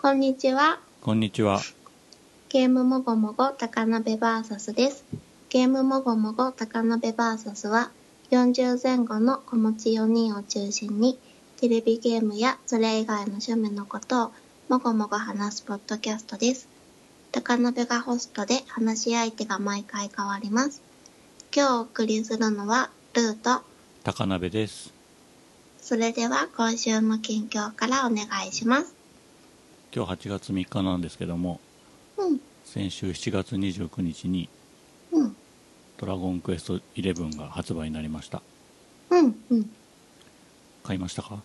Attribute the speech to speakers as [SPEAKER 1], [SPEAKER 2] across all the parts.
[SPEAKER 1] こんにちは。
[SPEAKER 2] こんにちは。
[SPEAKER 1] ゲームもごもご高鍋バーサスです。ゲームもごもご高鍋バーサスは40前後の子持ち4人を中心にテレビゲームやそれ以外の趣味のことをもごもご話すポッドキャストです。高鍋がホストで話し相手が毎回変わります。今日お送りするのはルート。
[SPEAKER 2] 高鍋です。
[SPEAKER 1] それでは今週の近況からお願いします。
[SPEAKER 2] 今日8月3日なんですけども、
[SPEAKER 1] うん、
[SPEAKER 2] 先週7月29日に
[SPEAKER 1] うん、
[SPEAKER 2] ドラゴンクエスト11が発売になりました。
[SPEAKER 1] うん、うん。
[SPEAKER 2] 買いましたか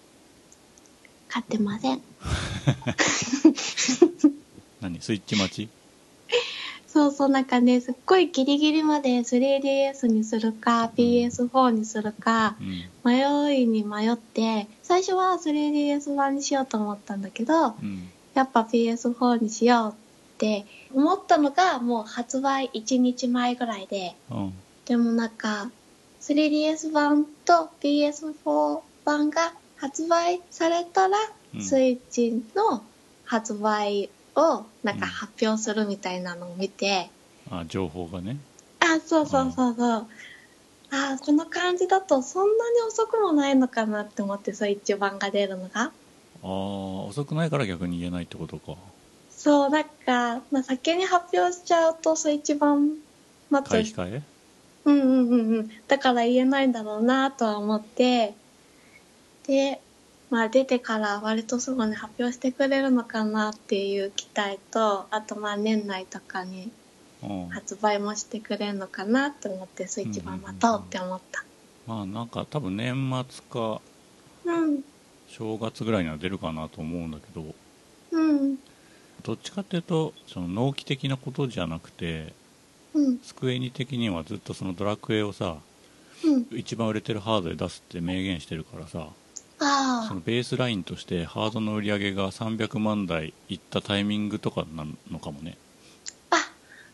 [SPEAKER 1] 買ってません。
[SPEAKER 2] 何スイッチ待ち
[SPEAKER 1] そうそう、なんかね、すっごいギリギリまで 3DS にするか、PS4 にするか、
[SPEAKER 2] うん。
[SPEAKER 1] 迷いに迷って、最初は 3DS 版にしようと思ったんだけど、
[SPEAKER 2] うん。
[SPEAKER 1] やっぱ PS4 にしようって思ったのが、もう発売1日前ぐらいで、
[SPEAKER 2] うん。
[SPEAKER 1] でもなんか、3DS 版と PS4 版が発売されたら、
[SPEAKER 2] うん
[SPEAKER 1] スイッチの発売をなん
[SPEAKER 2] う
[SPEAKER 1] か
[SPEAKER 2] ん
[SPEAKER 1] 発表するみたいなのを見て、
[SPEAKER 2] あ、情報がね。
[SPEAKER 1] あ、そうそうそうそう。あーこの感じだとそんなに遅くもないのかなって思って、スイッチ版が出るのが。
[SPEAKER 2] ああ、遅くないから逆に言えないってことか。
[SPEAKER 1] そう、なんか、まあ、先に発表しちゃうとスイッチ版待
[SPEAKER 2] 買い
[SPEAKER 1] つ。
[SPEAKER 2] 控え
[SPEAKER 1] うんうんうんうん。だから言えないんだろうなとは思って、で、まあ出てから割とすぐに発表してくれるのかなっていう期待と、あとまあ年内とかに
[SPEAKER 2] うん。
[SPEAKER 1] 発売もしてくれるのかなって思ってスイッチ版待とうって思った。
[SPEAKER 2] まあなんか多分年末か
[SPEAKER 1] うん、
[SPEAKER 2] 正月ぐらいには出るかなと思うんだけど、
[SPEAKER 1] うん、
[SPEAKER 2] どっちかっていうと、その納期的なことじゃなくて、
[SPEAKER 1] うん、
[SPEAKER 2] スクエニ的にはずっとそのドラクエをさ、
[SPEAKER 1] うん。
[SPEAKER 2] 一番売れてるハードで出すって明言してるからさ
[SPEAKER 1] あ
[SPEAKER 2] そ
[SPEAKER 1] あ
[SPEAKER 2] の、ベースラインとしてハードの売り上げが300万台いったタイミングとかなのかもね
[SPEAKER 1] あ、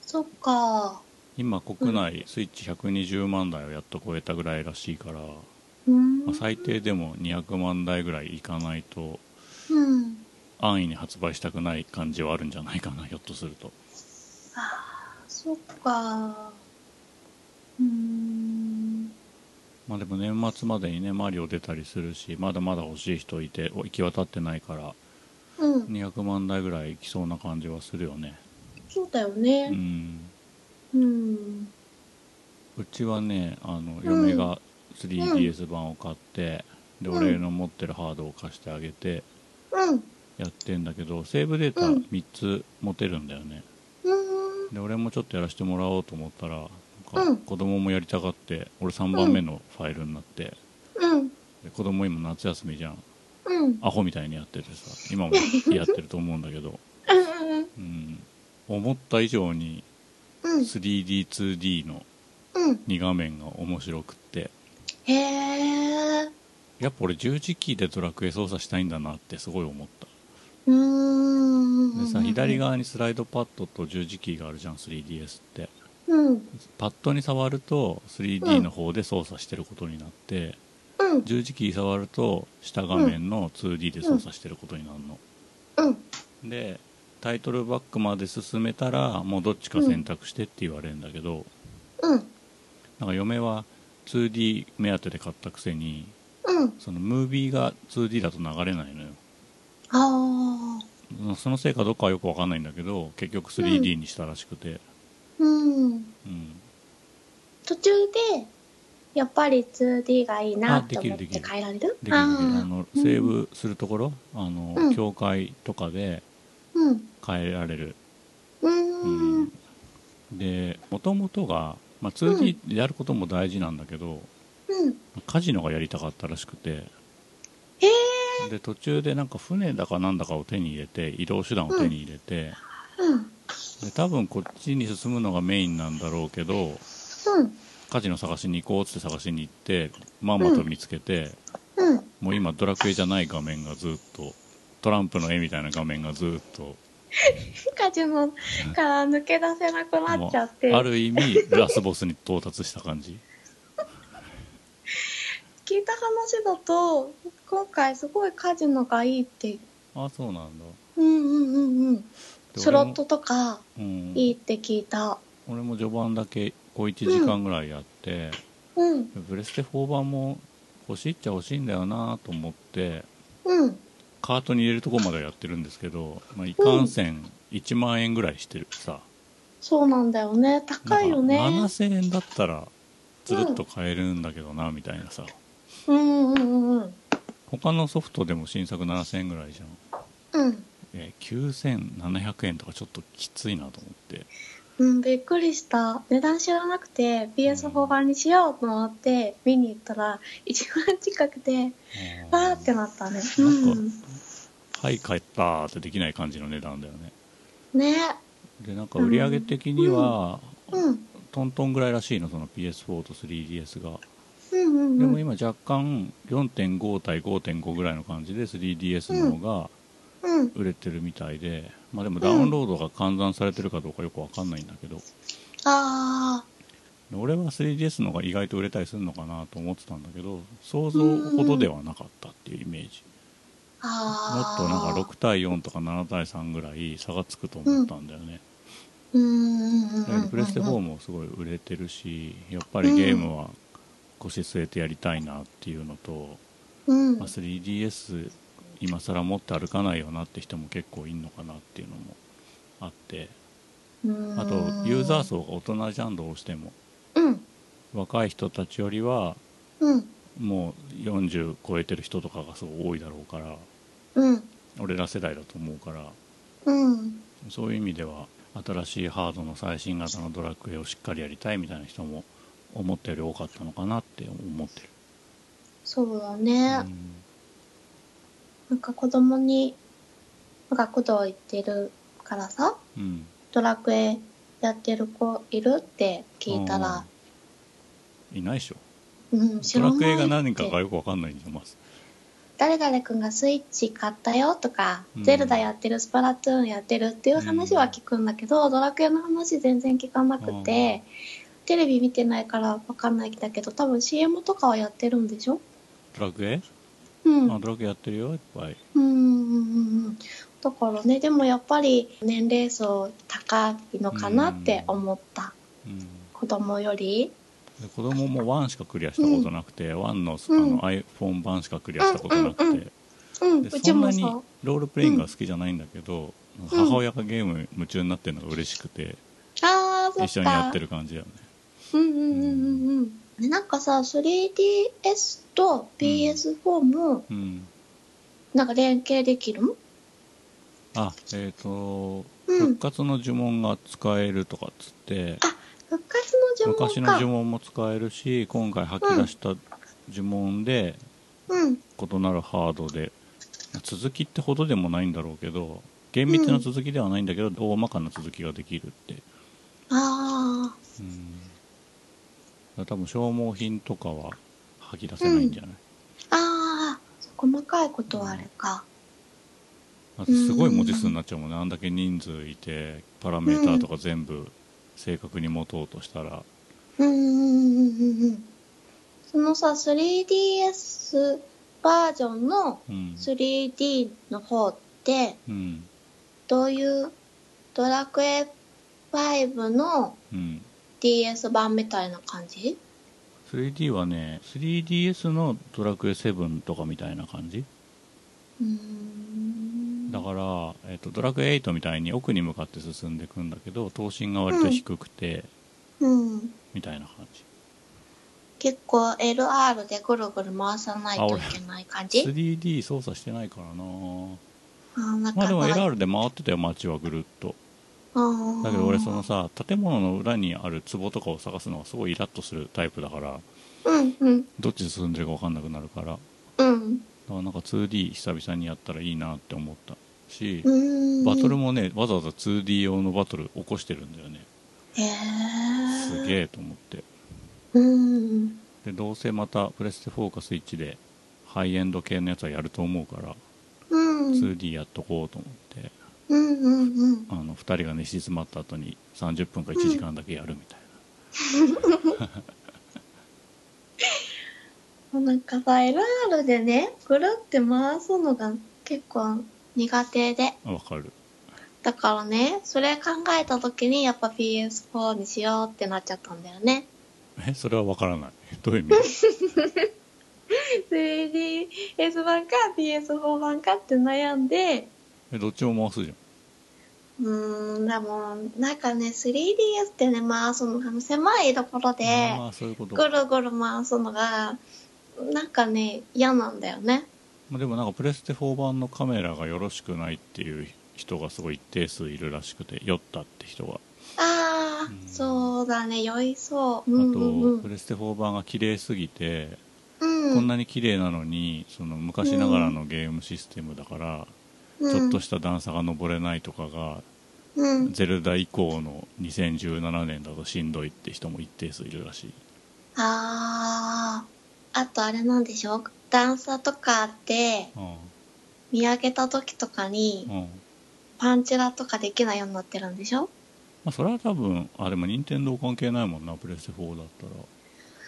[SPEAKER 1] そっか。
[SPEAKER 2] 今国内スイッチ120万台をやっと超えたぐらいらしいから、
[SPEAKER 1] うーん。
[SPEAKER 2] まあ最低でも200万台ぐらいいかないと
[SPEAKER 1] うん。
[SPEAKER 2] 安易に発売したくない感じはあるんじゃないかなひょっとすると
[SPEAKER 1] ああ、そっか。うーん。
[SPEAKER 2] まあでも年末までにねマリオ出たりするしまだまだ欲しい人いてお行き渡ってないから
[SPEAKER 1] うん。
[SPEAKER 2] 200万台ぐらいいきそうな感じはするよね
[SPEAKER 1] そうだよ
[SPEAKER 2] う
[SPEAKER 1] ね。
[SPEAKER 2] ん
[SPEAKER 1] うん。
[SPEAKER 2] うちはねあの
[SPEAKER 1] ん
[SPEAKER 2] 嫁が 3DS 版を買って、で
[SPEAKER 1] うん
[SPEAKER 2] 俺の持ってるハードを貸してあげて
[SPEAKER 1] うん。
[SPEAKER 2] やってんだけどセーブデータ
[SPEAKER 1] うん
[SPEAKER 2] 3つ持てるんだよね、
[SPEAKER 1] うん。
[SPEAKER 2] で俺もちょっとやらせてもらおうと思ったらな
[SPEAKER 1] うんん
[SPEAKER 2] か子供もやりたがって俺3番目のファイルになって、
[SPEAKER 1] うん。
[SPEAKER 2] で子供今夏休みじゃん
[SPEAKER 1] うん。
[SPEAKER 2] アホみたいにやっててさ今もやってると思うんだけ ど、
[SPEAKER 1] うん。
[SPEAKER 2] うん、思った以上に
[SPEAKER 1] うん。
[SPEAKER 2] 3D2D の
[SPEAKER 1] うん。
[SPEAKER 2] 2画面が面白くって
[SPEAKER 1] へえ。
[SPEAKER 2] やっぱ俺十字キーでドラクエ操作したいんだなってすごい思っ
[SPEAKER 1] うー
[SPEAKER 2] た
[SPEAKER 1] ん。
[SPEAKER 2] でさ左。側にスライドパッドと十字キーがあるじゃん 3DS って
[SPEAKER 1] うん。
[SPEAKER 2] パッドに触ると 3D の方で操作してることになって、
[SPEAKER 1] うん。
[SPEAKER 2] 十字キー触ると下画面の 2D で操作してることになるの、
[SPEAKER 1] うん。
[SPEAKER 2] でタイトルバックまで進めたらもうどっちか選択してって言われるんだけど、
[SPEAKER 1] うん。
[SPEAKER 2] なんか嫁は 2D 目当てで買ったくせに
[SPEAKER 1] うん。
[SPEAKER 2] そのムービーが 2D だと流れないのよ
[SPEAKER 1] ああ。
[SPEAKER 2] そのせいかどうかはよくわかんないんだけど結局 3D にしたらしくて、
[SPEAKER 1] うん。
[SPEAKER 2] うん
[SPEAKER 1] 途中で、やっぱり 2D がいいなって思っ
[SPEAKER 2] あできるでき
[SPEAKER 1] て
[SPEAKER 2] る
[SPEAKER 1] 変えられる
[SPEAKER 2] できるだけあのセー。
[SPEAKER 1] ー
[SPEAKER 2] ブするところあの、
[SPEAKER 1] うん
[SPEAKER 2] 境界とかで
[SPEAKER 1] うん。
[SPEAKER 2] 変えられる、
[SPEAKER 1] うん。うん。
[SPEAKER 2] でもともとが、まあ、2D でやることも大事なんだけど、
[SPEAKER 1] うん。
[SPEAKER 2] カジノがやりたかったらしくて
[SPEAKER 1] へえ。
[SPEAKER 2] で途中でなんか船だかなんだかを手に入れて移動手段を手に入れて、
[SPEAKER 1] うん。
[SPEAKER 2] で多分こっちに進むのがメインなんだろうけ
[SPEAKER 1] う
[SPEAKER 2] ど
[SPEAKER 1] ん。
[SPEAKER 2] カジノ探しに行こうっつって探しに行ってまんまと見つけて、
[SPEAKER 1] うん。
[SPEAKER 2] もう今ドラクエじゃない画面がずっとトランプの絵みたいな画面がずっと
[SPEAKER 1] カジノから抜け出せなくなっちゃって、
[SPEAKER 2] もうある意味ラスボスに到達した感じ
[SPEAKER 1] 聞いた話だと今回すごいカジノがいいって
[SPEAKER 2] あそうなんだ
[SPEAKER 1] うんうんうんうん
[SPEAKER 2] で
[SPEAKER 1] スロットとか
[SPEAKER 2] 俺も,、うん、
[SPEAKER 1] いいって聞いた
[SPEAKER 2] 俺も序盤だけこう1時間ぐらいやって、
[SPEAKER 1] うん
[SPEAKER 2] ブレステ4版も欲しいっちゃ欲しいんだよなと思って
[SPEAKER 1] うん
[SPEAKER 2] カートに入れるとこまではやってるんですけど、まあ、いかんせん1万円ぐらいしてるさ
[SPEAKER 1] そうなんだよね高いよね
[SPEAKER 2] なんか7000円だったらつるっと買えるんだけどな、みたいなさ
[SPEAKER 1] うんうんうんうん
[SPEAKER 2] 他のソフトでも新作7000円ぐらいじゃん、
[SPEAKER 1] うん
[SPEAKER 2] えー9700円とかちょっときついなと思って
[SPEAKER 1] うん、びっくりした値段知らなくて PS4 版にしようと思って見に行ったら1万近くでわーってなったねう
[SPEAKER 2] なん
[SPEAKER 1] ん
[SPEAKER 2] はい買ったーってできない感じの値段だよね
[SPEAKER 1] ね
[SPEAKER 2] でなんか売り上げ的には、
[SPEAKER 1] うん
[SPEAKER 2] トントンぐらいらしいのその PS4 と 3DS が
[SPEAKER 1] うんうん
[SPEAKER 2] で
[SPEAKER 1] うん
[SPEAKER 2] も今若干4.5対5.5ぐらいの感じで 3DS の方が
[SPEAKER 1] うん
[SPEAKER 2] 売れてるみたいで、まあでもダウンロードが換算されてるかどうかよくわかんないんだけど
[SPEAKER 1] あ
[SPEAKER 2] 俺は 3DS の方が意外と売れたりするのかなと思ってたんだけど想像ほどではなかったっていうイメージ
[SPEAKER 1] あ
[SPEAKER 2] も
[SPEAKER 1] あ
[SPEAKER 2] っ
[SPEAKER 1] あ
[SPEAKER 2] となんか6対4とか7対3ぐらい差がつくと思ったんだよね、
[SPEAKER 1] うんうん
[SPEAKER 2] だ
[SPEAKER 1] うん
[SPEAKER 2] け
[SPEAKER 1] うん
[SPEAKER 2] どプレステ4もすごい売れてるしやっぱりゲームは腰据えてやりたいなっていうのと、
[SPEAKER 1] うん
[SPEAKER 2] まあ、3DS 今更持って歩かないよなって人も結構いんのかなっていうのもあってあとユーザー層が大人じゃんどうしても
[SPEAKER 1] うん
[SPEAKER 2] 若い人たちよりは
[SPEAKER 1] うん
[SPEAKER 2] もう40超えてる人とかがすごい多いだろうから
[SPEAKER 1] うん
[SPEAKER 2] 俺ら世代だと思うから
[SPEAKER 1] うん
[SPEAKER 2] そういう意味では新しいハードの最新型のドラクエをしっかりやりたいみたいな人も思ったより多かったのかなって思ってる、
[SPEAKER 1] そうだ
[SPEAKER 2] う
[SPEAKER 1] ね、
[SPEAKER 2] ん
[SPEAKER 1] なんか子供に学童行ってるからさ
[SPEAKER 2] うん、
[SPEAKER 1] ドラクエやってる子いるって聞いたら、
[SPEAKER 2] うんいないでしょ
[SPEAKER 1] うん、知ら
[SPEAKER 2] ドラ
[SPEAKER 1] ない
[SPEAKER 2] クエが何
[SPEAKER 1] って
[SPEAKER 2] かがよくわかんないんですよまず
[SPEAKER 1] 誰々くんがスイッチ買ったよとか、
[SPEAKER 2] うん
[SPEAKER 1] ゼルダやってるスプラトゥーンやってるっていう話は聞くんだけど、ドラクエの話全然聞かなくて、テレビ見てないからわかんないんだけど多分 CM とかはやってるんでしょ
[SPEAKER 2] ドラクエ、
[SPEAKER 1] うん、う
[SPEAKER 2] あ
[SPEAKER 1] ん
[SPEAKER 2] ドラクエやってるよいっぱい
[SPEAKER 1] うんうんうんだからねでもやっぱり年齢層高いのかなって思った、
[SPEAKER 2] うん
[SPEAKER 1] 子供より
[SPEAKER 2] で子供も1しかクリアしたことなくて、1のあ
[SPEAKER 1] うん
[SPEAKER 2] の iPhone 版しかクリアしたことなくて、
[SPEAKER 1] うんうんうん
[SPEAKER 2] で
[SPEAKER 1] うち
[SPEAKER 2] そんな
[SPEAKER 1] も
[SPEAKER 2] に
[SPEAKER 1] そう
[SPEAKER 2] ロールプレイングが好きじゃないんだけど、母親がゲーム夢中になってるのが嬉しくて、
[SPEAKER 1] ああそっか
[SPEAKER 2] 一緒にやってる感じだよね
[SPEAKER 1] うんうんうんうんうんねなんかさ 3DS と PS4 も
[SPEAKER 2] うん
[SPEAKER 1] なんか連携できるん
[SPEAKER 2] あえっ、と
[SPEAKER 1] うん
[SPEAKER 2] 復活の呪文が使えるとかっつって、
[SPEAKER 1] 復活の呪文か
[SPEAKER 2] 昔の呪文も使えるし今回吐き出した呪文で
[SPEAKER 1] うん
[SPEAKER 2] 異なるハードで続きってほどでもないんだろうけど厳密な続きではないんだけど、大まかな続きができるって、
[SPEAKER 1] ああ
[SPEAKER 2] うん、だから多分消耗品とかは吐き出せないんじゃない、
[SPEAKER 1] ああ細かいことはあれか
[SPEAKER 2] あとすごい文字数になっちゃうもんね、あんだけ人数いてパラメーターとか全部正確に持とうとしたら、
[SPEAKER 1] うんうんうんうんうんそのさ 3DS バージョンの
[SPEAKER 2] うん、
[SPEAKER 1] 3D の方って
[SPEAKER 2] うん
[SPEAKER 1] どういうドラクエ5の
[SPEAKER 2] うん
[SPEAKER 1] DS 版みたいな感じ
[SPEAKER 2] 3D はね 3DS の「ドラクエ7」とかみたいな感じ
[SPEAKER 1] うーん
[SPEAKER 2] だから、えっとドラクエ8みたいに奥に向かって進んでいくんだけど頭身が割と低くて、
[SPEAKER 1] うん、
[SPEAKER 2] みたいな感じ
[SPEAKER 1] 結構 LR でぐるぐる回さないといけない感じ
[SPEAKER 2] 3D 操作してないから
[SPEAKER 1] あ
[SPEAKER 2] な
[SPEAKER 1] ーなんか
[SPEAKER 2] まあでも
[SPEAKER 1] ない
[SPEAKER 2] LR で回ってたよ街はぐるっと
[SPEAKER 1] あー
[SPEAKER 2] だけど俺そのさ建物の裏にある壺とかを探すのがすごいイラッとするタイプだから
[SPEAKER 1] うんうん
[SPEAKER 2] どっち進んでるか分かんなくなるからだか
[SPEAKER 1] うん
[SPEAKER 2] らなんか 2D 久々にやったらいいなって思ったし、
[SPEAKER 1] うーん
[SPEAKER 2] バトルもねわざわざ 2D 用のバトル起こしてるんだよね
[SPEAKER 1] へえ
[SPEAKER 2] す
[SPEAKER 1] え
[SPEAKER 2] げえと思って
[SPEAKER 1] うん
[SPEAKER 2] でどうせまたプレステ4かスイッチでハイエンド系のやつはやると思うから
[SPEAKER 1] うんうん
[SPEAKER 2] 2D やっとこうと思って
[SPEAKER 1] うんうん
[SPEAKER 2] あの2人が寝静まった後に30分か1時間だけやるみたい
[SPEAKER 1] うんなんかさ LR でねぐるって回すのが結構苦手で。
[SPEAKER 2] わかる
[SPEAKER 1] だからね、それ考えた時にやっぱ PS4 にしようってなっちゃったんだよね。
[SPEAKER 2] えそれはわからないど ういう意味
[SPEAKER 1] 3DS 版か PS4 版かって悩んで、
[SPEAKER 2] えどっちも回すじ
[SPEAKER 1] うーん、でも、なんかね、3DS ってね、まあ、その、あの狭いところ
[SPEAKER 2] ゃん、
[SPEAKER 1] で
[SPEAKER 2] あ、あそういうこと
[SPEAKER 1] ぐるぐる回すのが、なんかね、嫌なんだよね。
[SPEAKER 2] まあでもなんかプレステ4版のカメラがよろしくないっていう人がすごい一定数いるらしくて酔ったって人が、
[SPEAKER 1] ああ、
[SPEAKER 2] うん
[SPEAKER 1] そうだね、酔いそう。うんうんう
[SPEAKER 2] あとプ
[SPEAKER 1] ん。
[SPEAKER 2] レステ4版が綺麗すぎて、
[SPEAKER 1] うん、
[SPEAKER 2] こんなに綺麗なのにその昔ながらのゲームシステムだから、
[SPEAKER 1] うん、
[SPEAKER 2] ちょっとした段差が登れないとかが、
[SPEAKER 1] うん、
[SPEAKER 2] ゼルダ以降の2017年だとしんどいって人も一定数いるらしい
[SPEAKER 1] ああ、あとあれなんでしょ段差とかあって、
[SPEAKER 2] うん
[SPEAKER 1] 見上げた時とかに
[SPEAKER 2] う、ん
[SPEAKER 1] パンチラとかできないようになってるんでしょ
[SPEAKER 2] まあ、それは多分あでも任天堂関係ないもんなプレステ4だったら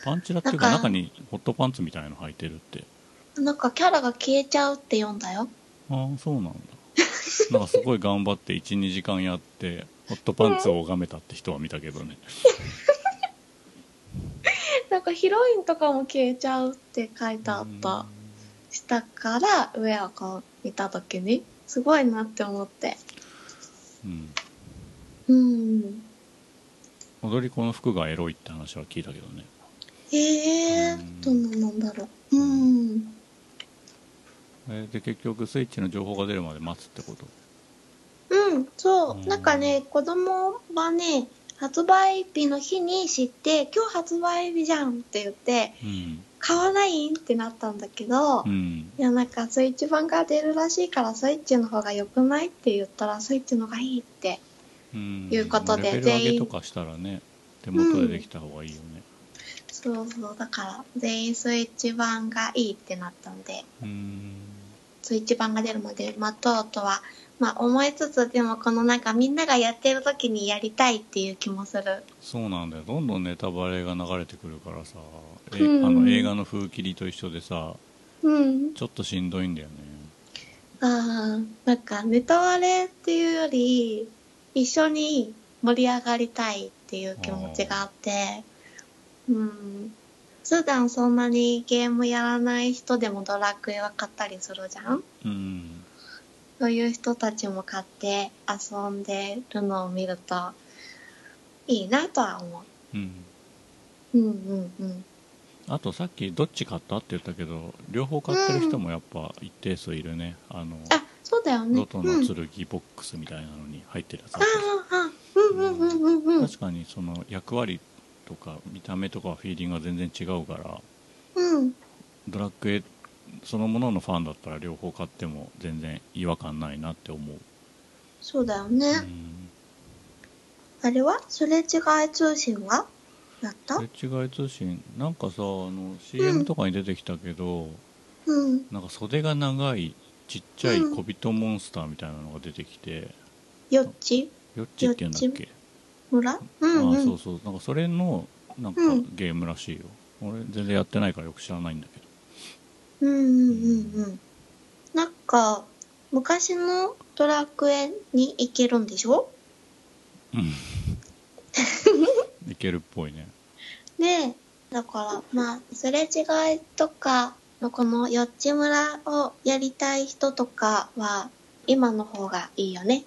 [SPEAKER 2] パンチラっていうか
[SPEAKER 1] なんか
[SPEAKER 2] 中にホットパンツみたいの履いてるって
[SPEAKER 1] なんかキャラが消えちゃうって読んだよ。
[SPEAKER 2] ああそうなんだなんかすごい頑張って12時間やってホットパンツを拝めたって人は見たけどね
[SPEAKER 1] なんかヒロインとかも消えちゃうって書いてあった。下から上をこう見た時に、すごいなって思って。
[SPEAKER 2] うん
[SPEAKER 1] うん。
[SPEAKER 2] 踊り子の服がエロいって話は聞いたけどね
[SPEAKER 1] ええ
[SPEAKER 2] うん
[SPEAKER 1] ー、どんななんだろう。うん。
[SPEAKER 2] えーで結局スイッチの情報が出るまで待つってこと
[SPEAKER 1] うん、そうう。
[SPEAKER 2] ん
[SPEAKER 1] なんかね、子供はね、発売日の日に知って、今日発売日じゃんって言って、
[SPEAKER 2] うん
[SPEAKER 1] 買わないんってなったんだけど、
[SPEAKER 2] う
[SPEAKER 1] い
[SPEAKER 2] ん
[SPEAKER 1] や、なんかスイッチ版が出るらしいから、スイッチの方が良くないって言ったら、スイッチの方がいいって。
[SPEAKER 2] うん
[SPEAKER 1] いうことで
[SPEAKER 2] レベル上
[SPEAKER 1] 全
[SPEAKER 2] げ
[SPEAKER 1] 員
[SPEAKER 2] とかしたらね手元でできた方がいいよね
[SPEAKER 1] そうそう、だから、全員スイッチ版がいいってなったんで、
[SPEAKER 2] うん
[SPEAKER 1] スイッチ版が出るまで待とうとは、まあ思いつつ、でもこのなんかみんながやってる時にやりたいっていう気もする。
[SPEAKER 2] そうなんだよどんどんネタバレが流れてくるからさ、え
[SPEAKER 1] うん
[SPEAKER 2] あの映画の風切りと一緒でさ
[SPEAKER 1] うん。
[SPEAKER 2] ちょっとしんどいんだよね
[SPEAKER 1] ああ、なんかネタバレっていうより、一緒に盛り上がりたいっていう気持ちがあって、うん。普段そんなにゲームやらない人でもドラクエは買ったりするじゃん
[SPEAKER 2] うん
[SPEAKER 1] そういう人たちも買って遊んでるのを見ると、いいなとは思
[SPEAKER 2] うん
[SPEAKER 1] う。うんうんうん。
[SPEAKER 2] あとさっきどっち買ったって言ったけど両方買ってる人もやっぱ一定数いるねあの
[SPEAKER 1] あ、そうだよね。
[SPEAKER 2] ロトの
[SPEAKER 1] うん、
[SPEAKER 2] 剣ボックスみたいなのに入ってるやつあ
[SPEAKER 1] あ
[SPEAKER 2] ったじゃん
[SPEAKER 1] あ、ああ、うんうんうんうんうん。
[SPEAKER 2] 確かにその役割とか見た目とかフィーリングが全然違うから
[SPEAKER 1] うん。
[SPEAKER 2] ドラクエそのもののファンだったら両方買っても全然違和感ないなって思う、
[SPEAKER 1] そうだよね。
[SPEAKER 2] うん、
[SPEAKER 1] あれはそれ違い通信はやった
[SPEAKER 2] すれ違い通信なんかさあの CM とかに出てきたけど、
[SPEAKER 1] うん。
[SPEAKER 2] なんか袖が長いちっちゃい
[SPEAKER 1] うん
[SPEAKER 2] 小人モンスターみたいなのが出てきて、
[SPEAKER 1] よっち
[SPEAKER 2] ヨッチって言うんだっけ、
[SPEAKER 1] 村うん
[SPEAKER 2] あ
[SPEAKER 1] う。
[SPEAKER 2] あそうんそうなんかそれのなんか
[SPEAKER 1] うん
[SPEAKER 2] ゲームらしいよ、俺全然やってないからよく知らないんだけ
[SPEAKER 1] う
[SPEAKER 2] ど
[SPEAKER 1] んうんうんうん。なんか、昔のドラクエに行けるんでしょ
[SPEAKER 2] いけるっぽいね
[SPEAKER 1] ねえ。だから、まあ、すれ違いとかのこのよっち村をやりたい人とかは、今の方がいいよね。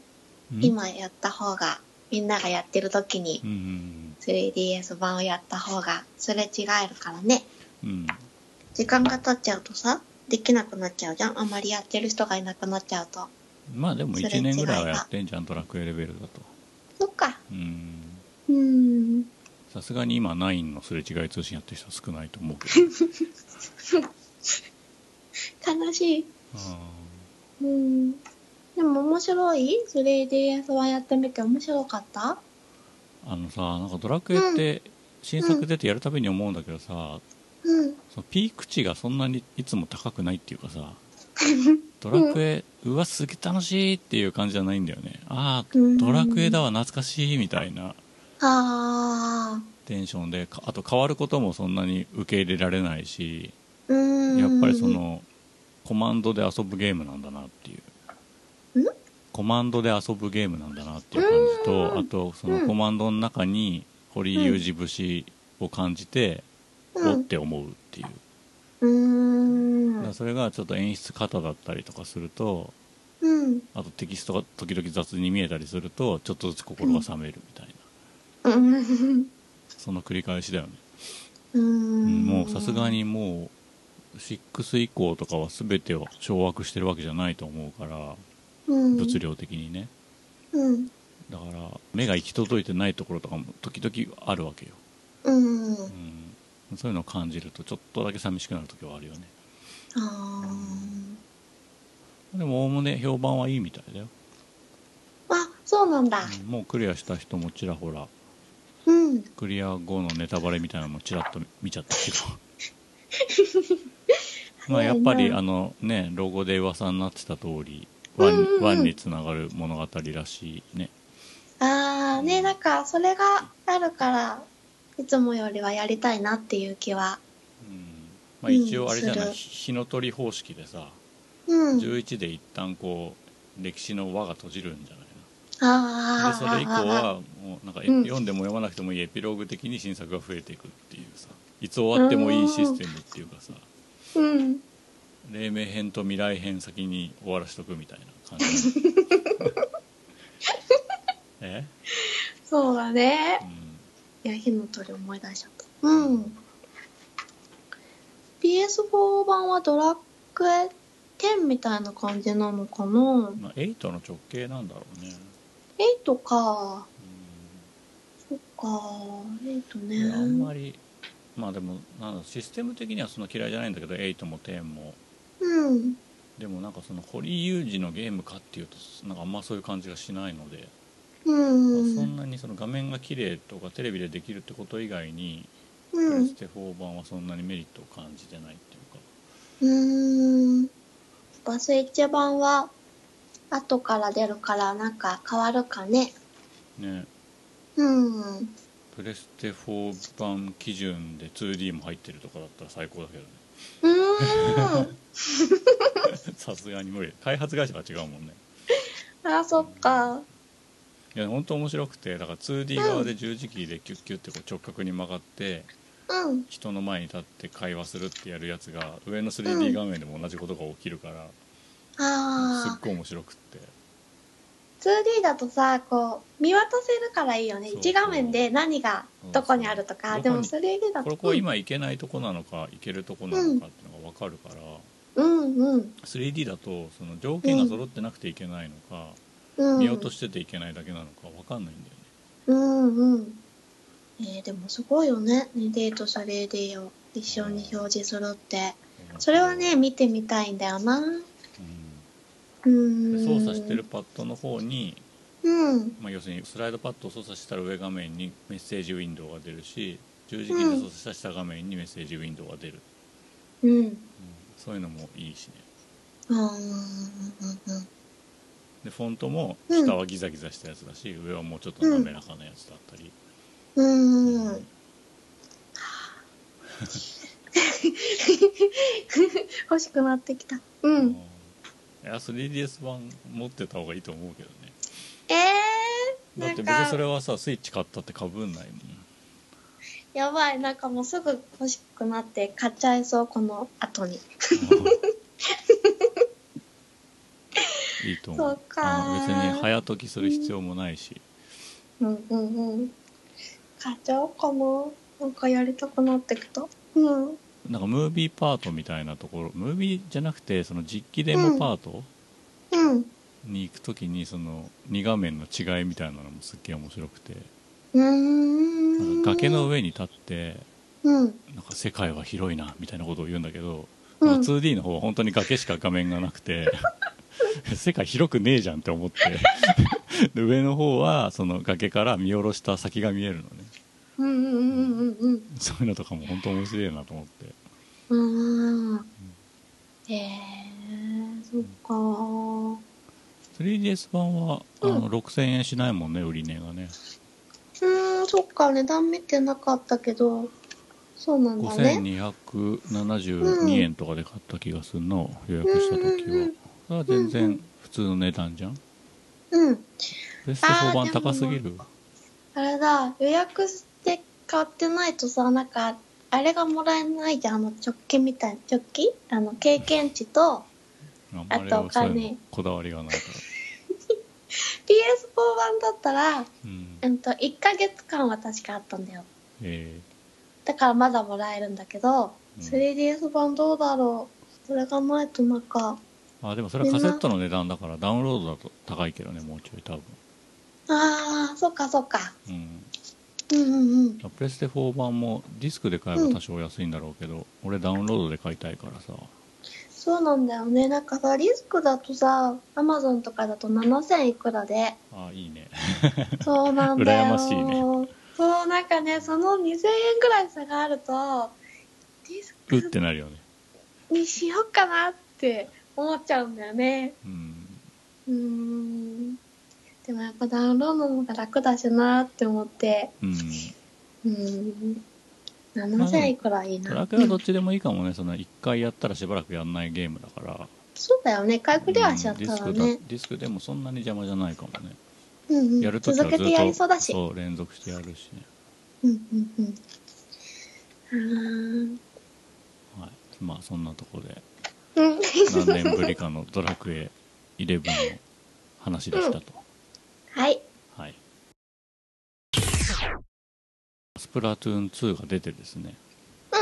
[SPEAKER 2] うん
[SPEAKER 1] 今やった方が、みんながやってる時に
[SPEAKER 2] うんうん、
[SPEAKER 1] 3DS 版をやった方が、すれ違えるからね。
[SPEAKER 2] うんうん、
[SPEAKER 1] 時間が経っちゃうとさできなくなっちゃうじゃんあまりやってる人がいなくなっちゃうと
[SPEAKER 2] まあでも
[SPEAKER 1] それ
[SPEAKER 2] 1年ぐらいは
[SPEAKER 1] 違いが
[SPEAKER 2] やってんじゃんドラクエレベルだと
[SPEAKER 1] そっか
[SPEAKER 2] うん
[SPEAKER 1] うーん
[SPEAKER 2] さすがに今9のすれ違い通信やってる人は少ないと思う けど
[SPEAKER 1] 悲しい
[SPEAKER 2] あ
[SPEAKER 1] うーんでも面白い 3DS はやってみて面白かった
[SPEAKER 2] ーあのさなんかドラクエって新作出てやるたびに思うんだけどさ、
[SPEAKER 1] うん
[SPEAKER 2] そのピーク値がそんなにいつも高くないっていう かさドラクエ、うわすげえ楽しいっていう感じじゃないんだよねああ
[SPEAKER 1] うん
[SPEAKER 2] ドラクエだわ懐かしいみたいな
[SPEAKER 1] ああ
[SPEAKER 2] テンションでかあと変わることもそんなに受け入れられないし
[SPEAKER 1] うーん
[SPEAKER 2] やっぱりそのコマンドで遊ぶゲームなんだなっていうコマンドで遊ぶゲームなんだなっていう感じとあとそのコマンドの中に堀井雄二節を感じて、
[SPEAKER 1] う
[SPEAKER 2] おっ
[SPEAKER 1] ん
[SPEAKER 2] て思うっていう
[SPEAKER 1] う
[SPEAKER 2] だか
[SPEAKER 1] ー
[SPEAKER 2] ら
[SPEAKER 1] ん
[SPEAKER 2] それがちょっと演出方だったりとかすると
[SPEAKER 1] うん
[SPEAKER 2] あとテキストが時々雑に見えたりするとちょっとずつ心が冷めるみたいな
[SPEAKER 1] うん
[SPEAKER 2] その繰り返しだよね、
[SPEAKER 1] う
[SPEAKER 2] うん
[SPEAKER 1] ん
[SPEAKER 2] もうさすがにもう6以降とかは全てを掌握してるわけじゃないと思うから物量的にね
[SPEAKER 1] うん
[SPEAKER 2] だから目が行き届いてないところとかも時々あるわけよ、
[SPEAKER 1] うん
[SPEAKER 2] うん、そういうのを感じるとちょっとだけ寂しくなる時はあるよね
[SPEAKER 1] あ
[SPEAKER 2] でもおおむね評判はいいみたいだよ、
[SPEAKER 1] ーあそうなんだ
[SPEAKER 2] うんもうクリアした人もちらほら
[SPEAKER 1] うん
[SPEAKER 2] クリア後のネタバレみたいなのもちらっと見ちゃったけ どまあやっぱりあのねロゴで噂になってた通りワン,、
[SPEAKER 1] うんうんうん
[SPEAKER 2] につながる物語らしいね
[SPEAKER 1] ああねなんかそれがあるからいつもよりはやりたいなっていう気は
[SPEAKER 2] うんまあ一応あれじゃない、
[SPEAKER 1] うんする
[SPEAKER 2] 火の鳥方式でさ
[SPEAKER 1] うん
[SPEAKER 2] 11で一旦こう歴史の輪が閉じるんじゃないな
[SPEAKER 1] あ
[SPEAKER 2] で
[SPEAKER 1] ー
[SPEAKER 2] それ以降はもうなんかえ
[SPEAKER 1] うん
[SPEAKER 2] 読んでも読まなくてもいいエピローグ的に新作が増えていくっていうさいつ終わってもいいシステムっていうかさ
[SPEAKER 1] うん
[SPEAKER 2] 黎明編と未来編先に終わらしとくみたいな感じえ、
[SPEAKER 1] そうだね
[SPEAKER 2] うん、
[SPEAKER 1] いや火の鳥思い出しちゃったうん PS4 版はドラクエ10みたいな感じなのかな
[SPEAKER 2] まあ8の直径なんだろうね、
[SPEAKER 1] 8かそっか8
[SPEAKER 2] うん、いやあんま
[SPEAKER 1] ね
[SPEAKER 2] りまあでもなんだシステム的にはそんな嫌いじゃないんだけど8も10も
[SPEAKER 1] うん
[SPEAKER 2] でもなんかその堀井雄二のゲームかっていうとなんかあんまそういう感じがしないので、
[SPEAKER 1] うん
[SPEAKER 2] そんなにその画面が綺麗とかテレビでできるってこと以外に、プ
[SPEAKER 1] う
[SPEAKER 2] レ
[SPEAKER 1] ん
[SPEAKER 2] ステ4版はそんなにメリットを感じてないっていうか
[SPEAKER 1] うーん。バスイッチ版は、後から出るから、なんか変わるかね。
[SPEAKER 2] ね
[SPEAKER 1] うん。
[SPEAKER 2] プレステ4版基準で 2D も入ってるとかだったら最高だけどね
[SPEAKER 1] うーん。
[SPEAKER 2] さすがに無理開発会社が違うもんね
[SPEAKER 1] あ、そっか。
[SPEAKER 2] いや本当面白くてだから 2D 側で十字キーでキュッキュッてこう直角に曲がって
[SPEAKER 1] うん。
[SPEAKER 2] 人の前に立って会話するってやるやつが上の 3D 画面でも同じことが起きるから、すっ
[SPEAKER 1] ああ。
[SPEAKER 2] ごい面白くって
[SPEAKER 1] 2D だとさ、こう、見渡せるからいいよね。
[SPEAKER 2] そう
[SPEAKER 1] 1画面で何がどこにあるとか。
[SPEAKER 2] うん
[SPEAKER 1] でも
[SPEAKER 2] そ
[SPEAKER 1] 3D だ。
[SPEAKER 2] ことれこう今行けないとこなのか行けるとこなのかっていうのが分かるから
[SPEAKER 1] うんうん。
[SPEAKER 2] 3D だとその条件が揃ってなくていけないのか、
[SPEAKER 1] うん。
[SPEAKER 2] 見落としてていけないだけなのか分かんないんだよね
[SPEAKER 1] うんうん。えー、でもすごいよね。2D と 3D を一緒に表示するって。それはね、、見てみたいんだよな。う
[SPEAKER 2] うん
[SPEAKER 1] ーん。
[SPEAKER 2] 操作してるパッドの方に、
[SPEAKER 1] うん。
[SPEAKER 2] まあ、要するにスライドパッドを操作したら上画面にメッセージウィンドウが出るし十字キーで操作したら下画面にメッセージウィンドウが出る、
[SPEAKER 1] うん。
[SPEAKER 2] うんそういうのもいいしね
[SPEAKER 1] あーうんうん
[SPEAKER 2] でフォントも下はギザギザしたやつだし、上はもうちょっと滑らかなやつだったり、
[SPEAKER 1] うんうん。欲しくなってきた。う
[SPEAKER 2] うん
[SPEAKER 1] ん。
[SPEAKER 2] いや 3DS 版持ってた方がいいと思うけどね
[SPEAKER 1] えー、
[SPEAKER 2] だ
[SPEAKER 1] な
[SPEAKER 2] って
[SPEAKER 1] ん
[SPEAKER 2] 別にそれ
[SPEAKER 1] か、
[SPEAKER 2] はさスイッチ買ったってか ぶんないもん
[SPEAKER 1] やばい。なんかもうすぐ欲しくなって買っちゃいそう、この後に。
[SPEAKER 2] いいと思う
[SPEAKER 1] そうか
[SPEAKER 2] あの別に早解きする必要もないし、
[SPEAKER 1] うんうんうん。買っちゃおうかな。なんかやりたくなってきた。うん。
[SPEAKER 2] なんかムービーパートみたいなところムービーじゃなくてその実機デモパート
[SPEAKER 1] うん。
[SPEAKER 2] に行く時にその2画面の違いみたいなのもすっげえ面白くて
[SPEAKER 1] うー
[SPEAKER 2] なん
[SPEAKER 1] ん。
[SPEAKER 2] か崖の上に立って
[SPEAKER 1] うん。
[SPEAKER 2] なんか世界は広いなみたいなことを言うんだけど、
[SPEAKER 1] うん
[SPEAKER 2] なんか 2D の方は本当に崖しか画面がなくて 世界広くねえじゃんって思って で上の方はその崖から見下ろした先が見えるのね
[SPEAKER 1] うんうんうんうんうん。
[SPEAKER 2] そういうのとかも本当面白いなと思って
[SPEAKER 1] うん。えー、そっかー。
[SPEAKER 2] 3DS 版は、あ
[SPEAKER 1] う
[SPEAKER 2] の6000円しないもんね売り値がね
[SPEAKER 1] うーん、そっか、値段見てなかったけど、そうなんだね。
[SPEAKER 2] 5272円とかで買った気がするの予約した時
[SPEAKER 1] うんうんう
[SPEAKER 2] は
[SPEAKER 1] ん
[SPEAKER 2] それは全
[SPEAKER 1] うんう
[SPEAKER 2] 然
[SPEAKER 1] ん
[SPEAKER 2] 普通の値段じゃん
[SPEAKER 1] うん。
[SPEAKER 2] ベスト4版高すぎる
[SPEAKER 1] あれだ、予約して買ってないとさ、なんか、あれがもらえないじゃん、あの、直帰みたいな、直帰あの、経験値と、
[SPEAKER 2] あん
[SPEAKER 1] あ
[SPEAKER 2] まりは
[SPEAKER 1] と
[SPEAKER 2] そういう
[SPEAKER 1] 金
[SPEAKER 2] のこだわりがないから
[SPEAKER 1] PS4 版だったら、
[SPEAKER 2] うん
[SPEAKER 1] うんと、1ヶ月間は確かあったんだよ。
[SPEAKER 2] え
[SPEAKER 1] だからまだもらえるんだけど、
[SPEAKER 2] うん
[SPEAKER 1] 3DS 版どうだろう。それがないとなんか、
[SPEAKER 2] ーあでもそれはカセットの値段だからダウンロードだと高いけどねもうちょい多分
[SPEAKER 1] あー、そっかそっか。
[SPEAKER 2] うん
[SPEAKER 1] うんうんうん。
[SPEAKER 2] プレステ4版もディスクで買えば多少安いんだろうけど、俺ダウンロードで買いたいからさ
[SPEAKER 1] そうなんだよね。なんかさ、リスクだとさ、アマゾンとかだと7000いくらで、
[SPEAKER 2] あーいいね
[SPEAKER 1] そうなんだよ。
[SPEAKER 2] 羨ましいね
[SPEAKER 1] そう、なんかね、その2000円ぐらい差があると、ディス
[SPEAKER 2] うっ
[SPEAKER 1] ク
[SPEAKER 2] てなるよね
[SPEAKER 1] にしようかなって思っちゃうんだよね。
[SPEAKER 2] うん
[SPEAKER 1] うーん。でもやっぱダウンロードの方が楽だしなって思って。
[SPEAKER 2] うん
[SPEAKER 1] うーん。7000いくらいい
[SPEAKER 2] ド
[SPEAKER 1] な。
[SPEAKER 2] ラクエはどっちでもいいかもねその1回やったらしばらくやんないゲームだから
[SPEAKER 1] そうだよね。回復ではしちゃっ
[SPEAKER 2] うんディ
[SPEAKER 1] た
[SPEAKER 2] ス
[SPEAKER 1] ら
[SPEAKER 2] クだ
[SPEAKER 1] ね。
[SPEAKER 2] ディスクでもそんなに邪魔じゃないかもね、
[SPEAKER 1] うんう
[SPEAKER 2] や
[SPEAKER 1] ん。
[SPEAKER 2] るときは
[SPEAKER 1] 続
[SPEAKER 2] ず
[SPEAKER 1] け
[SPEAKER 2] っと
[SPEAKER 1] てやりそうだし。
[SPEAKER 2] そう連続してやるしね、
[SPEAKER 1] うんうんうん。
[SPEAKER 2] はい、まあそんなとこで
[SPEAKER 1] あーうん。
[SPEAKER 2] 何年ぶりかの「ドラクエ11」の話でしたと、
[SPEAKER 1] はい。
[SPEAKER 2] はいスプラトゥーン2が出てですね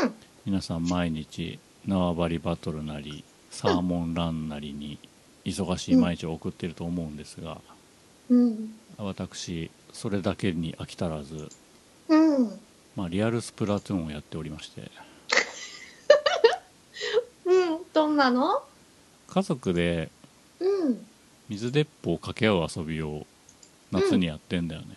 [SPEAKER 1] うん。
[SPEAKER 2] 皆さん毎日縄張りバトルなりサーモンランなりに忙しい毎日を送っていると思うんですが、
[SPEAKER 1] うん。
[SPEAKER 2] 私それだけに飽き足らず、
[SPEAKER 1] うん。
[SPEAKER 2] まあ、リアルスプラトゥーンをやっておりまして
[SPEAKER 1] うん。どんなの
[SPEAKER 2] 家族で
[SPEAKER 1] うん。
[SPEAKER 2] 水鉄砲を掛け合う遊びを夏にやってんだよね、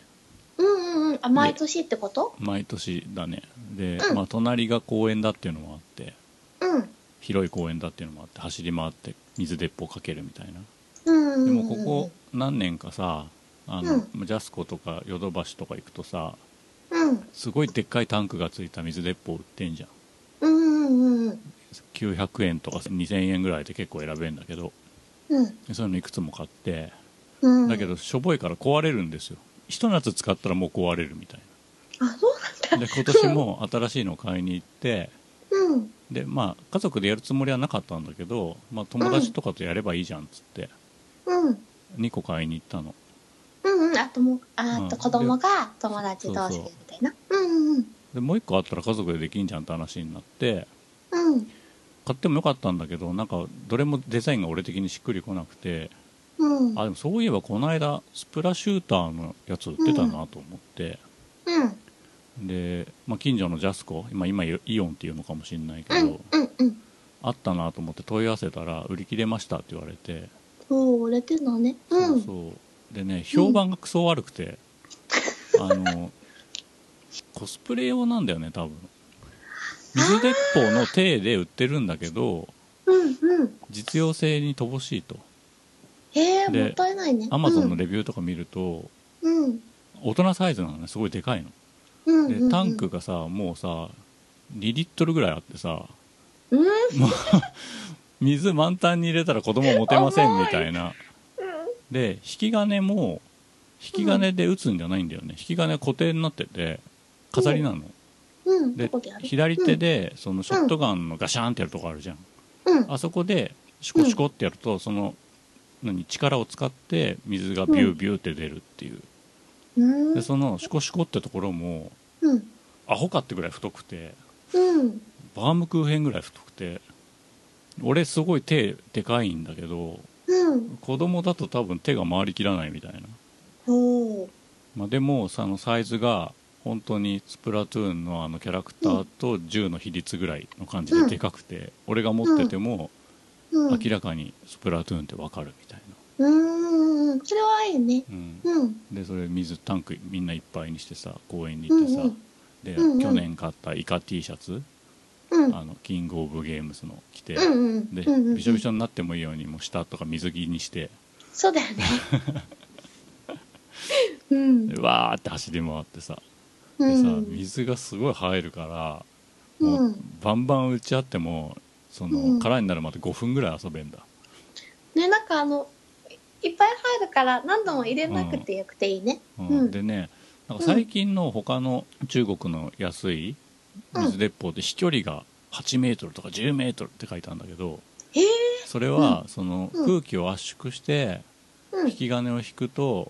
[SPEAKER 1] うんうんうん。あ、毎年ってこと
[SPEAKER 2] 毎年だねで、
[SPEAKER 1] うん
[SPEAKER 2] まあ、隣が公園だっていうのもあって
[SPEAKER 1] うん。
[SPEAKER 2] 広い公園だっていうのもあって走り回って水鉄砲かけるみたいな
[SPEAKER 1] うんうん。
[SPEAKER 2] でもここ。何年かさあの、ジャスコとかヨドバシとか行くとさ
[SPEAKER 1] うん。
[SPEAKER 2] すごいでっかいタンクがついた水鉄砲売ってんじゃ
[SPEAKER 1] う
[SPEAKER 2] ん
[SPEAKER 1] んうんうん。
[SPEAKER 2] 900円とか2000円ぐらいで結構選べんだけど
[SPEAKER 1] うん。
[SPEAKER 2] でそういうのいくつも買って
[SPEAKER 1] うん。
[SPEAKER 2] だけ。どしょぼいから壊れるんですよひと夏使ったらもう壊れるみたい
[SPEAKER 1] あ、そう
[SPEAKER 2] なで今年も新しいの買いに行って
[SPEAKER 1] なんうん。
[SPEAKER 2] でまあ家族でやるつもりはなかったんだけど、まあ、友達とかとやればいいじゃんっつって
[SPEAKER 1] うん。
[SPEAKER 2] 2個買いに行ったの
[SPEAKER 1] うんうん。あともう、ああと
[SPEAKER 2] うん
[SPEAKER 1] 子供が友達同士でみたいな。うんうん
[SPEAKER 2] でもう1個あったら家族でできんじゃんって話になって
[SPEAKER 1] うん。うん。
[SPEAKER 2] 買ってもよかったんだけどなんかどれもデザインが俺的にしっくりこなくて
[SPEAKER 1] うん。
[SPEAKER 2] あでもそういえばこの間スプラシューターのやつ売ってたなと思って、
[SPEAKER 1] うん。
[SPEAKER 2] で、まあ、近所のジャスコ今今イオンっていうのかもしれないけ
[SPEAKER 1] う
[SPEAKER 2] ど、
[SPEAKER 1] んうんうん。
[SPEAKER 2] あったなと思って問い合わせたら売り切れましたって言われて、
[SPEAKER 1] おお、売れてんのね。うん。
[SPEAKER 2] そうそうでね評判がクソ悪くて、あのコスプレ用なんだよね多分水鉄砲の体で売ってるんだけど
[SPEAKER 1] うんうん。
[SPEAKER 2] 実用性に乏しいと
[SPEAKER 1] へえ、
[SPEAKER 2] で
[SPEAKER 1] もったいないね。
[SPEAKER 2] アマゾンのレビューとか見ると、
[SPEAKER 1] うん。
[SPEAKER 2] 大人サイズなのねすごいでかいの
[SPEAKER 1] うん。うん。
[SPEAKER 2] でタンク。がさもうさ2リットルぐらいあってさ
[SPEAKER 1] うん。うん。
[SPEAKER 2] 水満タンに入れたら子供持てませんみたいなで引き金も引き金で打つんじゃないんだよね、引き金は固定になってて飾りなの、
[SPEAKER 1] うん。
[SPEAKER 2] で
[SPEAKER 1] どこでやる
[SPEAKER 2] 左手。でそのショットガンのガシャーンってやるとこあるじゃん、
[SPEAKER 1] うん。
[SPEAKER 2] あそこでシコシコってやるとその何力を使って水がビュービューって出るっていう、
[SPEAKER 1] うん。
[SPEAKER 2] でそのシコシコってところも
[SPEAKER 1] うん。
[SPEAKER 2] アホかってぐらい太くて
[SPEAKER 1] うん。
[SPEAKER 2] バームクーヘンぐらい太くて俺すごい手でかいんだけど
[SPEAKER 1] うん。
[SPEAKER 2] 子供だと多分手が回りきらないみたいな、
[SPEAKER 1] ほう。
[SPEAKER 2] まあ、でもそのサイズが本当にスプラトゥーンのあのキャラクターと銃の比率ぐらいの感じででかくて、俺が持ってても
[SPEAKER 1] うん。
[SPEAKER 2] 明らかにスプラトゥーンってわかるみたいな、
[SPEAKER 1] うん。それはいいね。
[SPEAKER 2] うん、
[SPEAKER 1] うん。
[SPEAKER 2] でそれ水タンクみんないっぱいにしてさ公園に行ってさ、
[SPEAKER 1] うんうん
[SPEAKER 2] で、
[SPEAKER 1] うんうん
[SPEAKER 2] 去年買ったイカ T シャツ、
[SPEAKER 1] うん。
[SPEAKER 2] あのキングオブゲームズの着て、
[SPEAKER 1] うんうん。
[SPEAKER 2] で、
[SPEAKER 1] うん。
[SPEAKER 2] びしょびし
[SPEAKER 1] ょ。
[SPEAKER 2] ょになってもいいようにもう下とか水着にして
[SPEAKER 1] そうだよ ね。うん。
[SPEAKER 2] でわーって走り回ってさ
[SPEAKER 1] う
[SPEAKER 2] でさ
[SPEAKER 1] ん。
[SPEAKER 2] 水がすごい入るか
[SPEAKER 1] う。
[SPEAKER 2] らもうんバンバン打ち合ってもその、
[SPEAKER 1] うん
[SPEAKER 2] 空になるまで5分ぐらい遊べんだ
[SPEAKER 1] ね、なんかあの、いっぱい入るから何度も入れなくてよくていいね。
[SPEAKER 2] うん
[SPEAKER 1] うん
[SPEAKER 2] でねなんか最近の他の中国の安い水鉄砲って飛距離が8メートルとか10メートルって書いてあるんだけど
[SPEAKER 1] へえ。
[SPEAKER 2] それはその
[SPEAKER 1] うん
[SPEAKER 2] 空気を圧縮して
[SPEAKER 1] う
[SPEAKER 2] 引
[SPEAKER 1] ん。
[SPEAKER 2] き金を引くと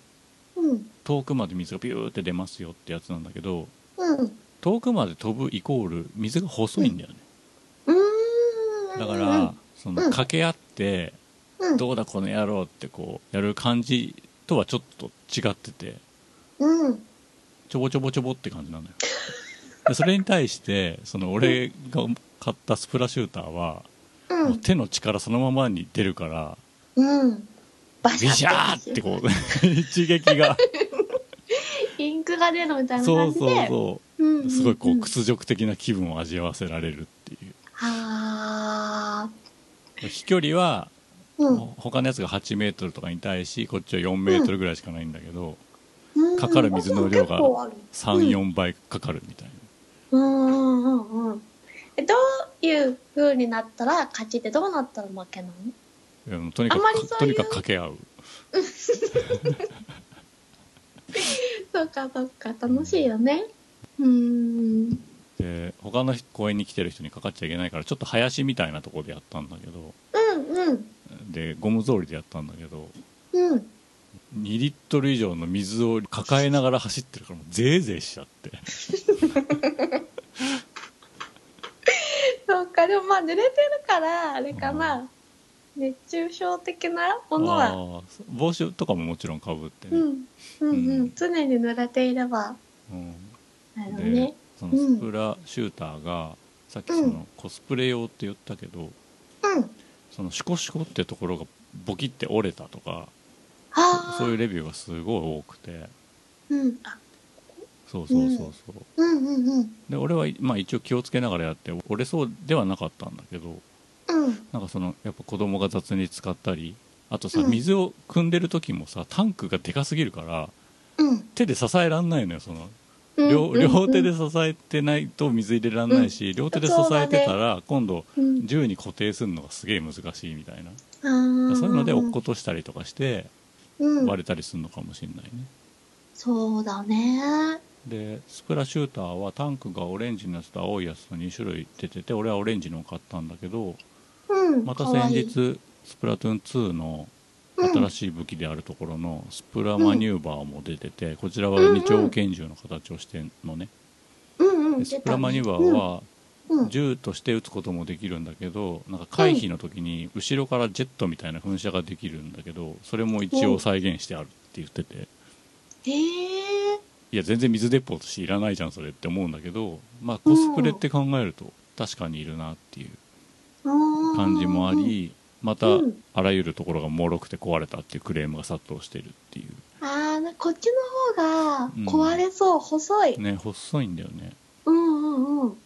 [SPEAKER 1] うん。
[SPEAKER 2] 遠くまで水がビューって出ますよってやつなんだけど
[SPEAKER 1] うん。
[SPEAKER 2] 遠くまで飛ぶイコール水が細いんだよね
[SPEAKER 1] うーん。
[SPEAKER 2] だからその
[SPEAKER 1] うん
[SPEAKER 2] 掛け合って
[SPEAKER 1] うん、
[SPEAKER 2] どうだこの野郎ってこうやる感じとはちょっと違ってて
[SPEAKER 1] うん。
[SPEAKER 2] ちょぼちょぼちょぼって感じなのよでそれに対してその俺が買ったスプラシューターは、
[SPEAKER 1] う。
[SPEAKER 2] もうん手の力そのままに出るから
[SPEAKER 1] うん。バ
[SPEAKER 2] ビシャーってこう一撃が
[SPEAKER 1] インクが出るみたいな
[SPEAKER 2] そ
[SPEAKER 1] 感
[SPEAKER 2] う
[SPEAKER 1] じで。
[SPEAKER 2] そうそ
[SPEAKER 1] うんうんう
[SPEAKER 2] うんすごいこう屈辱的な気分を味わわせられるっていう
[SPEAKER 1] あ
[SPEAKER 2] 飛距離は
[SPEAKER 1] ーうん
[SPEAKER 2] 他のやつが8メートルとかに対しこっちは4メートルぐらいしかないんだけど
[SPEAKER 1] うん。
[SPEAKER 2] かかる水の量が
[SPEAKER 1] 結構ある
[SPEAKER 2] 34倍かかるみたいな
[SPEAKER 1] うんうんうん。えどういう風になったら勝ちでどうなったら負けなの
[SPEAKER 2] いやもうとにか
[SPEAKER 1] あまりそう
[SPEAKER 2] く
[SPEAKER 1] いう
[SPEAKER 2] とにかく掛け合う
[SPEAKER 1] そうかそうか楽しいよね。うーん。
[SPEAKER 2] で他の公園に来てる人にかかっちゃいけないからちょっと林みたいなところでやったんだけど
[SPEAKER 1] うんうん
[SPEAKER 2] でゴム草履でやったんだけど
[SPEAKER 1] うん。
[SPEAKER 2] 2リットル以上の水を抱えながら走ってるからもうゼーゼーしちゃって
[SPEAKER 1] そうかでもまあ濡れてるからあれかな熱中症的なもの
[SPEAKER 2] あ
[SPEAKER 1] は。
[SPEAKER 2] ー帽子とかももちろんかぶって
[SPEAKER 1] う
[SPEAKER 2] ね、
[SPEAKER 1] んうんう
[SPEAKER 2] うんん
[SPEAKER 1] 常に濡れていれば
[SPEAKER 2] うん
[SPEAKER 1] なるほど
[SPEAKER 2] で
[SPEAKER 1] ね。
[SPEAKER 2] そのスプラシューターが、さっきそ
[SPEAKER 1] うん
[SPEAKER 2] のコスプレ用って言ったけど
[SPEAKER 1] うん。
[SPEAKER 2] そのシコシコってところがボキって折れたとか
[SPEAKER 1] ああ。
[SPEAKER 2] そういうレビューがすごい多くて
[SPEAKER 1] うんあ
[SPEAKER 2] そうそうそうそ
[SPEAKER 1] う
[SPEAKER 2] う、
[SPEAKER 1] んうんうん
[SPEAKER 2] で俺は、まあ、一応気をつけながらやって折れそうではなかったんだけど
[SPEAKER 1] うん
[SPEAKER 2] なんかそのやっぱ子供が雑に使ったりあとさ、
[SPEAKER 1] うん
[SPEAKER 2] 水を汲んでる時もさタンクがでかすぎるから
[SPEAKER 1] うん
[SPEAKER 2] 手で支えらんないのよその
[SPEAKER 1] うん。
[SPEAKER 2] 両,、両手で
[SPEAKER 1] うん
[SPEAKER 2] 支えてないと水入れらんないし、両手で支えてたら、今度
[SPEAKER 1] うん
[SPEAKER 2] 銃に固定するのがすげえ難しいみたいな、
[SPEAKER 1] あー
[SPEAKER 2] そういうので落っことしたりとかして
[SPEAKER 1] うん
[SPEAKER 2] 割れたりするのかもしれないね、
[SPEAKER 1] そうだね。
[SPEAKER 2] でスプラシューターはタンクがオレンジのやつと青いやつと2種類出てて俺はオレンジのを買ったんだけど
[SPEAKER 1] うん。
[SPEAKER 2] また
[SPEAKER 1] かわ
[SPEAKER 2] 先
[SPEAKER 1] いい
[SPEAKER 2] 日、スプラトゥーン2の
[SPEAKER 1] うん
[SPEAKER 2] 新しい武器であるところのスプラマニューバーも出ててこちらは二丁拳銃の形をしてんのね、
[SPEAKER 1] うんう
[SPEAKER 2] で
[SPEAKER 1] ん、
[SPEAKER 2] スプラマニューバーは
[SPEAKER 1] うん、うん
[SPEAKER 2] 銃として撃つこともできるんだけどなんか回避の時に後ろからジェットみたいな噴射ができるんだけどそれも一応再現してあるって言ってて
[SPEAKER 1] へえ
[SPEAKER 2] いや全然水鉄砲としていらないじゃんそれって思うんだけどまあコスプレって考えると確かにいるなっていう感じもありまた
[SPEAKER 1] うん
[SPEAKER 2] あらゆるところが脆くて壊れたっていうクレームが殺到してるってい
[SPEAKER 1] あーこっちの方が壊れそう、細いう
[SPEAKER 2] ね細いんだよね
[SPEAKER 1] うんうんうん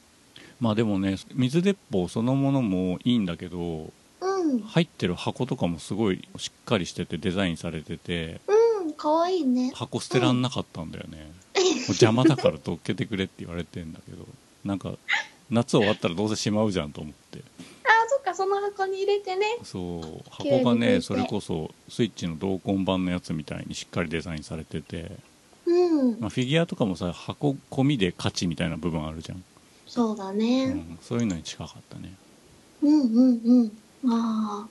[SPEAKER 2] まあでもね水鉄砲そのものもいいんだけど
[SPEAKER 1] うん
[SPEAKER 2] 入ってる箱とかもすごいしっかりしててデザインされてて
[SPEAKER 1] うんかわいいね
[SPEAKER 2] 箱捨てらんなかったんだよね、もう邪魔だからどっけてくれって言われてんだけどなんか夏終わったらどうせしまうじゃんと思っ
[SPEAKER 1] あ
[SPEAKER 2] て
[SPEAKER 1] ーそっかその箱に入れてね
[SPEAKER 2] そう
[SPEAKER 1] 綺麗
[SPEAKER 2] 箱
[SPEAKER 1] に
[SPEAKER 2] が
[SPEAKER 1] 抜いて
[SPEAKER 2] ねそれこそスイッチの同梱版のやつみたいにしっかりデザインされてて、
[SPEAKER 1] うん
[SPEAKER 2] まあ、フィギュアとかもさ箱込みで価値みたいな部分あるじゃん、
[SPEAKER 1] そうだ
[SPEAKER 2] う
[SPEAKER 1] ね、
[SPEAKER 2] ん、そういうのに近かったね
[SPEAKER 1] うん、うんうんああ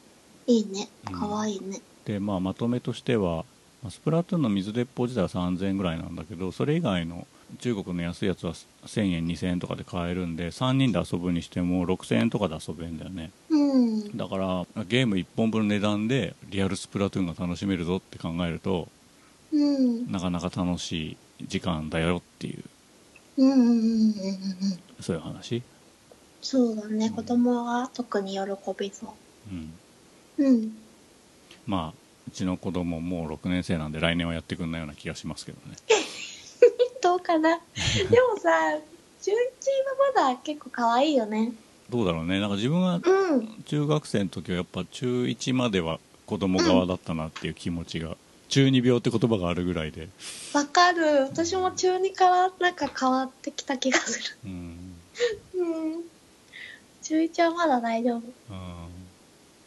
[SPEAKER 1] いいね
[SPEAKER 2] うん
[SPEAKER 1] かわいいね
[SPEAKER 2] で、まあ、まとめとしてはまあスプラトゥーンの水鉄砲自体は3000円ぐらいなんだけどそれ以外の中国の安いやつは1000円2000円とかで買えるんで3人で遊ぶにしても6000円とかで遊べるんだよね
[SPEAKER 1] うん
[SPEAKER 2] だからゲーム1本分の値段でリアルスプラトゥーンが楽しめるぞって考えると
[SPEAKER 1] うん
[SPEAKER 2] なかなか楽しい時間だよってい
[SPEAKER 1] う
[SPEAKER 2] う
[SPEAKER 1] んうんうんうんうん
[SPEAKER 2] そういう話
[SPEAKER 1] そうだね子供は特に喜びそ
[SPEAKER 2] うん
[SPEAKER 1] ううん
[SPEAKER 2] まあうちの子供もう6年生なんで来年はやってくんないような気がしますけどね
[SPEAKER 1] どうかなでもさ純一はまだ結構可愛いよね
[SPEAKER 2] どうだろうねなんか自分は
[SPEAKER 1] うん
[SPEAKER 2] 中学生の時はやっぱ中1までは子供側だったなっていう気持ちが、中二病って言葉があるぐらいで、
[SPEAKER 1] わかる私も中2からなんか変わってきた気がす
[SPEAKER 2] うん、
[SPEAKER 1] るうん中1はまだ大丈夫
[SPEAKER 2] あ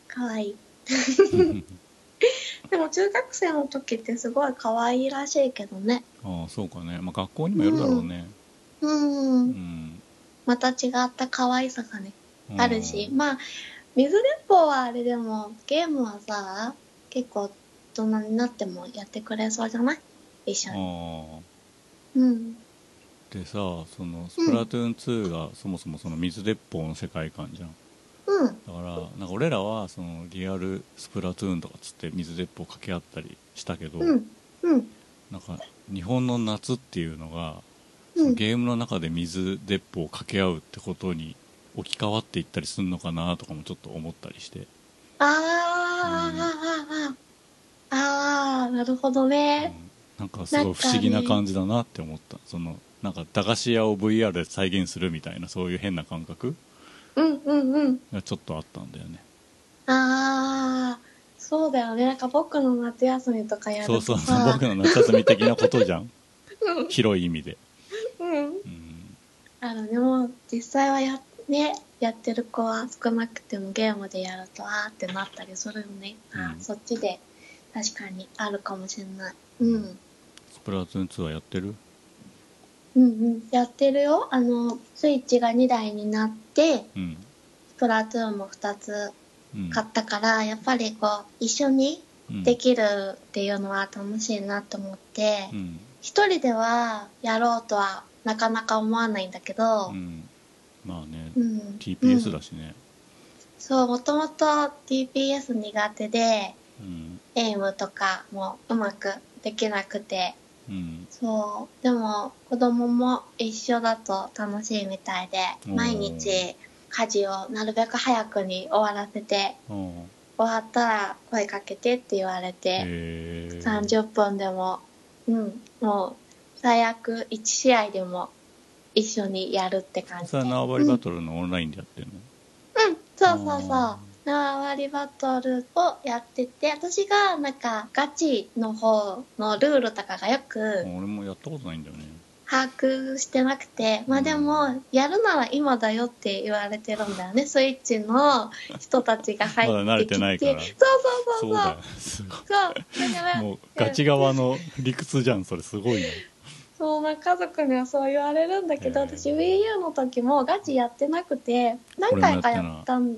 [SPEAKER 1] 可愛い
[SPEAKER 2] ー
[SPEAKER 1] でも中学生の時ってすごい可愛いらしいけどね。
[SPEAKER 2] ああそうかね、まあ、学校にもよるだろうね、
[SPEAKER 1] う
[SPEAKER 2] うん
[SPEAKER 1] ん。また違った可愛さがね、
[SPEAKER 2] うん
[SPEAKER 1] あるし。まあ、水鉄砲はあれでも、ゲームはさ、結構大人になってもやってくれそうじゃない一緒
[SPEAKER 2] あ
[SPEAKER 1] に。
[SPEAKER 2] あ
[SPEAKER 1] うん。
[SPEAKER 2] でさそのスプラトゥーン2がそもそもその水鉄砲の世界観じゃん
[SPEAKER 1] うん。
[SPEAKER 2] だからなんか俺らはそのリアルスプラトゥーンとかつって水鉄砲掛け合ったりしたけど、
[SPEAKER 1] うん。うん。
[SPEAKER 2] なんか日本の夏っていうのが、
[SPEAKER 1] うん。
[SPEAKER 2] ゲームの中で水鉄砲を掛け合うってことに置き換わっていったりするのかなとかもちょっと思ったりして、
[SPEAKER 1] ああ、ああ、ああ、なるほど
[SPEAKER 2] うん
[SPEAKER 1] ね。
[SPEAKER 2] なんかすごい不思議な感じだなって思った、そのなんか駄菓子屋を VR で再現するみたいなそういう変な感覚
[SPEAKER 1] うんうんうん。
[SPEAKER 2] がちょっとあったんだよね
[SPEAKER 1] ああ、そうだよね。なんか僕の夏休みとかやる
[SPEAKER 2] そう
[SPEAKER 1] と
[SPEAKER 2] そう
[SPEAKER 1] さ。
[SPEAKER 2] そう 僕の夏休み的なことじゃ ん広い意味で、
[SPEAKER 1] うん。うん。
[SPEAKER 2] うん、
[SPEAKER 1] あの、でも実際はや、ね、やってる子は少なくてもゲームでやるとあーってなったりするよね。あ
[SPEAKER 2] う
[SPEAKER 1] ー
[SPEAKER 2] ん
[SPEAKER 1] そっちで確かにあるかもしれない。うん。
[SPEAKER 2] スプラトゥーン2はやってる
[SPEAKER 1] うんうん。やってるよ。あの、スイッチが2台になって、
[SPEAKER 2] うん、
[SPEAKER 1] スプラトゥーンも2つ
[SPEAKER 2] うん、
[SPEAKER 1] 買ったから、やっぱりこう、一緒に
[SPEAKER 2] うん
[SPEAKER 1] できるっていうのは楽しいなと思って、
[SPEAKER 2] うん
[SPEAKER 1] 一人ではやろうとはなかなか思わないんだけど
[SPEAKER 2] う、ん、まあね、
[SPEAKER 1] うん。
[SPEAKER 2] TPS
[SPEAKER 1] うん
[SPEAKER 2] だしね、
[SPEAKER 1] そう、もともと TPS 苦手で、
[SPEAKER 2] うん
[SPEAKER 1] エイムとかもうまくできなくて、
[SPEAKER 2] うん
[SPEAKER 1] そう。でも、子供も一緒だと楽しいみたいで、
[SPEAKER 2] おー
[SPEAKER 1] 毎日家事をなるべく早くに終わらせて、
[SPEAKER 2] うん、
[SPEAKER 1] 終わったら声かけてって言われて、
[SPEAKER 2] へえ
[SPEAKER 1] 30分でも、うん、もう、最悪1試合でも一緒にやるって感じ
[SPEAKER 2] そ
[SPEAKER 1] で。
[SPEAKER 2] れは縄張りバトルのオンラインでやってるの、
[SPEAKER 1] うん、そうそうそう
[SPEAKER 2] あ。
[SPEAKER 1] 縄張りバトルをやってて、私がなんかガチの方のルールとかがよく
[SPEAKER 2] 俺もやったことないんだよね
[SPEAKER 1] 把握してなくて、まあでも、やるなら今だよって言われてるんだよね。スイッチの人たちが入ってきて。
[SPEAKER 2] まだ慣れてないから
[SPEAKER 1] そうそ
[SPEAKER 2] そ
[SPEAKER 1] うそ
[SPEAKER 2] う
[SPEAKER 1] う
[SPEAKER 2] だ
[SPEAKER 1] そう
[SPEAKER 2] よ。すご
[SPEAKER 1] そう。だから
[SPEAKER 2] いもうガチ側の理屈じゃんそれすごいな
[SPEAKER 1] そうな家族にはそう言われるんだけど、
[SPEAKER 2] へえ
[SPEAKER 1] 私 WiiU の時もガチやってなくて何回かやったも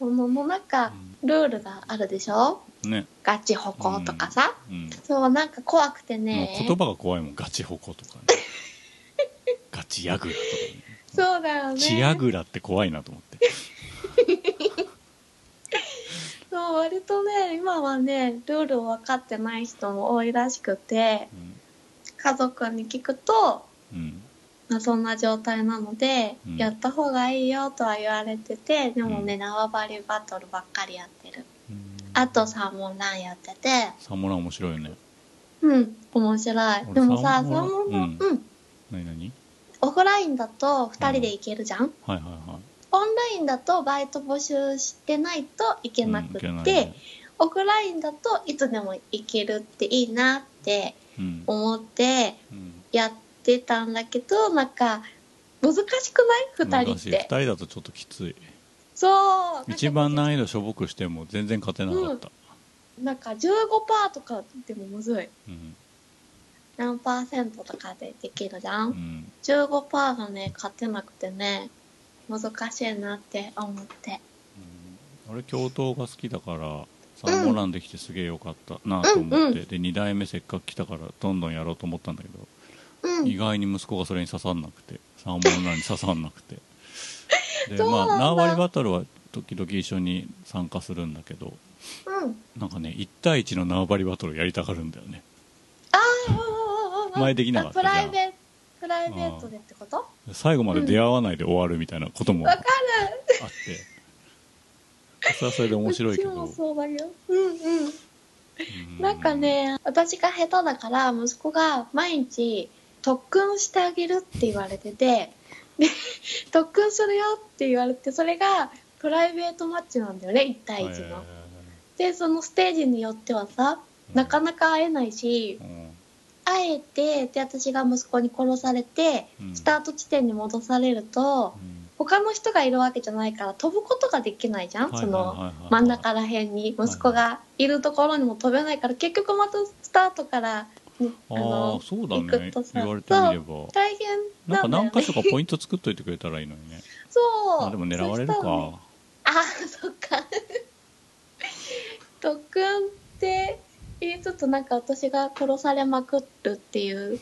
[SPEAKER 1] のの中ルールがあるでしょ
[SPEAKER 2] ね、
[SPEAKER 1] ガチ歩行とかさ、
[SPEAKER 2] うん、
[SPEAKER 1] そうなんか怖くて
[SPEAKER 2] も
[SPEAKER 1] ね
[SPEAKER 2] う言葉が怖いもんガチホコとかねガチヤグラとかね
[SPEAKER 1] そうだよね
[SPEAKER 2] チヤグラって怖いなと思って
[SPEAKER 1] そう割とね今はねルールを分かってない人も多いらしくて家族に聞くと、
[SPEAKER 2] うん、うん
[SPEAKER 1] まあ、そんな状態なので、
[SPEAKER 2] うん
[SPEAKER 1] やった方がいいよとは言われててでもね、
[SPEAKER 2] うん
[SPEAKER 1] 縄張りバトルばっかりやってる
[SPEAKER 2] うん
[SPEAKER 1] あとサーモンランやってて、
[SPEAKER 2] サモラン面白いよね
[SPEAKER 1] うん、面白い。
[SPEAKER 2] 俺
[SPEAKER 1] でもさ、サ
[SPEAKER 2] サー
[SPEAKER 1] ー
[SPEAKER 2] モ
[SPEAKER 1] モ
[SPEAKER 2] ン
[SPEAKER 1] ン
[SPEAKER 2] ラ
[SPEAKER 1] ラ
[SPEAKER 2] ン
[SPEAKER 1] ン、うん、
[SPEAKER 2] 何何
[SPEAKER 1] オフラインだと2人で行けるじゃん、
[SPEAKER 2] はいはいはい
[SPEAKER 1] オンラインだとバイト募集してないといけなくって、
[SPEAKER 2] うんいけないね
[SPEAKER 1] オフラインだといつでも行けるっていいなって
[SPEAKER 2] うん
[SPEAKER 1] 思って
[SPEAKER 2] うん
[SPEAKER 1] やってたんだけど、なんか、難しくない
[SPEAKER 2] 難
[SPEAKER 1] ?2
[SPEAKER 2] し
[SPEAKER 1] 人
[SPEAKER 2] い
[SPEAKER 1] っ
[SPEAKER 2] 2
[SPEAKER 1] て。
[SPEAKER 2] 人だとちょっときつい
[SPEAKER 1] そう。
[SPEAKER 2] 一番難易度しょぼくしても全然勝てなかった、
[SPEAKER 1] なんか15%とかでもむずい。
[SPEAKER 2] うん
[SPEAKER 1] 何パーセントとかでできるじゃ
[SPEAKER 2] うんん、
[SPEAKER 1] 15%がね勝てなくてね難しいなって思って
[SPEAKER 2] うん俺教頭が好きだからサーモランできてすげえよかったなと思って、
[SPEAKER 1] うんうん
[SPEAKER 2] で2代目せっかく来たからどんどんやろうと思ったんだけど、
[SPEAKER 1] うん
[SPEAKER 2] 意外に息子がそれに刺さんなくてサーモランに刺さんなくてで
[SPEAKER 1] そう
[SPEAKER 2] ま
[SPEAKER 1] なんだ
[SPEAKER 2] あ縄張りバトルは時々一緒に参加するんだけど
[SPEAKER 1] うん
[SPEAKER 2] なんかね1対1の縄張りバトルやりたがるんだよね
[SPEAKER 1] ああ
[SPEAKER 2] 前できなかったじゃん
[SPEAKER 1] プライベートプライベートでってことわ
[SPEAKER 2] 最後まで出会わないで終わるみたいなこともあっ
[SPEAKER 1] か
[SPEAKER 2] て、それはそれで面白いけど
[SPEAKER 1] うちもそうだけどうんうん
[SPEAKER 2] う
[SPEAKER 1] なんかね私が下手だから息子が毎日特訓してあげるって言われててで 特訓するよって言われてそれがプライベートマッチなんだよね1対1の、でそのステージによってはさなかなか会えないし
[SPEAKER 2] え、ーうん
[SPEAKER 1] 会えてで私が息子に殺されて、
[SPEAKER 2] うん
[SPEAKER 1] スタート地点に戻されると
[SPEAKER 2] うん
[SPEAKER 1] 他の人がいるわけじゃないから飛ぶことができないじゃん、
[SPEAKER 2] はい
[SPEAKER 1] そ
[SPEAKER 2] はい
[SPEAKER 1] の
[SPEAKER 2] はいはい
[SPEAKER 1] 真ん中らへんに息子がいるところにも飛べないから結局またスタートからね
[SPEAKER 2] あ
[SPEAKER 1] あ
[SPEAKER 2] あ
[SPEAKER 1] の
[SPEAKER 2] そうだ
[SPEAKER 1] 行く
[SPEAKER 2] ね
[SPEAKER 1] とさ
[SPEAKER 2] 言われてみれば
[SPEAKER 1] 大変
[SPEAKER 2] なん
[SPEAKER 1] な
[SPEAKER 2] か
[SPEAKER 1] んだよ
[SPEAKER 2] 何
[SPEAKER 1] ね
[SPEAKER 2] 箇所かポイント作っといてくれたらいいのにね
[SPEAKER 1] そう
[SPEAKER 2] あでも狙われる
[SPEAKER 1] そしたらね
[SPEAKER 2] か
[SPEAKER 1] あーそっか特訓って言いつつなんか私が殺されまくるっていう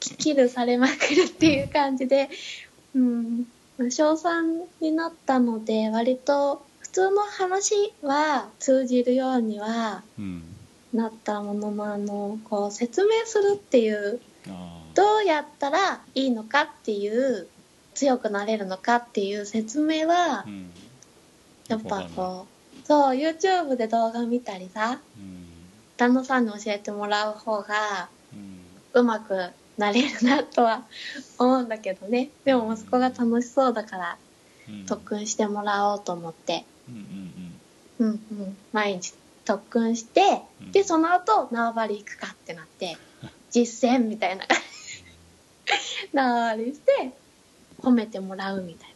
[SPEAKER 1] キキルされまくるっていう感じでうん小3になったので割と普通の話は通じるようには
[SPEAKER 2] うん
[SPEAKER 1] なったもののあのこう説明するっていう
[SPEAKER 2] あー
[SPEAKER 1] どうやったらいいのかっていう強くなれるのかっていう説明は
[SPEAKER 2] うん
[SPEAKER 1] やっぱ
[SPEAKER 2] よくわかんない
[SPEAKER 1] こうそう YouTube で動画見たりさ
[SPEAKER 2] うん
[SPEAKER 1] 旦那さんに教えてもらう方が
[SPEAKER 2] うん
[SPEAKER 1] うまくなれるなとは思うんだけどねでも息子が楽しそうだから
[SPEAKER 2] うん
[SPEAKER 1] 特訓してもらおうと思って、
[SPEAKER 2] うんうん
[SPEAKER 1] うんうん、毎日特訓して
[SPEAKER 2] うん
[SPEAKER 1] でその後縄張り行くかってなっ て実践みたいな 縄張りして褒めてもらうみたい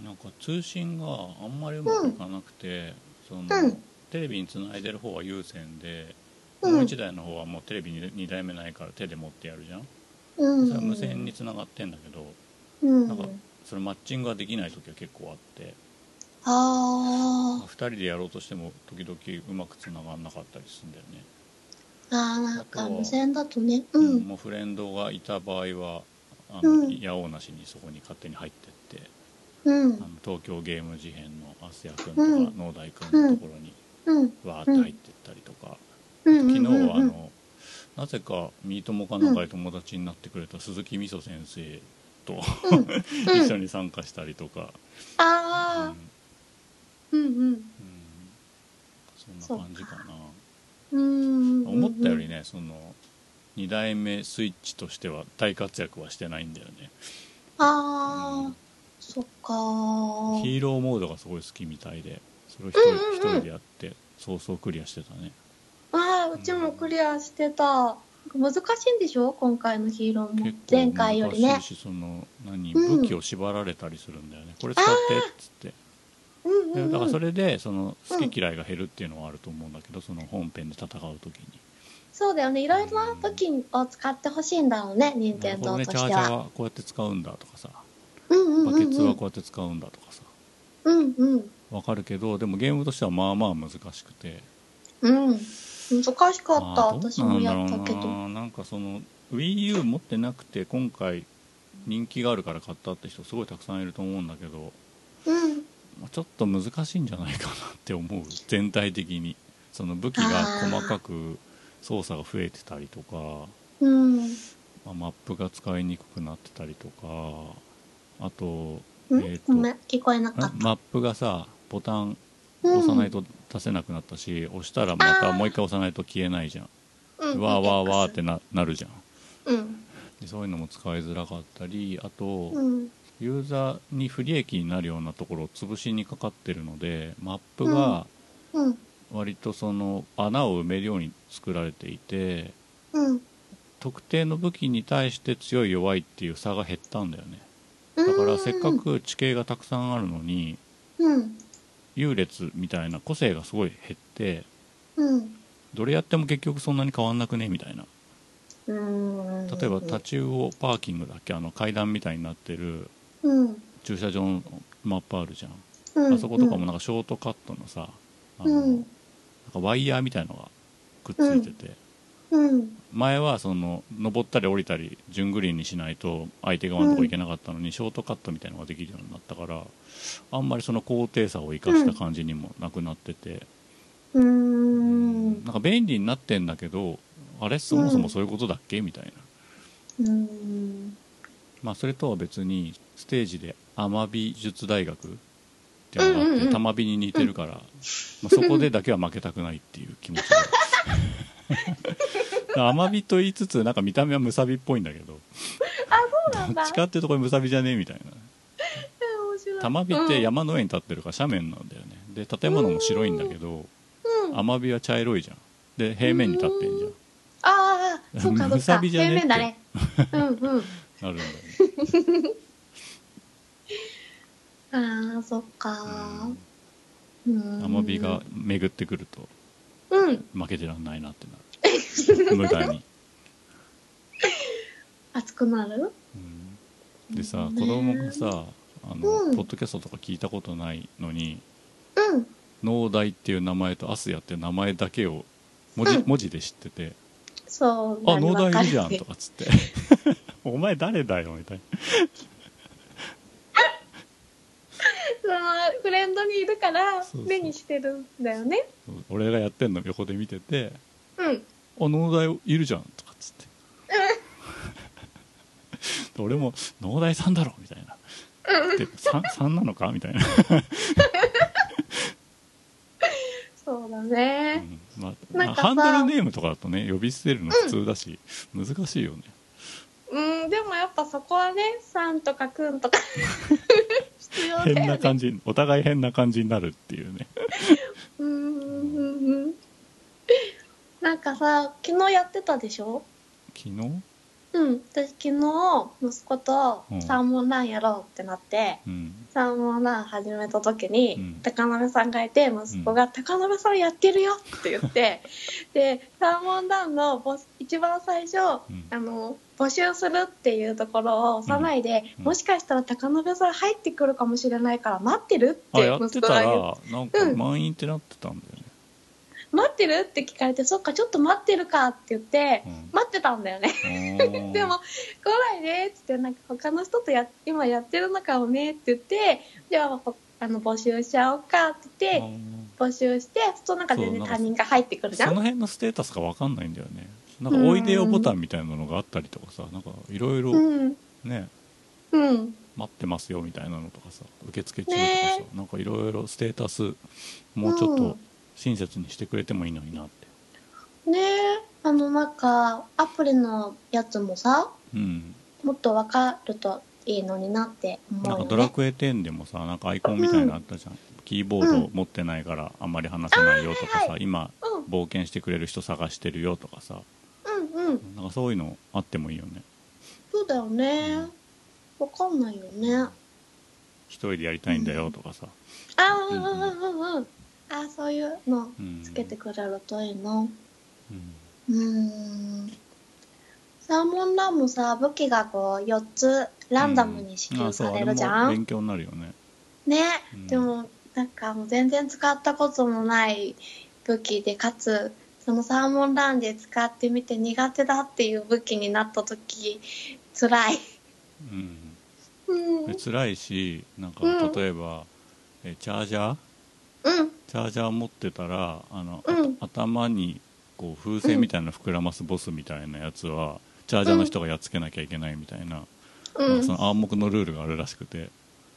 [SPEAKER 2] うんなんか通信があんまりうまくいかなくて、そ
[SPEAKER 1] な。
[SPEAKER 2] の、
[SPEAKER 1] うん
[SPEAKER 2] テレビにつないでる方は有線で、
[SPEAKER 1] うん
[SPEAKER 2] もう1台の方はもうテレビ 2, 台目ないから手で持ってやるじゃん、
[SPEAKER 1] うん、
[SPEAKER 2] それは無線につながってんだけど
[SPEAKER 1] うん、
[SPEAKER 2] なんかそれマッチングができない時は結構あって
[SPEAKER 1] あー
[SPEAKER 2] 2人でやろうとしても時々うまくつながんなかったりするんだよね、
[SPEAKER 1] あーなん
[SPEAKER 2] あ
[SPEAKER 1] か
[SPEAKER 2] とは
[SPEAKER 1] 無線だとねうん
[SPEAKER 2] もうフレンドがいた場合はあの、
[SPEAKER 1] うん
[SPEAKER 2] 矢王なしにそこに勝手に入ってって、
[SPEAKER 1] うん
[SPEAKER 2] あの東京ゲーム事変のアスヤ君と
[SPEAKER 1] う
[SPEAKER 2] か
[SPEAKER 1] ん
[SPEAKER 2] 農大君のところに
[SPEAKER 1] うん
[SPEAKER 2] わーって入ってったりとか、
[SPEAKER 1] 昨
[SPEAKER 2] 昨日はあのなぜかミートモかなんかで友達になってくれた鈴木みそ先生と一緒
[SPEAKER 1] に
[SPEAKER 2] に参加したりとか、うん
[SPEAKER 1] ああうん
[SPEAKER 2] うんそんな感じかな
[SPEAKER 1] うんうん
[SPEAKER 2] 思ったよりねその2代目スイッチとしては大活躍はしてないんだよね、
[SPEAKER 1] ああそっか
[SPEAKER 2] うん
[SPEAKER 1] ー
[SPEAKER 2] ヒーローモードがすごい好きみたいでそれを一人,、
[SPEAKER 1] うんうんうん
[SPEAKER 2] 一人でやってそうそうクリアしてたね
[SPEAKER 1] ああうちもクリアしてた難しいんでしょ今回のヒーローも
[SPEAKER 2] 結構
[SPEAKER 1] 前回よりね
[SPEAKER 2] 難しいしその何
[SPEAKER 1] うん
[SPEAKER 2] 武器を縛られたりするんだよね、これ使ってっつって
[SPEAKER 1] うんうん
[SPEAKER 2] で
[SPEAKER 1] うん
[SPEAKER 2] だからそれでその
[SPEAKER 1] うん
[SPEAKER 2] 好き嫌いが減るっていうのはあると思うんだけど、その本編で戦う時に
[SPEAKER 1] そうだよねいろいろな時を使ってほしいんだろうね任
[SPEAKER 2] な
[SPEAKER 1] 天
[SPEAKER 2] るほど
[SPEAKER 1] 堂
[SPEAKER 2] ね
[SPEAKER 1] と
[SPEAKER 2] チャー
[SPEAKER 1] し
[SPEAKER 2] ジ
[SPEAKER 1] て
[SPEAKER 2] ャー
[SPEAKER 1] は
[SPEAKER 2] はこうやって使うんだとかさ
[SPEAKER 1] うんうん
[SPEAKER 2] バ
[SPEAKER 1] うん
[SPEAKER 2] ケツ
[SPEAKER 1] う
[SPEAKER 2] は
[SPEAKER 1] ん
[SPEAKER 2] こうやって使うんだとかさ
[SPEAKER 1] うんうん
[SPEAKER 2] わかるけどでもゲームとしてはまあまあ難しくて
[SPEAKER 1] うん難しかった
[SPEAKER 2] あー
[SPEAKER 1] 私もやった
[SPEAKER 2] どう
[SPEAKER 1] け
[SPEAKER 2] なんだろう
[SPEAKER 1] ど
[SPEAKER 2] ななんかその WiiU 持ってなくて今回人気があるから買ったって人すごいたくさんいると思うんだけど
[SPEAKER 1] うん
[SPEAKER 2] まあちょっと難しいんじゃないかなって思う全体的にその武器が細かく操作が増えてたりとか
[SPEAKER 1] うん
[SPEAKER 2] まあマップが使いにくくなってたりとかあと,、
[SPEAKER 1] う
[SPEAKER 2] えー
[SPEAKER 1] んごめん聞こえなか
[SPEAKER 2] あ
[SPEAKER 1] った
[SPEAKER 2] マップがさボタン
[SPEAKER 1] うん
[SPEAKER 2] 押さないと出せなくなったし、押したらまたもう一回押さないと消えないじゃん
[SPEAKER 1] うん
[SPEAKER 2] わーわーわーってななるじゃん
[SPEAKER 1] うん
[SPEAKER 2] でそういうのも使いづらかったりあと、
[SPEAKER 1] うん
[SPEAKER 2] ユーザーに不利益になるようなところを潰しにかかってるのでマップが
[SPEAKER 1] うん
[SPEAKER 2] 割とその穴を埋めるように作られていて
[SPEAKER 1] うん
[SPEAKER 2] 特定の武器に対して強い弱いっていう差が減ったんだよね
[SPEAKER 1] だ
[SPEAKER 2] だからせっかく地形がたくさんあるのに
[SPEAKER 1] うん
[SPEAKER 2] 優劣みたいな個性がすごい減って
[SPEAKER 1] うん
[SPEAKER 2] どれやっても結局そんなに変わんなくねみたいな
[SPEAKER 1] うん
[SPEAKER 2] 例えばタチウオパーキングだっけあの階段みたいになってる
[SPEAKER 1] うん
[SPEAKER 2] 駐車場のマップあるじゃん、
[SPEAKER 1] うん
[SPEAKER 2] あそことかもなんかショートカットのさあの、
[SPEAKER 1] うん
[SPEAKER 2] なんかワイヤーみたいのがくっついてて、
[SPEAKER 1] うん
[SPEAKER 2] 前はその登ったり降りたり順繰りにしないと相手側のとこ行けなかったのに、ショートカットみたいのができるようになったからあんまりその高低差を生かした感じにもなくなってて、
[SPEAKER 1] うーん
[SPEAKER 2] なんか便利になってんだけどあれそもそもそういうことだっけみたいな、
[SPEAKER 1] うん
[SPEAKER 2] まあ、それとは別にステージで天美術大学っていうのがあって、
[SPEAKER 1] うんうんうん
[SPEAKER 2] 玉美に似てるから、まあ、そこでだけは負けたくないっていう気持ち がだから天美と言いつつなんか見た目はムサビっぽいんだけ
[SPEAKER 1] そ
[SPEAKER 2] ど
[SPEAKER 1] うなん
[SPEAKER 2] ど
[SPEAKER 1] だ
[SPEAKER 2] っちかっていうとこれムサビじゃねえみたいな
[SPEAKER 1] 面白い
[SPEAKER 2] 玉美って山の上に立ってるから斜面なんだよねで建物も白いんだけど
[SPEAKER 1] うんうん
[SPEAKER 2] 天美は茶色いじゃんで平面に立ってんじゃ
[SPEAKER 1] あ
[SPEAKER 2] ん
[SPEAKER 1] あそうかそう
[SPEAKER 2] むさ
[SPEAKER 1] か
[SPEAKER 2] びじゃ
[SPEAKER 1] 平
[SPEAKER 2] ねえっ
[SPEAKER 1] 面
[SPEAKER 2] て
[SPEAKER 1] だねうんうん
[SPEAKER 2] なるんだよね
[SPEAKER 1] あー、そっかー。うーん。
[SPEAKER 2] アマビが。巡ってくると
[SPEAKER 1] うん。
[SPEAKER 2] 負けてらんないなってな る無駄に、
[SPEAKER 1] 熱くなる
[SPEAKER 2] うん、でさ
[SPEAKER 1] ね
[SPEAKER 2] 子供がさあの、
[SPEAKER 1] うん
[SPEAKER 2] ポッドキャストとか聞いたことないのに
[SPEAKER 1] うん。
[SPEAKER 2] 農大っていう名前とアスヤっていう名前だけを文字,、
[SPEAKER 1] うん
[SPEAKER 2] 文字で知ってて
[SPEAKER 1] そう
[SPEAKER 2] 「
[SPEAKER 1] な
[SPEAKER 2] あ
[SPEAKER 1] る
[SPEAKER 2] 農
[SPEAKER 1] わか
[SPEAKER 2] 大い
[SPEAKER 1] る
[SPEAKER 2] るじゃん」とかっつって 「お前誰だよ」みたいな
[SPEAKER 1] そのフレンドにいるから
[SPEAKER 2] そうそう
[SPEAKER 1] 目にしてるんだよね
[SPEAKER 2] 俺がやってんの横で見てて
[SPEAKER 1] うん
[SPEAKER 2] 「あ農大いるじゃん」とかっつってで 俺も「農大さんだろ」みたいな「で 3, なのか?」みたいな、
[SPEAKER 1] そうだね
[SPEAKER 2] うんまあ
[SPEAKER 1] なんかさ
[SPEAKER 2] ハンドルネームとかだとね呼び捨てるの普通だし、難しいよね
[SPEAKER 1] うん、でもやっぱそこはね「さん」とか「くん」と か必要だよね
[SPEAKER 2] 変な感じお互い変な感じになるっていうね
[SPEAKER 1] うんうんうんうんなんかさ昨日やってたでしょ
[SPEAKER 2] 昨日
[SPEAKER 1] うん私昨日息子と
[SPEAKER 2] うん
[SPEAKER 1] サーモンランやろうってなって、
[SPEAKER 2] うん
[SPEAKER 1] サーモンラン始めた時
[SPEAKER 2] う
[SPEAKER 1] に
[SPEAKER 2] ん、
[SPEAKER 1] 高鍋さんがいて息子が「高鍋さんやってるよ」って言って、 でサーモンランの募一番最初
[SPEAKER 2] うん
[SPEAKER 1] あの募集するっていうところを押さないで、
[SPEAKER 2] うん
[SPEAKER 1] もしかしたら高鍋さん入ってくるかもしれないから待ってるっ
[SPEAKER 2] あ
[SPEAKER 1] て
[SPEAKER 2] やって
[SPEAKER 1] 息子
[SPEAKER 2] た
[SPEAKER 1] が言う
[SPEAKER 2] らなんか
[SPEAKER 1] うん
[SPEAKER 2] 満員ってなってたんだよね、
[SPEAKER 1] 待ってるって聞かれてそっかちょっと待ってるかって言って、
[SPEAKER 2] うん
[SPEAKER 1] 待ってたんだよね
[SPEAKER 2] あ ー
[SPEAKER 1] でも「来ないね」っつってなんか他の人とや今やってるのかもねって言ってじゃあほあの募集しちゃおうかって
[SPEAKER 2] あ
[SPEAKER 1] 言って
[SPEAKER 2] ー
[SPEAKER 1] 募集してそうなんか全
[SPEAKER 2] そう
[SPEAKER 1] 然
[SPEAKER 2] なんか
[SPEAKER 1] 他人が入ってくるじ
[SPEAKER 2] そ
[SPEAKER 1] ゃ
[SPEAKER 2] の
[SPEAKER 1] ん
[SPEAKER 2] 辺のステータスかわかんないんだよねなんか「おいでよ」ボタンみたいなのがあったりとかさなんかいろいろ
[SPEAKER 1] うん
[SPEAKER 2] ね
[SPEAKER 1] うん
[SPEAKER 2] 待ってますよみたいなのとかさ受付中とかさ、
[SPEAKER 1] ね
[SPEAKER 2] なんかいろいろステータスもうちょっ
[SPEAKER 1] う
[SPEAKER 2] と
[SPEAKER 1] ん
[SPEAKER 2] 親切にしてくれてもいいのになって
[SPEAKER 1] ねえあのなんかアプリのやつもさ
[SPEAKER 2] うん
[SPEAKER 1] もっと分かるといいのになって思う
[SPEAKER 2] なん
[SPEAKER 1] よ、
[SPEAKER 2] か
[SPEAKER 1] ね、
[SPEAKER 2] 「ドラクエ10」でもさなんかアイコンみたいなのあったじゃん、キーボード持ってないからあんまり話せないよとかさ、今
[SPEAKER 1] うん
[SPEAKER 2] 冒険してくれる人探してるよとかさ
[SPEAKER 1] うんうん
[SPEAKER 2] なんかそういうのあってもいいよね
[SPEAKER 1] そうだよね分かんないよねあ
[SPEAKER 2] 一人でやりたいんだよとかさ、
[SPEAKER 1] ーうんうんうんうんあーそういうの
[SPEAKER 2] うん
[SPEAKER 1] つけてくれるといいな
[SPEAKER 2] うん
[SPEAKER 1] うーんサーモンランもさ武器がこう4つランダムに支
[SPEAKER 2] う
[SPEAKER 1] 給
[SPEAKER 2] あそ
[SPEAKER 1] さ
[SPEAKER 2] う
[SPEAKER 1] れるじゃ
[SPEAKER 2] あれも
[SPEAKER 1] ん、
[SPEAKER 2] 勉強になるよね
[SPEAKER 1] ね、
[SPEAKER 2] うん
[SPEAKER 1] でもなんかもう全然使ったことのない武器でかつそのサーモンランで使ってみて苦手だっていう武器になった時辛い、
[SPEAKER 2] うん
[SPEAKER 1] うん、う
[SPEAKER 2] で
[SPEAKER 1] ん
[SPEAKER 2] 辛いしなんか
[SPEAKER 1] うん
[SPEAKER 2] 例えば、えチャージャーチャージャー持ってたらあの、
[SPEAKER 1] うん
[SPEAKER 2] あ頭にこう風船みたいなの膨らますボスみたいなやつは、チャージャーの人がやっつけなきゃいけないみたいな,、
[SPEAKER 1] う
[SPEAKER 2] なん
[SPEAKER 1] ん
[SPEAKER 2] かその暗黙のルールがあるらしくて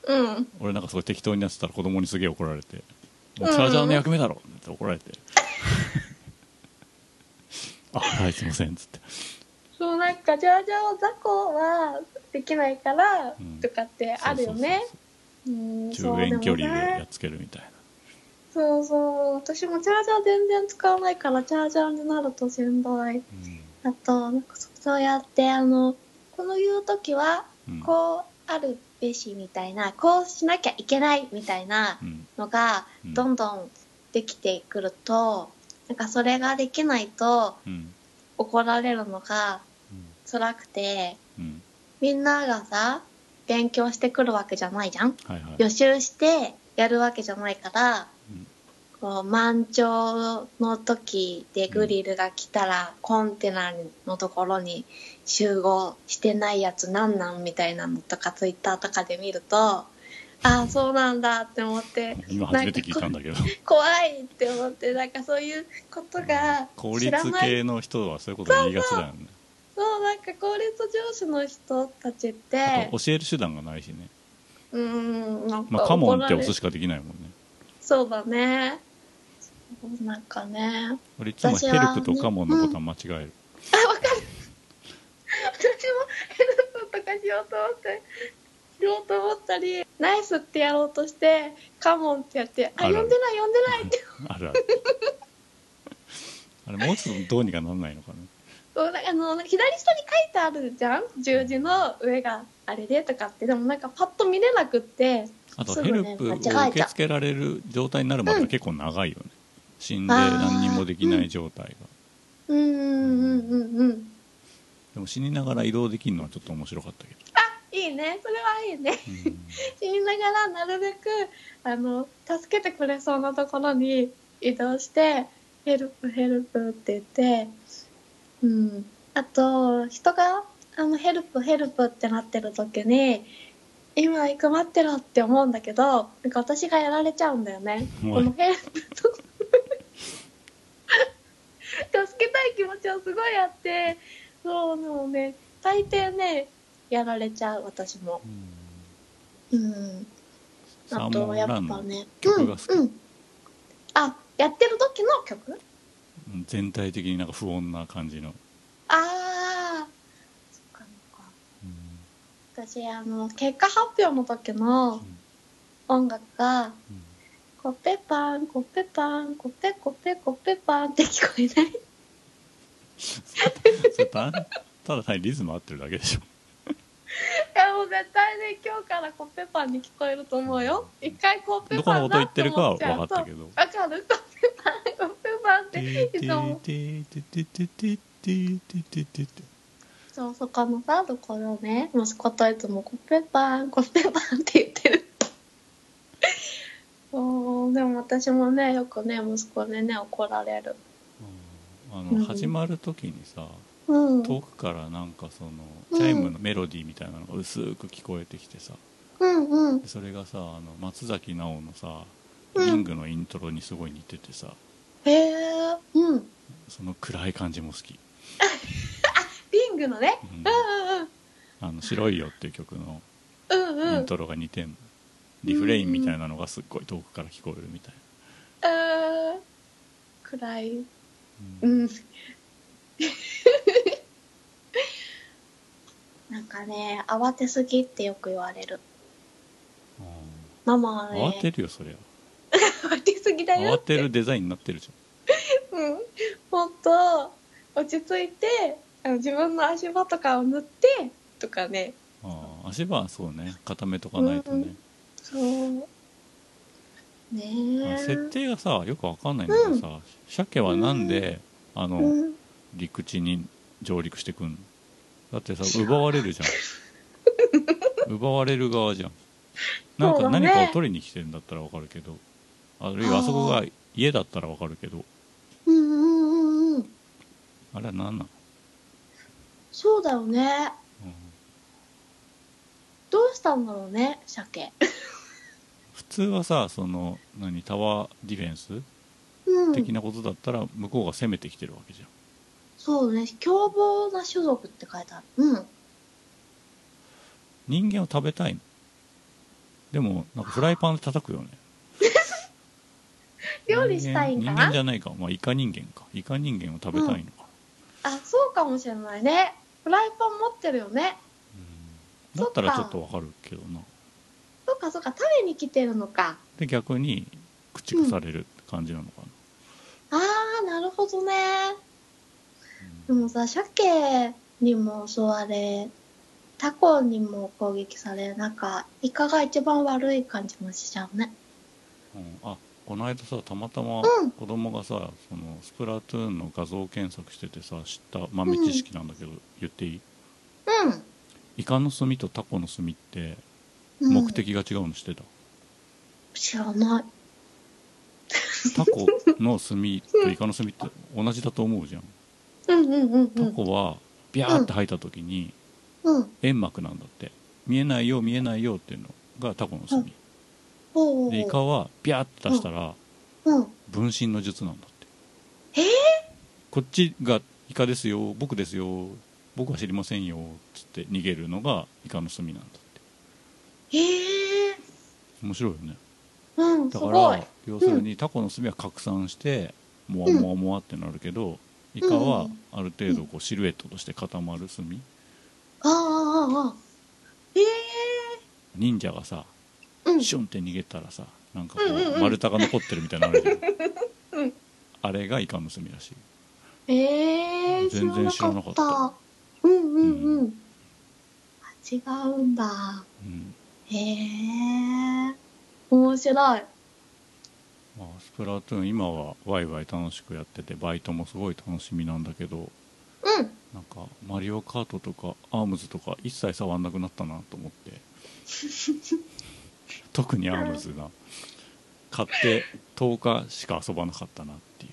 [SPEAKER 1] うん
[SPEAKER 2] 俺なんかすごい適当になってたら子供にすげえ怒られて「
[SPEAKER 1] うん
[SPEAKER 2] チャージャーの役目だろ!」って怒られて 「あはいすいません」っつって
[SPEAKER 1] そうなんかジャージャーを雑魚はできないから
[SPEAKER 2] うん
[SPEAKER 1] とかってあるよね
[SPEAKER 2] そ
[SPEAKER 1] う
[SPEAKER 2] うそうそう
[SPEAKER 1] ん
[SPEAKER 2] 中
[SPEAKER 1] そう
[SPEAKER 2] 遠距離
[SPEAKER 1] も
[SPEAKER 2] でや
[SPEAKER 1] ね
[SPEAKER 2] っつけるみたいな
[SPEAKER 1] そうそう私もチャージャー全然使わないからチャージャーになるとしんどいあとなんかそそうやってあのこの言う時は
[SPEAKER 2] うん
[SPEAKER 1] こうあるべしみたいなこうしなきゃいけないみたいな
[SPEAKER 2] うん
[SPEAKER 1] のが
[SPEAKER 2] うん
[SPEAKER 1] どんどんできてくるとなんかそれができないと
[SPEAKER 2] うん
[SPEAKER 1] 怒られるのが
[SPEAKER 2] うん
[SPEAKER 1] 辛くて
[SPEAKER 2] うん
[SPEAKER 1] みんながさ勉強してくるわけじゃないじゃん
[SPEAKER 2] はいはい
[SPEAKER 1] 予習してやるわけじゃないから
[SPEAKER 2] うん
[SPEAKER 1] こう満潮の時でグリルが来たら、コンテナのところに集合してないやつなんなんみたいなのとかツイッターとかで見るとああそうなんだって思って
[SPEAKER 2] 今初めて聞いたんだけど
[SPEAKER 1] 怖いって思ってなんかそういうことが
[SPEAKER 2] 効
[SPEAKER 1] 知ら
[SPEAKER 2] 率
[SPEAKER 1] ない
[SPEAKER 2] 系の人はそういうこと言いがちだよね
[SPEAKER 1] そうなんか効率上司の人たちって
[SPEAKER 2] あと教える手段がないしね
[SPEAKER 1] うーんなんか
[SPEAKER 2] まあカモンっ
[SPEAKER 1] 怒
[SPEAKER 2] て
[SPEAKER 1] ら
[SPEAKER 2] 押
[SPEAKER 1] れ
[SPEAKER 2] すしかできないもんね
[SPEAKER 1] そうだねそうなんかね
[SPEAKER 2] 俺いつも
[SPEAKER 1] 私
[SPEAKER 2] ヘ
[SPEAKER 1] は
[SPEAKER 2] ルプとカモンのボタン間違える
[SPEAKER 1] 私もヘルプとかしようと思ってしようと思ったりナイスってやろうとしてカモンってやってあ
[SPEAKER 2] あ
[SPEAKER 1] 呼ん
[SPEAKER 2] ら
[SPEAKER 1] でない呼んでないって
[SPEAKER 2] あるあるあれもうちょっとどうにかなんないのかな
[SPEAKER 1] そうなんかあの左下に書いてあるじゃん十字の上があれでとかってでもなんかパッと見れなくって
[SPEAKER 2] あと
[SPEAKER 1] そう
[SPEAKER 2] ヘ
[SPEAKER 1] だね
[SPEAKER 2] ルプを受け付けられる状態になるまで
[SPEAKER 1] う
[SPEAKER 2] が
[SPEAKER 1] ん
[SPEAKER 2] 結構長いよね、死んで何にもできない状態が、
[SPEAKER 1] うんうんうんうんうん
[SPEAKER 2] でも死にながら移動できるのはちょっと面白かったけ
[SPEAKER 1] いいねそれはいいね
[SPEAKER 2] ど、うん
[SPEAKER 1] 死にながらなるべくあの助けてくれそうなところに移動して「ヘルプヘルプ」って言って、うん、あと人があの「ヘルプヘルプ」ってなってる時に「今行く待ってろ」って思うんだけどなんか私がやられちゃうんだよね。
[SPEAKER 2] おい
[SPEAKER 1] このヘルプと 助けたい気持ちはすごいあってそうでもね大抵ねやられちゃう私も。
[SPEAKER 2] うん
[SPEAKER 1] うん
[SPEAKER 2] サ
[SPEAKER 1] あ
[SPEAKER 2] ーモ
[SPEAKER 1] と
[SPEAKER 2] ン
[SPEAKER 1] や
[SPEAKER 2] ラ
[SPEAKER 1] っぱ
[SPEAKER 2] ンの
[SPEAKER 1] ね
[SPEAKER 2] 曲が好き
[SPEAKER 1] うんうん、あやってる時の曲
[SPEAKER 2] うん全体的になんか不穏な感じの、
[SPEAKER 1] ああそっかそっか
[SPEAKER 2] うん
[SPEAKER 1] 私あの結果発表の時の音楽が
[SPEAKER 2] うん
[SPEAKER 1] 「コッペパンコッペパンコッペコッペコッペパン」って聞こえない
[SPEAKER 2] それ単ただ単にリズム合ってるだけ でしょ
[SPEAKER 1] いやもう絶対ね今日からコッペパンに聞こえると思うよ一回コッペ
[SPEAKER 2] どこ
[SPEAKER 1] パ
[SPEAKER 2] の
[SPEAKER 1] ン
[SPEAKER 2] 音
[SPEAKER 1] だ
[SPEAKER 2] 言ってるかは
[SPEAKER 1] と思っ
[SPEAKER 2] 分かっ
[SPEAKER 1] ちゃ
[SPEAKER 2] た
[SPEAKER 1] う
[SPEAKER 2] けど
[SPEAKER 1] わかるコッペパンコッペパンっ
[SPEAKER 2] 「て
[SPEAKER 1] ていつも
[SPEAKER 2] てててててててててて
[SPEAKER 1] そう、そこのさ、ところね、息子といつもコッペパン、コッペパンって言 ってる。そう、でも私もね、よくね、息子にね、怒られる。
[SPEAKER 2] あ
[SPEAKER 1] うん
[SPEAKER 2] の始まる時にさ
[SPEAKER 1] うん。
[SPEAKER 2] 遠くからなんかその
[SPEAKER 1] うん
[SPEAKER 2] チャイムのメロディーみたいなのが薄く聞こえてきてさ
[SPEAKER 1] うんうん
[SPEAKER 2] で。それがさあの松崎直のさ
[SPEAKER 1] うん
[SPEAKER 2] リングのイントロにすごい似ててさ
[SPEAKER 1] へえうん。
[SPEAKER 2] その暗い感じも好き、
[SPEAKER 1] リングのね。
[SPEAKER 2] うん
[SPEAKER 1] う
[SPEAKER 2] あの「白いよ」っていう曲の
[SPEAKER 1] んうん。うんうん。
[SPEAKER 2] イ
[SPEAKER 1] う
[SPEAKER 2] ン
[SPEAKER 1] ん
[SPEAKER 2] トロが似てんのリフレインみたいなのがすっごい遠くから聞こえるみたいな、
[SPEAKER 1] 暗い。
[SPEAKER 2] うん
[SPEAKER 1] うん。 なんかね、慌てすぎってよく言われる。ママはね、
[SPEAKER 2] 慌てるよそりゃ
[SPEAKER 1] 慌てすぎだよ
[SPEAKER 2] 慌てるデザインになってるじ
[SPEAKER 1] うん、もっと落ち着いてあの自分の足場とかを塗ってとかね
[SPEAKER 2] ゃんあー足場はそうね固めとかないとね、
[SPEAKER 1] そうね
[SPEAKER 2] あの
[SPEAKER 1] え
[SPEAKER 2] 設定がさよくわかんないんだけどさ、鮭はなんで、あの、
[SPEAKER 1] うん、
[SPEAKER 2] 陸地に上陸してくんのだってさ奪われるじ ゃん奪われる側じゃんなん
[SPEAKER 1] そう
[SPEAKER 2] か
[SPEAKER 1] だね
[SPEAKER 2] 何かを取りに来てるんだったらわかるけどあるいはあそこが家だったらわかるけど
[SPEAKER 1] うんうんうんうん
[SPEAKER 2] あれは何なの、
[SPEAKER 1] そうだよね
[SPEAKER 2] うん
[SPEAKER 1] どうしたんだろうね鮭
[SPEAKER 2] 普通はさその何タワーディフェンス
[SPEAKER 1] うん
[SPEAKER 2] 的なことだったら向こうが攻めてきてるわけじゃん
[SPEAKER 1] そうね凶暴な種族って書いてあるうん
[SPEAKER 2] 人間を食べたいのでもなんかフライパンで叩くよね
[SPEAKER 1] 料理したいん
[SPEAKER 2] 人
[SPEAKER 1] か
[SPEAKER 2] 間人間
[SPEAKER 1] な
[SPEAKER 2] じゃないか、まあ、イカ人間かイカ人間を食べたいのか、
[SPEAKER 1] あそうかもしれないねフライパン持ってるよね
[SPEAKER 2] うんだったらちょっとわかるけどな
[SPEAKER 1] そっかそっか食べに来てるのか
[SPEAKER 2] で逆に駆逐されるって感じなのかな、
[SPEAKER 1] ああなるほどねで
[SPEAKER 2] うん
[SPEAKER 1] もさ、鮭にも襲われ、タコにも攻撃され、なんか、イカが一番悪い感じもしちゃうね。
[SPEAKER 2] うんあこの間さたまたま
[SPEAKER 1] うん
[SPEAKER 2] 子供がさそのスプラトゥーンの画像検索しててさ知った豆知識なんだけど、言っていいイカの墨とタコの墨って
[SPEAKER 1] うん。
[SPEAKER 2] 目的が違うの知っ てた、
[SPEAKER 1] 知らない。
[SPEAKER 2] タコの墨とイカの墨って同じだと思うじゃん
[SPEAKER 1] うんうんうんう
[SPEAKER 2] タ
[SPEAKER 1] ん。
[SPEAKER 2] コはビャーって吐いた時に
[SPEAKER 1] うん。
[SPEAKER 2] 煙幕なんだって見えないよ見えないよっていうのがタコの墨、
[SPEAKER 1] ほう。
[SPEAKER 2] でイカはビャーって出したら
[SPEAKER 1] うん。
[SPEAKER 2] 分身の術なんだっ
[SPEAKER 1] え
[SPEAKER 2] て
[SPEAKER 1] ー
[SPEAKER 2] こっちがイカですよ僕ですよ僕は知りませんよつって逃げるのがイカの墨なんだって
[SPEAKER 1] ええ
[SPEAKER 2] 面白いよね
[SPEAKER 1] ー。うん、す
[SPEAKER 2] だか
[SPEAKER 1] ごい
[SPEAKER 2] ら。要するにタコの墨は拡散してモワモワモワってなるけど、イカはある程度こうシルエットとして固まる墨
[SPEAKER 1] ああ、ああ、ああ。ええ
[SPEAKER 2] 忍者がさ
[SPEAKER 1] ー。うん。
[SPEAKER 2] シュンって逃げたらさなんかこ
[SPEAKER 1] うんうんう
[SPEAKER 2] うん丸太が残ってるみたいなのあるじゃん、
[SPEAKER 1] うん
[SPEAKER 2] あれがイカの墨らしい
[SPEAKER 1] ええー、
[SPEAKER 2] 全然知らなかった
[SPEAKER 1] 知らなかったうんうんうん。あ違うんだ。
[SPEAKER 2] うん
[SPEAKER 1] へえ。面白い。
[SPEAKER 2] まあ、スプラトゥーン今はワイワイ楽しくやっててバイトもすごい楽しみなんだけど
[SPEAKER 1] うん。
[SPEAKER 2] なんか「マリオカート」とか「アームズ」とか一切触んなくなったなと思って 特にアームズが買って10日しか遊ばなかったなっていう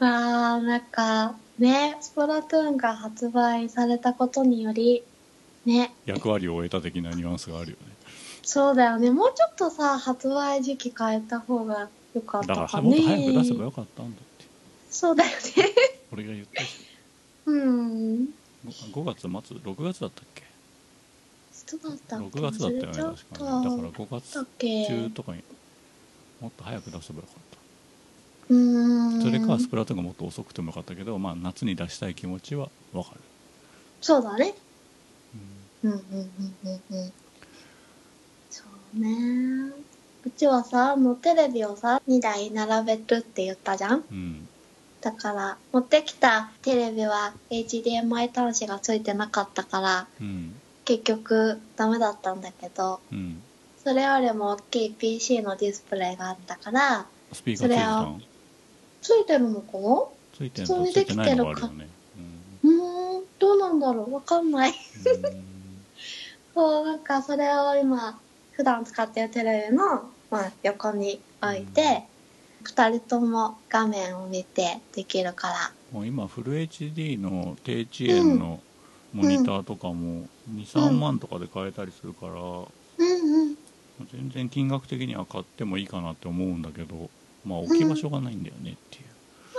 [SPEAKER 1] まあ、なんか、ね、スプラトゥーンが発売されたことにより、ね、
[SPEAKER 2] 役割を終えた的なニュアンスがあるよね
[SPEAKER 1] そうだよね。もうちょっとさ、発売時期変えた方がよかっ
[SPEAKER 2] だ
[SPEAKER 1] た
[SPEAKER 2] から
[SPEAKER 1] か
[SPEAKER 2] もっ
[SPEAKER 1] ね。
[SPEAKER 2] と早く出せばよかったんだって
[SPEAKER 1] そうだよね。
[SPEAKER 2] 俺が言ったし
[SPEAKER 1] うん。
[SPEAKER 2] 5 5月末6月だったっけ
[SPEAKER 1] そうだったっけ
[SPEAKER 2] 6月だったよね
[SPEAKER 1] 忘れ
[SPEAKER 2] 確
[SPEAKER 1] ちゃ
[SPEAKER 2] かにだから
[SPEAKER 1] っ
[SPEAKER 2] 5
[SPEAKER 1] た
[SPEAKER 2] 月
[SPEAKER 1] っけ
[SPEAKER 2] 中とかにもっと早く出せばよかった
[SPEAKER 1] うーん
[SPEAKER 2] それかスプラトゥーンがもっと遅くてもよかったけど、まあ、夏に出したい気持ちはわかる、
[SPEAKER 1] そうだね。
[SPEAKER 2] う
[SPEAKER 1] うんうんうんうんうん。そうね。うちはさ、あのテレビをさ、2台並べるって言ったじゃん
[SPEAKER 2] んうん、
[SPEAKER 1] だから、持ってきたテレビは HDMI 端子がついてなかったから、
[SPEAKER 2] うん
[SPEAKER 1] 結局ダメだったんだけど、
[SPEAKER 2] うん
[SPEAKER 1] それよりも大きい PC のディスプレイがあったから、
[SPEAKER 2] スピーカーついてたん
[SPEAKER 1] ついてるのかな
[SPEAKER 2] ついてる
[SPEAKER 1] 普通
[SPEAKER 2] と
[SPEAKER 1] に
[SPEAKER 2] つい
[SPEAKER 1] で
[SPEAKER 2] て
[SPEAKER 1] き
[SPEAKER 2] な
[SPEAKER 1] て
[SPEAKER 2] い
[SPEAKER 1] る
[SPEAKER 2] のが
[SPEAKER 1] か
[SPEAKER 2] あるよね
[SPEAKER 1] うーん、どうなんだろうわかんない。
[SPEAKER 2] うんうん
[SPEAKER 1] そう、なんかそれを今、普段使ってるテレビの、まあ、横に置いて、二、人とも画面を見てできるから。
[SPEAKER 2] もう今フル HD の低遅延のモニターとかも23万とかで買えたりするから、
[SPEAKER 1] うんうん。
[SPEAKER 2] 全然金額的には買ってもいいかなって思うんだけど、まあ、置き場所がないんだよねっていう、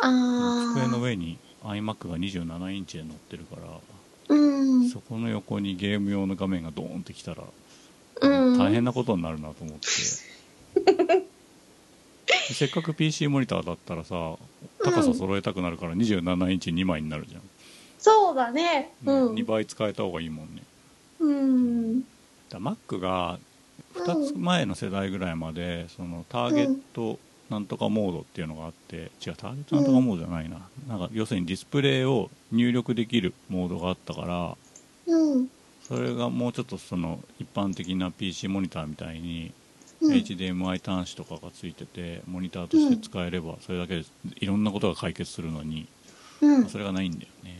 [SPEAKER 1] あー。
[SPEAKER 2] 机の上に iMac が27インチで乗ってるから、
[SPEAKER 1] うん。
[SPEAKER 2] そこの横にゲーム用の画面がドーンってきたら、
[SPEAKER 1] うん。
[SPEAKER 2] 大変なことになるなと思って せっかく PC モニターだったらさ高さ揃えたくなるから27インチ2枚になるじゃん、
[SPEAKER 1] そうだね。うん。
[SPEAKER 2] 2倍使えた方がいいもんね
[SPEAKER 1] うん。
[SPEAKER 2] だから Mac が
[SPEAKER 1] うん
[SPEAKER 2] 2つ前の世代ぐらいまでそのターゲットなんとかモードっていうのがあって違うターゲットなんとかモードじゃないななんか要するにディスプレイを入力できるモードがあったから
[SPEAKER 1] うん。
[SPEAKER 2] それがもうちょっとその一般的な PC モニターみたいに
[SPEAKER 1] うん
[SPEAKER 2] HDMI 端子とかがついててモニターとして使えればそれだけでいろんなことが解決するのに、
[SPEAKER 1] うん
[SPEAKER 2] まあ。それがないんだよね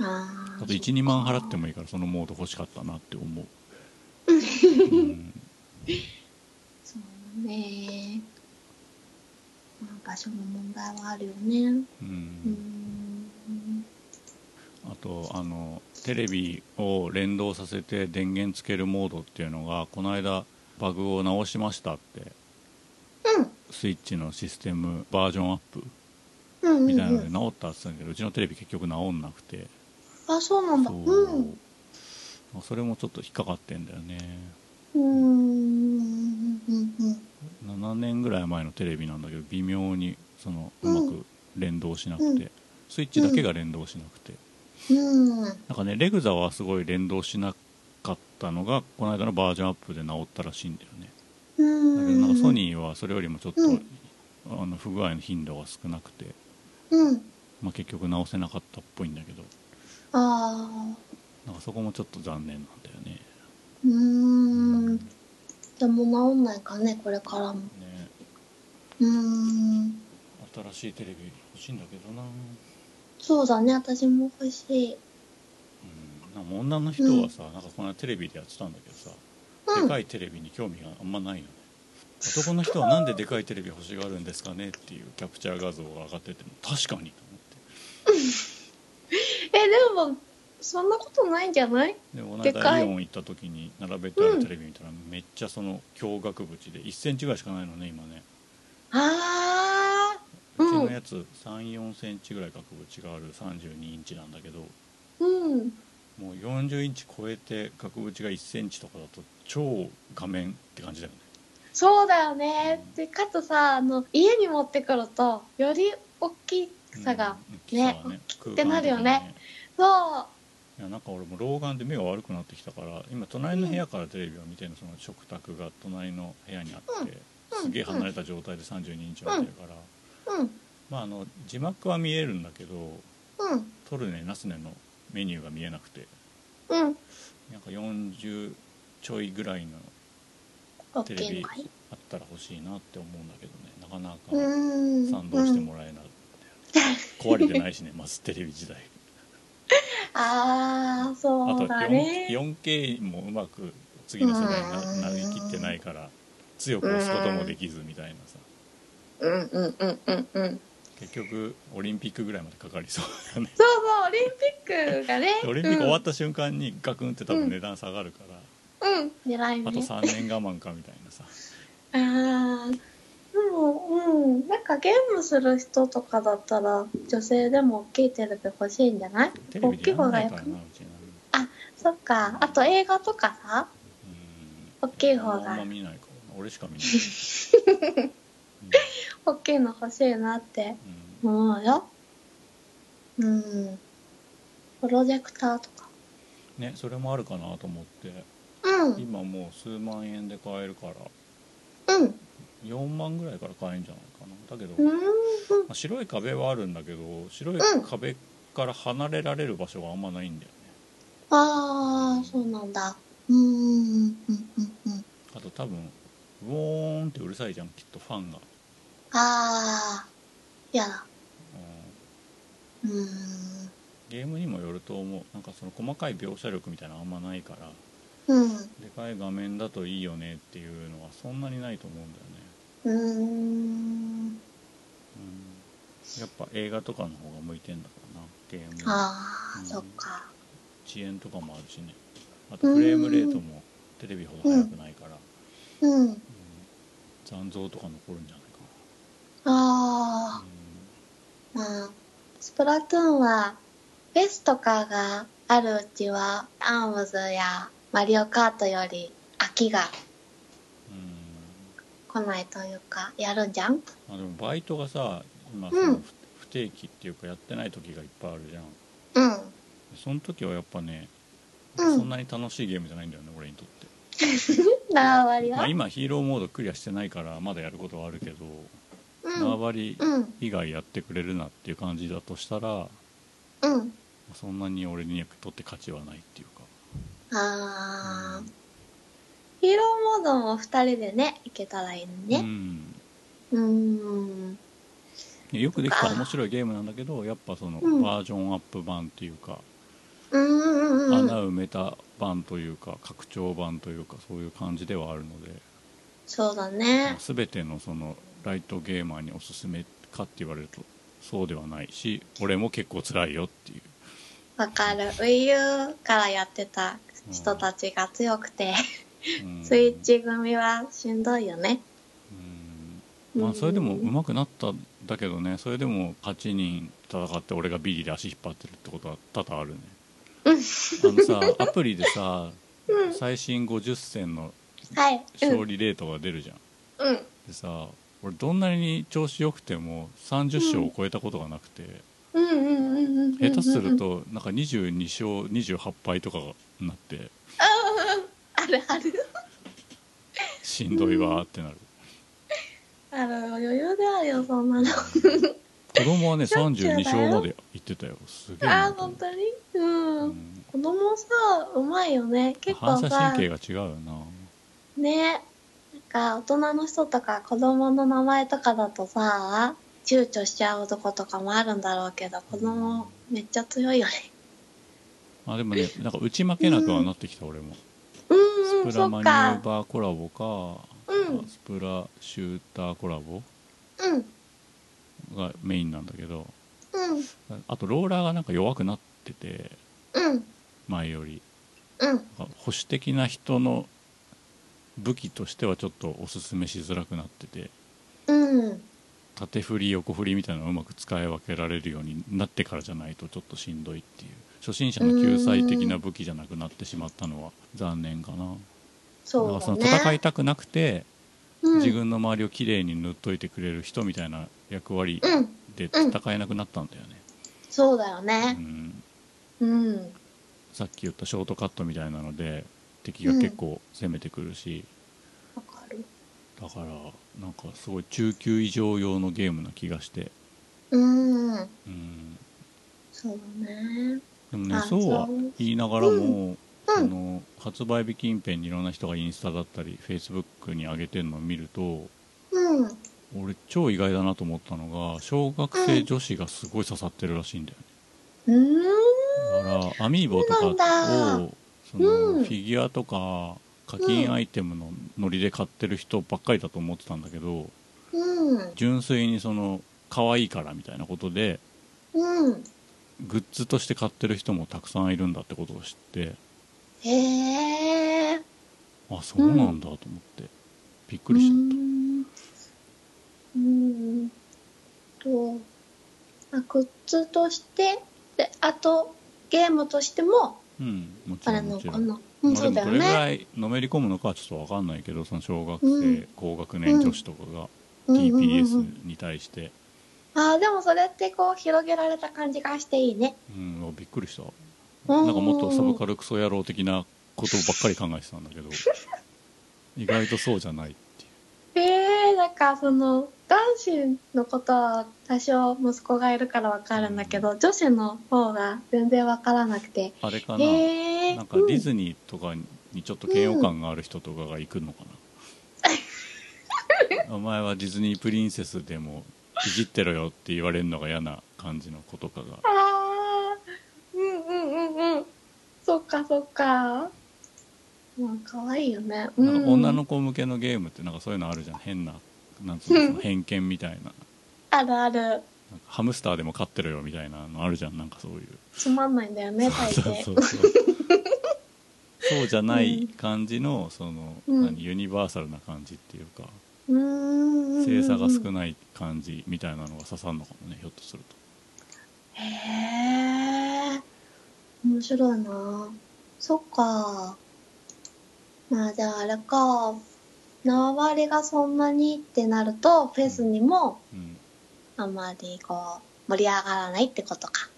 [SPEAKER 1] あ
[SPEAKER 2] あ
[SPEAKER 1] ー
[SPEAKER 2] と12万払ってもいいからそのモード欲しかったなって思う、うん
[SPEAKER 1] そうね。まあ、場所の問題はあるよね。
[SPEAKER 2] う、
[SPEAKER 1] うんん。
[SPEAKER 2] あとあのテレビを連動させて電源つけるモードっていうのがこの間バグを直しましたって
[SPEAKER 1] うん。
[SPEAKER 2] スイッチのシステムバージョンアップ
[SPEAKER 1] うんうん、うん。
[SPEAKER 2] みたいなので直ったっつってたんだけどうちのテレビ結局直んなくて
[SPEAKER 1] あ、そうなんだ。
[SPEAKER 2] そう
[SPEAKER 1] うん。
[SPEAKER 2] まあそれもちょっと引っかかってんだよね
[SPEAKER 1] うーんうんうん
[SPEAKER 2] 7年ぐらい前のテレビなんだけど微妙にそのう
[SPEAKER 1] うん
[SPEAKER 2] まく連動しなくて、
[SPEAKER 1] うん
[SPEAKER 2] スイッチだけが連動しなくて、
[SPEAKER 1] うんうん
[SPEAKER 2] なんかねレグザはすごい連動しなかったのがこの間のバージョンアップで直ったらしいんだよねだけどなんかソニーはそれよりもちょっと、
[SPEAKER 1] うん
[SPEAKER 2] あの不具合の頻度が少なくて、
[SPEAKER 1] うん
[SPEAKER 2] まあ、結局直せなかったっぽいんだけど
[SPEAKER 1] ああ
[SPEAKER 2] なんかそこもちょっと残念なんだよね
[SPEAKER 1] うーんでも治んないかねこれからも
[SPEAKER 2] ね
[SPEAKER 1] うーん
[SPEAKER 2] 新しいテレビ欲しいんだけどな
[SPEAKER 1] そうだね私も欲しい
[SPEAKER 2] うんなんか女の人はさ、なんかこの間テレビでやってたんだけどさ、
[SPEAKER 1] うん
[SPEAKER 2] でかいテレビに興味があんまないよね男の人はなんででかいテレビ欲しがるんですかねっていうキャプチャー画像が上がってても確かにと
[SPEAKER 1] えでもそんなことないんじゃない
[SPEAKER 2] 思っ
[SPEAKER 1] で
[SPEAKER 2] てでこ
[SPEAKER 1] か
[SPEAKER 2] の間
[SPEAKER 1] い
[SPEAKER 2] イオン行った時に並べてあるテレビ見たらめっちゃその驚愕縁で1センチぐらいしかないのね今ね
[SPEAKER 1] ああ
[SPEAKER 2] う
[SPEAKER 1] う
[SPEAKER 2] ち
[SPEAKER 1] ん
[SPEAKER 2] のやつ34センチぐらい額縁がある32インチなんだけど
[SPEAKER 1] うん
[SPEAKER 2] もう40インチ超えて額縁が1センチとかだと超画面って感じだよね
[SPEAKER 1] そうだよねでかつさあの家に持ってくるとより大きさが、
[SPEAKER 2] うん
[SPEAKER 1] ね
[SPEAKER 2] 大きさが
[SPEAKER 1] てなるよね
[SPEAKER 2] 空間的に
[SPEAKER 1] そう
[SPEAKER 2] いやなんか俺も老眼で目が悪くなってきたから今隣の部屋からテレビを見てるのその食卓が隣の部屋にあって、
[SPEAKER 1] うん
[SPEAKER 2] すげえ離れた状態で32インチを見てるから、
[SPEAKER 1] うん
[SPEAKER 2] まああの字幕は見えるんだけど
[SPEAKER 1] うん
[SPEAKER 2] トルネナスネのメニューが見えなくて
[SPEAKER 1] うん
[SPEAKER 2] なんか40ちょいぐらいのテ
[SPEAKER 1] OK
[SPEAKER 2] レ
[SPEAKER 1] の
[SPEAKER 2] ビ
[SPEAKER 1] かい
[SPEAKER 2] あったら欲しいなって思うんだけどねなかな
[SPEAKER 1] う
[SPEAKER 2] か
[SPEAKER 1] ーん
[SPEAKER 2] 賛同してもらえなくて、壊れてないしねまずテレビ時代
[SPEAKER 1] ああ
[SPEAKER 2] あ
[SPEAKER 1] そ
[SPEAKER 2] と
[SPEAKER 1] うだね
[SPEAKER 2] 4K もうまく次の世代に
[SPEAKER 1] うん
[SPEAKER 2] ななりきってないから強く押すこともできずみたいなさ
[SPEAKER 1] うんうんうんうんうん
[SPEAKER 2] 結局オリンピックぐらいまでかかりそう だね
[SPEAKER 1] そうそうオリンピックがね
[SPEAKER 2] オリンピック終わっ
[SPEAKER 1] った
[SPEAKER 2] 瞬間にガクンって多分値段下がるから、
[SPEAKER 1] たうん狙い
[SPEAKER 2] あと
[SPEAKER 1] ね
[SPEAKER 2] 3年我慢かみたいなさ
[SPEAKER 1] あーでもうんなんかゲームする人とかだったら女性でも大きいテレビ欲しいんじゃない
[SPEAKER 2] テレ
[SPEAKER 1] 大
[SPEAKER 2] ビ
[SPEAKER 1] き
[SPEAKER 2] で
[SPEAKER 1] い
[SPEAKER 2] やら
[SPEAKER 1] 方が
[SPEAKER 2] ない
[SPEAKER 1] よ
[SPEAKER 2] か
[SPEAKER 1] く
[SPEAKER 2] らなうちな
[SPEAKER 1] そっかあと映画とかさ
[SPEAKER 2] うん
[SPEAKER 1] 大きい方が
[SPEAKER 2] あんま見ないからな俺しか見な い、うん
[SPEAKER 1] 大きいの欲しいなって
[SPEAKER 2] うん
[SPEAKER 1] 思うようんプロジェクターとか
[SPEAKER 2] ねそれもあるかなと思って
[SPEAKER 1] うん
[SPEAKER 2] 今もう数万円で買えるから
[SPEAKER 1] うん
[SPEAKER 2] 4万ぐらいから買えるんじゃないかなだけど、
[SPEAKER 1] う
[SPEAKER 2] ま
[SPEAKER 1] ん
[SPEAKER 2] あ白い壁はあるんだけど白い
[SPEAKER 1] うん
[SPEAKER 2] 壁から離れられる場所があんまないんだよね
[SPEAKER 1] ああそうなんだうんうんうんうんうん
[SPEAKER 2] あと多分ウォーンってうるさいじゃんきっとファンが、
[SPEAKER 1] ああやだ
[SPEAKER 2] うん
[SPEAKER 1] うーん
[SPEAKER 2] ゲームにもよると思うなんかその細かい描写力みたいなのあんまないから
[SPEAKER 1] うん
[SPEAKER 2] でかい画面だといいよねっていうのはそんなにないと思うんだよね、
[SPEAKER 1] うーん
[SPEAKER 2] うん、やっぱ映画とかの方が向いてんだからなゲーム
[SPEAKER 1] あ
[SPEAKER 2] う
[SPEAKER 1] あ
[SPEAKER 2] ん
[SPEAKER 1] そっか
[SPEAKER 2] 遅延とかもあるしねあとフレームレートもテレビほど速くないか
[SPEAKER 1] う
[SPEAKER 2] ら、
[SPEAKER 1] ん
[SPEAKER 2] うん残像とか残るんじゃない
[SPEAKER 1] あ
[SPEAKER 2] かな、
[SPEAKER 1] あまあスプラトゥーンはベスとかがあるうちはアームズやマリオカートより飽きが
[SPEAKER 2] うん
[SPEAKER 1] 来ないというかやるんじゃん
[SPEAKER 2] うんあでもバイトがさ今
[SPEAKER 1] うん
[SPEAKER 2] その不不定期っていうかやってない時がいっぱいあるじゃん
[SPEAKER 1] うん
[SPEAKER 2] その時はやっぱね、
[SPEAKER 1] うん
[SPEAKER 2] そんなに楽しいゲームじゃないんだよね俺にとって、
[SPEAKER 1] 縄張り
[SPEAKER 2] ま
[SPEAKER 1] は
[SPEAKER 2] あ、今ヒーローモードクリアしてないからまだやることはあるけど、
[SPEAKER 1] うん
[SPEAKER 2] 縄張り
[SPEAKER 1] うん
[SPEAKER 2] 以外やってくれるなっていう感じだとしたら
[SPEAKER 1] うん
[SPEAKER 2] そんなに俺にとって価値はないっていうか
[SPEAKER 1] ああ、
[SPEAKER 2] うん
[SPEAKER 1] ヒーローモードも二人でねいけたらいいの
[SPEAKER 2] う
[SPEAKER 1] ね
[SPEAKER 2] ん
[SPEAKER 1] うん
[SPEAKER 2] いやよくできた面白いゲームなんだけどやっぱその
[SPEAKER 1] うん
[SPEAKER 2] バージョンアップ版っていうか、
[SPEAKER 1] うんうんうんう
[SPEAKER 2] 穴
[SPEAKER 1] ん
[SPEAKER 2] 埋めた版というか拡張版というかそういう感じではあるので、
[SPEAKER 1] そうだ
[SPEAKER 2] まあ
[SPEAKER 1] ね
[SPEAKER 2] 全てのそのライトゲーマーにおすすめかって言われるとそうではないし俺も結構辛いよっていう
[SPEAKER 1] わかる WiiU からやってた人たちが強くて、
[SPEAKER 2] うん
[SPEAKER 1] スイッチ組はしんどいよね
[SPEAKER 2] うんまあそれでも上手くなったんだけどねそれでも8人戦って俺がビリで足引っ張ってるってことは多々あるねあのさアプリでさ 最新50戦の
[SPEAKER 1] はいうん
[SPEAKER 2] 勝利レートが出るじゃん、
[SPEAKER 1] うん
[SPEAKER 2] でさ俺どんなに調子良くても30勝を超えたことがなくて、
[SPEAKER 1] うんうんうんうんうん
[SPEAKER 2] 下手するとなんか22勝28敗とかになって
[SPEAKER 1] あるある
[SPEAKER 2] しんどいわーって なる、
[SPEAKER 1] ある余裕であるよそんなの
[SPEAKER 2] 子供はね
[SPEAKER 1] しょっちゅうだよ
[SPEAKER 2] 32勝まで行ってたよすげえ
[SPEAKER 1] あー
[SPEAKER 2] なと
[SPEAKER 1] 本
[SPEAKER 2] 思う
[SPEAKER 1] 当にうん、
[SPEAKER 2] うん
[SPEAKER 1] 子供さうまいよね結構
[SPEAKER 2] 反射
[SPEAKER 1] さ
[SPEAKER 2] 神経が違うよな
[SPEAKER 1] ねなんか大人の人とか子供の名前とかだとさ躊躇しちゃうとことかもあるんだろうけど子供めっちゃ強いよね
[SPEAKER 2] あでもねなんか打ち負けなくはなってきた俺も、
[SPEAKER 1] うんうん
[SPEAKER 2] スプラ
[SPEAKER 1] そ
[SPEAKER 2] マ
[SPEAKER 1] っ
[SPEAKER 2] ニュ
[SPEAKER 1] か
[SPEAKER 2] ーバーコラボか、
[SPEAKER 1] うん
[SPEAKER 2] スプラシューターコラボ
[SPEAKER 1] うん
[SPEAKER 2] がメインなんだけど
[SPEAKER 1] うん
[SPEAKER 2] あとローラーがなんか弱くなってて
[SPEAKER 1] うん
[SPEAKER 2] 前より
[SPEAKER 1] うん
[SPEAKER 2] 保守的な人の武器としてはちょっとおすすめしづらくなってて
[SPEAKER 1] うん
[SPEAKER 2] 縦振り横振りみたいなのをうまく使い分けられるようになってからじゃないとちょっとしんどいっていう初心者の救済的な武器じゃなくなってしまったのは残念かな、だからそ
[SPEAKER 1] そ
[SPEAKER 2] の
[SPEAKER 1] うだね
[SPEAKER 2] 戦いたくなくて
[SPEAKER 1] うん
[SPEAKER 2] 自分の周りをきれいに塗っといてくれる人みたいな役割
[SPEAKER 1] うん
[SPEAKER 2] で戦えなくなったんだよね、
[SPEAKER 1] そうだよ
[SPEAKER 2] う
[SPEAKER 1] ね
[SPEAKER 2] ん、
[SPEAKER 1] うん
[SPEAKER 2] さっき言ったショートカットみたいなので敵が結構攻めてくるし、
[SPEAKER 1] わかる
[SPEAKER 2] だからなんかすごい中級以上用のゲームな気がして
[SPEAKER 1] うん
[SPEAKER 2] うん
[SPEAKER 1] そうだね
[SPEAKER 2] でもね
[SPEAKER 1] あ
[SPEAKER 2] そうは
[SPEAKER 1] そう
[SPEAKER 2] 言いながらも、
[SPEAKER 1] うう
[SPEAKER 2] あ
[SPEAKER 1] ん
[SPEAKER 2] の発売日近辺にいろんな人がインスタだったりフェイスブックに上げてるのを見ると
[SPEAKER 1] うん
[SPEAKER 2] 俺超意外だなと思ったのが小学生女子がすごい刺さってるらしいんだよね
[SPEAKER 1] うーん
[SPEAKER 2] だからアミーボとか
[SPEAKER 1] そうな
[SPEAKER 2] を
[SPEAKER 1] ん
[SPEAKER 2] その、
[SPEAKER 1] うん
[SPEAKER 2] フィギュアとか課金アイテムのノリで買ってる人ばっかりだと思ってたんだけど
[SPEAKER 1] うん
[SPEAKER 2] 純粋にその可愛いからみたいなことで
[SPEAKER 1] うん
[SPEAKER 2] グッズとして買ってる人もたくさんいるんだってことを知って
[SPEAKER 1] へえ
[SPEAKER 2] あそうなんだと思って、びっくりしちゃった、
[SPEAKER 1] うーんうーんとあグッズとしてであとゲームとしても
[SPEAKER 2] うん、もち
[SPEAKER 1] あ
[SPEAKER 2] ろ
[SPEAKER 1] れ
[SPEAKER 2] んも
[SPEAKER 1] の
[SPEAKER 2] ちろ
[SPEAKER 1] こ
[SPEAKER 2] ん、ま
[SPEAKER 1] の、うん、
[SPEAKER 2] あ
[SPEAKER 1] そ
[SPEAKER 2] で
[SPEAKER 1] う
[SPEAKER 2] も
[SPEAKER 1] だ
[SPEAKER 2] ど
[SPEAKER 1] よ
[SPEAKER 2] れぐ
[SPEAKER 1] ね
[SPEAKER 2] らいのめり込むのかはちょっと分かんないけどその小学生、
[SPEAKER 1] うん
[SPEAKER 2] 高学年女子とかが
[SPEAKER 1] うんうんうんうん
[SPEAKER 2] TPS に対して、
[SPEAKER 1] あーでもそれってこう広げられた感じがしていいね
[SPEAKER 2] うん、あびっくりした
[SPEAKER 1] うん
[SPEAKER 2] なんかもっとサブカルクソ野郎的なことばっかり考えてたんだけ ど意外とそうじゃないってい
[SPEAKER 1] えー、なんかその男子のことは多少息子がいるからわかるんだけど、女子の方が全然わからなくて
[SPEAKER 2] うあれかな、
[SPEAKER 1] へえー、
[SPEAKER 2] なんかディズニーとかにちょっと嫌悪感がある人とかが行くのか な、お前はディズニープリンセスでもいじってろよって言われるのが嫌な感じの子とかが
[SPEAKER 1] うん、あーうんうんうんうんそっかそっかまあ可愛いよね、う
[SPEAKER 2] なんか女の子向けのゲームってなんかそういうのあるじゃん変ななんつうのその偏見みたいななんか
[SPEAKER 1] あるある
[SPEAKER 2] ハムスターでも飼ってろよみたいなのあるじゃんなんかそういう
[SPEAKER 1] つまんないんだよね大抵
[SPEAKER 2] そう そうそうそうじゃない感じのその、
[SPEAKER 1] うん
[SPEAKER 2] 何ユニバーサルな感じっていうか、
[SPEAKER 1] うーんうんうん
[SPEAKER 2] 性差が少
[SPEAKER 1] い
[SPEAKER 2] ない感じみたいなのが刺さるのかもねひょっとすると
[SPEAKER 1] へえ面白いなそっかまあじゃああれか縄張りがそんなにってなるとフェスにも
[SPEAKER 2] うん
[SPEAKER 1] あまりこう盛り上がらないってことか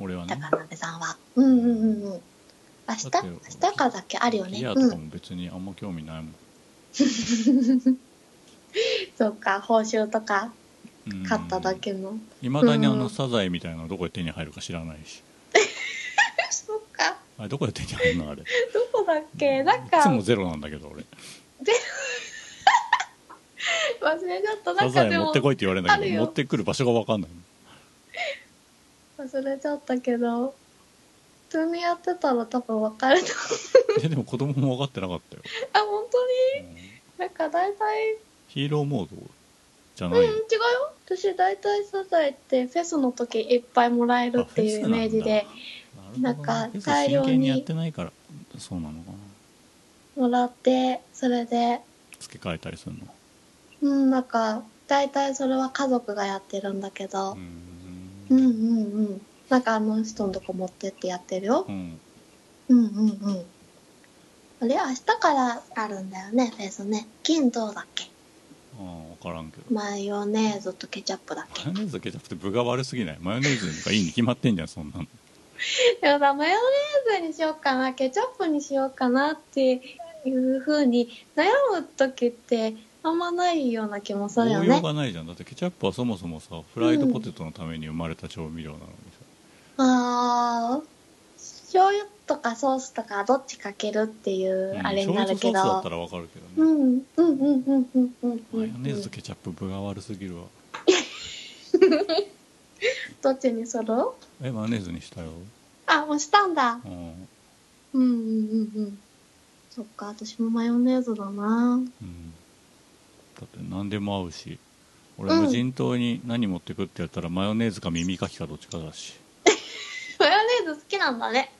[SPEAKER 2] 俺はね
[SPEAKER 1] 高鍋さんはうんうんうんうん明日
[SPEAKER 2] だって
[SPEAKER 1] 明日かだっけあるよね
[SPEAKER 2] ギア
[SPEAKER 1] う
[SPEAKER 2] とか
[SPEAKER 1] ん
[SPEAKER 2] も別にあんま興味ないもん、
[SPEAKER 1] そっか報酬とか
[SPEAKER 2] うん、
[SPEAKER 1] 買っただけの、
[SPEAKER 2] いまだにあ
[SPEAKER 1] う
[SPEAKER 2] の
[SPEAKER 1] ん
[SPEAKER 2] サザエみたいなのどこで手に入るか知らないし
[SPEAKER 1] そっか
[SPEAKER 2] あれどこで手に入るのあ れい
[SPEAKER 1] どこだっけなんか
[SPEAKER 2] つ
[SPEAKER 1] 忘
[SPEAKER 2] も
[SPEAKER 1] れち
[SPEAKER 2] ゼロなんだけど俺
[SPEAKER 1] ゃったな
[SPEAKER 2] サ
[SPEAKER 1] ん
[SPEAKER 2] ザ
[SPEAKER 1] か
[SPEAKER 2] エ
[SPEAKER 1] で
[SPEAKER 2] 持っ
[SPEAKER 1] も
[SPEAKER 2] てこいって言われるんだ
[SPEAKER 1] あ
[SPEAKER 2] け
[SPEAKER 1] る
[SPEAKER 2] ど
[SPEAKER 1] よ
[SPEAKER 2] 持ってくる場所が分かんない
[SPEAKER 1] 忘れちゃったけど普通にやってたら多分別れた
[SPEAKER 2] えでも子供も分かってなかったよ、
[SPEAKER 1] あ本当に
[SPEAKER 2] うん
[SPEAKER 1] なんか大体
[SPEAKER 2] ヒーローモードじゃ
[SPEAKER 1] う
[SPEAKER 2] なんい
[SPEAKER 1] 違う
[SPEAKER 2] の
[SPEAKER 1] よ私大体サザエってフェスの時いっぱいもらえるっていうイメージで
[SPEAKER 2] なるほど
[SPEAKER 1] なんか
[SPEAKER 2] 別
[SPEAKER 1] 大量に
[SPEAKER 2] 真剣にやってないからそうなのかな
[SPEAKER 1] もらってそれで
[SPEAKER 2] 付け替えたりするの
[SPEAKER 1] うんなんか大体それは家族がやってるんだけど
[SPEAKER 2] うーん
[SPEAKER 1] うんうんうんなんかあの人のとこ持ってってやってるよ
[SPEAKER 2] うん
[SPEAKER 1] うんうんうんあれ明日からあるんだよねフェスね金どうだっけ
[SPEAKER 2] ああ分からんけど
[SPEAKER 1] マヨネーズとケチャップだっけ
[SPEAKER 2] マヨネーズとケチャップって分が悪すぎないマヨネーズなんかいいに決まってんじゃんそんなの
[SPEAKER 1] でもさマヨネーズにしようかなケチャップにしようかなっていうふうに悩む時ってあんまないような気もす
[SPEAKER 2] 応
[SPEAKER 1] るよ
[SPEAKER 2] 用
[SPEAKER 1] ね
[SPEAKER 2] がないじゃんだってケチャップはそもそもさフライドポテトのために生まれた調味料なのに
[SPEAKER 1] あー醤油とかソースとかどっちかけるっていう
[SPEAKER 2] さ、
[SPEAKER 1] あれ
[SPEAKER 2] うん
[SPEAKER 1] になるけ
[SPEAKER 2] 醤油と
[SPEAKER 1] ど
[SPEAKER 2] ソースだったら分かるけどね、
[SPEAKER 1] うんうんうんうんうんうんう
[SPEAKER 2] マヨネーズと
[SPEAKER 1] ん
[SPEAKER 2] ケチャップ分が悪すぎるわ
[SPEAKER 1] どっちにする
[SPEAKER 2] えマヨネーズにしたよ、
[SPEAKER 1] あもうしたんだ
[SPEAKER 2] うん
[SPEAKER 1] うんうんうんうんそっか私もマヨネーズだな
[SPEAKER 2] うんだって何でも合うし俺
[SPEAKER 1] うん
[SPEAKER 2] 無人島に何持ってくってやったらマヨネーズか耳かきかどっちかだし
[SPEAKER 1] マヨネーズ好きなんだね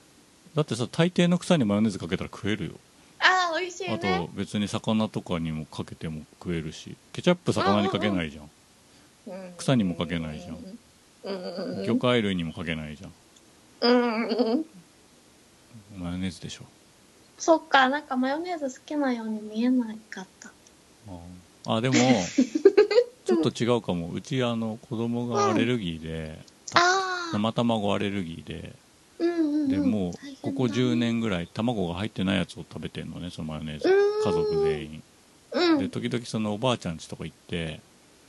[SPEAKER 2] だってさ大抵の草にマヨネーズかけたら食えるよ
[SPEAKER 1] あー美味しいね
[SPEAKER 2] あと別に魚とかにもかけても食えるしケチャップ魚にかけないじゃん草にもかけないじゃん
[SPEAKER 1] ん
[SPEAKER 2] 魚介類にもかけないじゃん
[SPEAKER 1] うんうん
[SPEAKER 2] マヨネーズでしょ
[SPEAKER 1] そっかなんかマヨネーズ好きなように見えなかった
[SPEAKER 2] ああでもちょっと違うかもうちあの子供がアレルギーで
[SPEAKER 1] ああ
[SPEAKER 2] 生卵アレルギーで
[SPEAKER 1] うんうん、うん、
[SPEAKER 2] でもうここ10
[SPEAKER 1] 年
[SPEAKER 2] 年ぐらい卵が入ってないやつを食べてんのねそのマヨネーズ
[SPEAKER 1] うー
[SPEAKER 2] 家
[SPEAKER 1] ん
[SPEAKER 2] 族全員
[SPEAKER 1] う
[SPEAKER 2] で
[SPEAKER 1] ん
[SPEAKER 2] 時々そのおばあちゃん家とか行って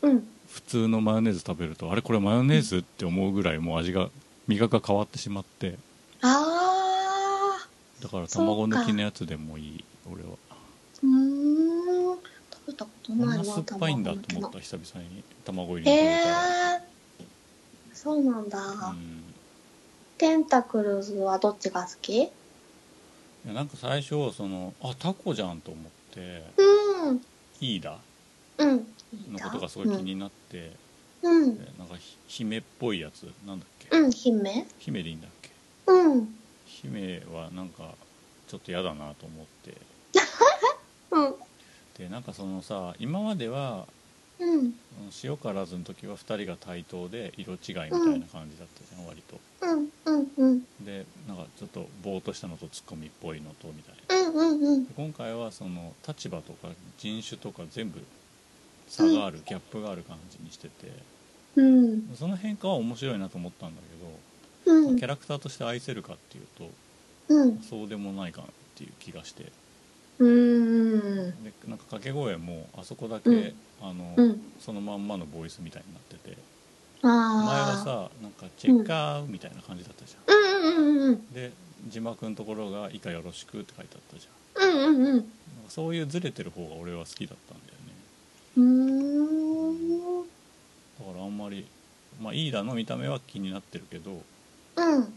[SPEAKER 1] うん
[SPEAKER 2] 普通のマヨネーズ食べるとあれこれマヨネーズって思うぐらいもう味が味覚が変わってしまって
[SPEAKER 1] ああ
[SPEAKER 2] だから卵抜きのやつでもいい俺は
[SPEAKER 1] うーん食べたこと
[SPEAKER 2] こん
[SPEAKER 1] ない
[SPEAKER 2] な
[SPEAKER 1] わ
[SPEAKER 2] 酸っぱいんだと思
[SPEAKER 1] 卵
[SPEAKER 2] っ
[SPEAKER 1] 抜
[SPEAKER 2] た久々に卵入
[SPEAKER 1] き
[SPEAKER 2] り
[SPEAKER 1] の
[SPEAKER 2] の食べ
[SPEAKER 1] え
[SPEAKER 2] たら
[SPEAKER 1] ー、そうなんだ、
[SPEAKER 2] うん
[SPEAKER 1] テンタクルズはどっちが好き
[SPEAKER 2] いやなんか最初そのあタコじゃんと思って
[SPEAKER 1] うん
[SPEAKER 2] イーダ
[SPEAKER 1] うん
[SPEAKER 2] のことがすごい気になって、
[SPEAKER 1] うんうん
[SPEAKER 2] でなんかひ姫っぽいやつなんだっけ、
[SPEAKER 1] うん姫
[SPEAKER 2] 姫でいいんだっけ
[SPEAKER 1] うん
[SPEAKER 2] 姫はなんかちょっと嫌だなと思って
[SPEAKER 1] うん
[SPEAKER 2] でなんかそのさ今までは
[SPEAKER 1] うん
[SPEAKER 2] 塩からずの時は2人が対等で色違いみたいな感じだったじゃん、割と
[SPEAKER 1] うんうんうん
[SPEAKER 2] でなんかちょっとぼーっとしたのとツッコミっぽいのとみたいな
[SPEAKER 1] うんうんうん
[SPEAKER 2] で今回はその立場とか人種とか全部差がある、ギャップがある感じにしてて
[SPEAKER 1] うん
[SPEAKER 2] その変化は面白いなと思ったんだけ
[SPEAKER 1] う
[SPEAKER 2] ど、
[SPEAKER 1] ん
[SPEAKER 2] キャラクターとして愛せるかっていうと
[SPEAKER 1] うん
[SPEAKER 2] そうでもないかなっていう気がして
[SPEAKER 1] う
[SPEAKER 2] で
[SPEAKER 1] ん
[SPEAKER 2] なんか掛け声もあそこだけ、
[SPEAKER 1] うん
[SPEAKER 2] あの
[SPEAKER 1] うん
[SPEAKER 2] そのまんまのボイスみたいになってて前は
[SPEAKER 1] ああ
[SPEAKER 2] さなんか「チェッカー」みたいな感じだったじゃん、
[SPEAKER 1] うんうんうんうん
[SPEAKER 2] で字幕のところが「以下よろしく」って書いてあったじゃ
[SPEAKER 1] うんうんうん
[SPEAKER 2] んなんかそういうずれてる方が俺は好きだったんだよね
[SPEAKER 1] うーん
[SPEAKER 2] だからあんまりまあイーダの見た目は気になってるけど
[SPEAKER 1] うん
[SPEAKER 2] なんか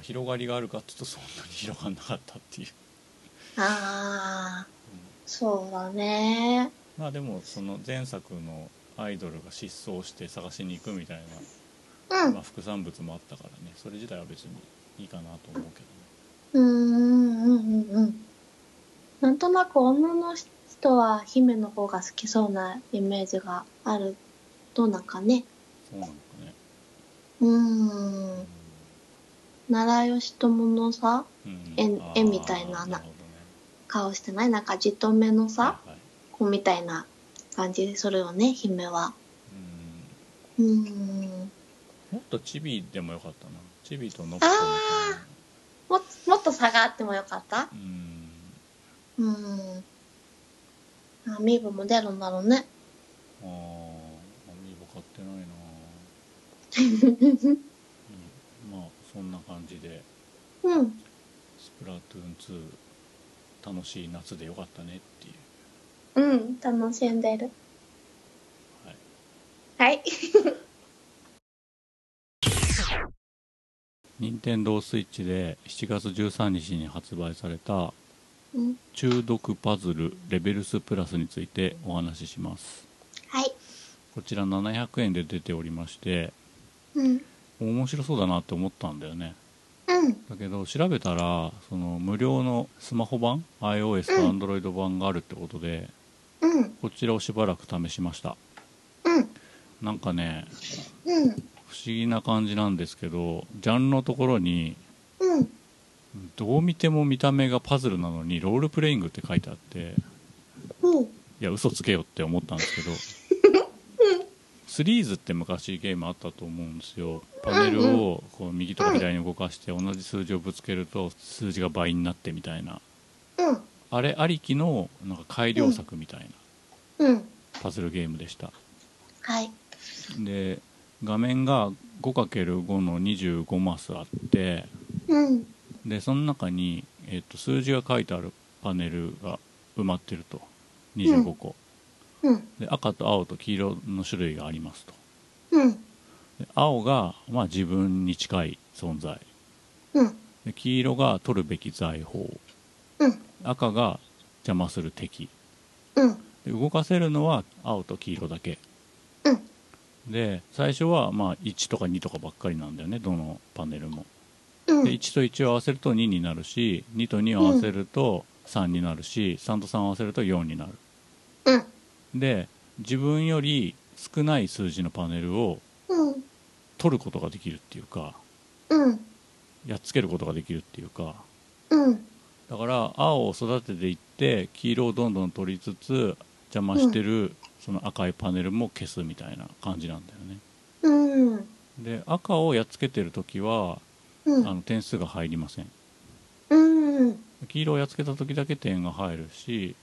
[SPEAKER 2] 広がりがあるかっていうとそんなに広がんなかったっていう、
[SPEAKER 1] ああ
[SPEAKER 2] うん
[SPEAKER 1] そうだね
[SPEAKER 2] まあでもその前作のアイドルが失踪して探しに行くみたいな、
[SPEAKER 1] うん
[SPEAKER 2] まあ、副産物もあったからねそれ自体は別にいいかなと思うけどね
[SPEAKER 1] うんうんうんうんうんなんとなく女の人は姫の方が好きそうなイメージがあるどうなんかね
[SPEAKER 2] そうなのかね
[SPEAKER 1] うーん習義朝のさ
[SPEAKER 2] うん
[SPEAKER 1] 絵
[SPEAKER 2] あー
[SPEAKER 1] 絵みたいなな
[SPEAKER 2] なるほどね
[SPEAKER 1] 顔してないなんかじとめのさ
[SPEAKER 2] はいはい
[SPEAKER 1] 子みたいな感じするよね姫は
[SPEAKER 2] うん
[SPEAKER 1] うーん
[SPEAKER 2] もっとチビでもよかったなチビとノッコみたいな
[SPEAKER 1] あももっと差があってもよかった
[SPEAKER 2] うん
[SPEAKER 1] うーんあミーブも出るんだろうね
[SPEAKER 2] あーアミーボ買ってないなうんまあそんな感じで
[SPEAKER 1] うん
[SPEAKER 2] スプラトゥーン2楽しい夏でよかったねっていう
[SPEAKER 1] うん楽しんでる
[SPEAKER 2] はい
[SPEAKER 1] はい
[SPEAKER 2] 任天堂スイッチで7月13日に発売された
[SPEAKER 1] うん
[SPEAKER 2] 中毒パズルレベルスプラスについてお話しします
[SPEAKER 1] はい
[SPEAKER 2] こちら700円で出ておりまして
[SPEAKER 1] うん
[SPEAKER 2] 面白そうだなって思ったんだよね
[SPEAKER 1] うん
[SPEAKER 2] だけど調べたらその無料のスマホ版 iOS と
[SPEAKER 1] うん
[SPEAKER 2] Android 版があるってことで
[SPEAKER 1] うん
[SPEAKER 2] こちらをしばらく試しました
[SPEAKER 1] うん
[SPEAKER 2] なんかね
[SPEAKER 1] うん
[SPEAKER 2] 不思議な感じなんですけどジャンルのところに
[SPEAKER 1] うん
[SPEAKER 2] どう見ても見た目がパズルなのにロールプレイングって書いてあって
[SPEAKER 1] うん
[SPEAKER 2] いや嘘つけよって思ったんですけどスリーズって昔ゲームあったと思うんですよパネルをこう右とか左に動かして同じ数字をぶつけると数字が倍になってみたいな
[SPEAKER 1] うん
[SPEAKER 2] あれありきのなんか改良作みたいな
[SPEAKER 1] うん
[SPEAKER 2] パズルゲームでした
[SPEAKER 1] はい
[SPEAKER 2] で画面が 5×5 の25マスあって
[SPEAKER 1] うん
[SPEAKER 2] でその中に、えっと数字が書いてあるパネルが埋まってると25個、
[SPEAKER 1] うん
[SPEAKER 2] で赤と青と黄色の種類がありますと
[SPEAKER 1] うん
[SPEAKER 2] で青が、まあ、自分に近い存在
[SPEAKER 1] うん
[SPEAKER 2] で黄色が取るべき財宝
[SPEAKER 1] うん
[SPEAKER 2] 赤が邪魔する敵
[SPEAKER 1] うん
[SPEAKER 2] で動かせるのは青と黄色だけ
[SPEAKER 1] うん
[SPEAKER 2] で最初はまあ1とか2とかばっかりなんだよねどのパネルも
[SPEAKER 1] うん
[SPEAKER 2] で1と1を合わせると2になるし2と2を合わせると3になるし3と3を合わせると4になる
[SPEAKER 1] うん
[SPEAKER 2] で自分より少ない数字のパネルを
[SPEAKER 1] うん
[SPEAKER 2] 取ることができるっていうか
[SPEAKER 1] うん
[SPEAKER 2] やっつけることができるっていうか
[SPEAKER 1] うん
[SPEAKER 2] だから青を育てていって黄色をどんどん取りつつ邪魔してるその赤いパネルも消すみたいな感じなんだよね
[SPEAKER 1] うん
[SPEAKER 2] で赤をやっつけてる時は
[SPEAKER 1] う
[SPEAKER 2] あ
[SPEAKER 1] ん
[SPEAKER 2] の点数が入りません
[SPEAKER 1] うん
[SPEAKER 2] 黄色をやっつけた時だけ点が入るし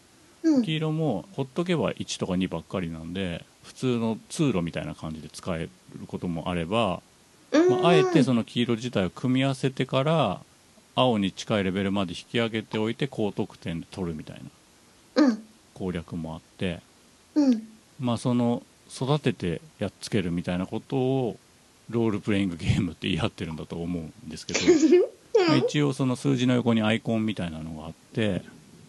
[SPEAKER 1] うん
[SPEAKER 2] 黄色もほっとけば1とか2ばっかりなんで普通の通路みたいな感じで使えることもあれば、まあ、あえてその黄色自体を組み合わせてから青に近いレベルまで引き上げておいて高得点で取るみたいな
[SPEAKER 1] うん
[SPEAKER 2] 攻略もあって
[SPEAKER 1] うん
[SPEAKER 2] まあその育ててやっつけるみたいなことをロールプレイングゲームって言い張ってるんだと思うんですけど、まあ一応その数字の横にアイコンみたいなのがあって、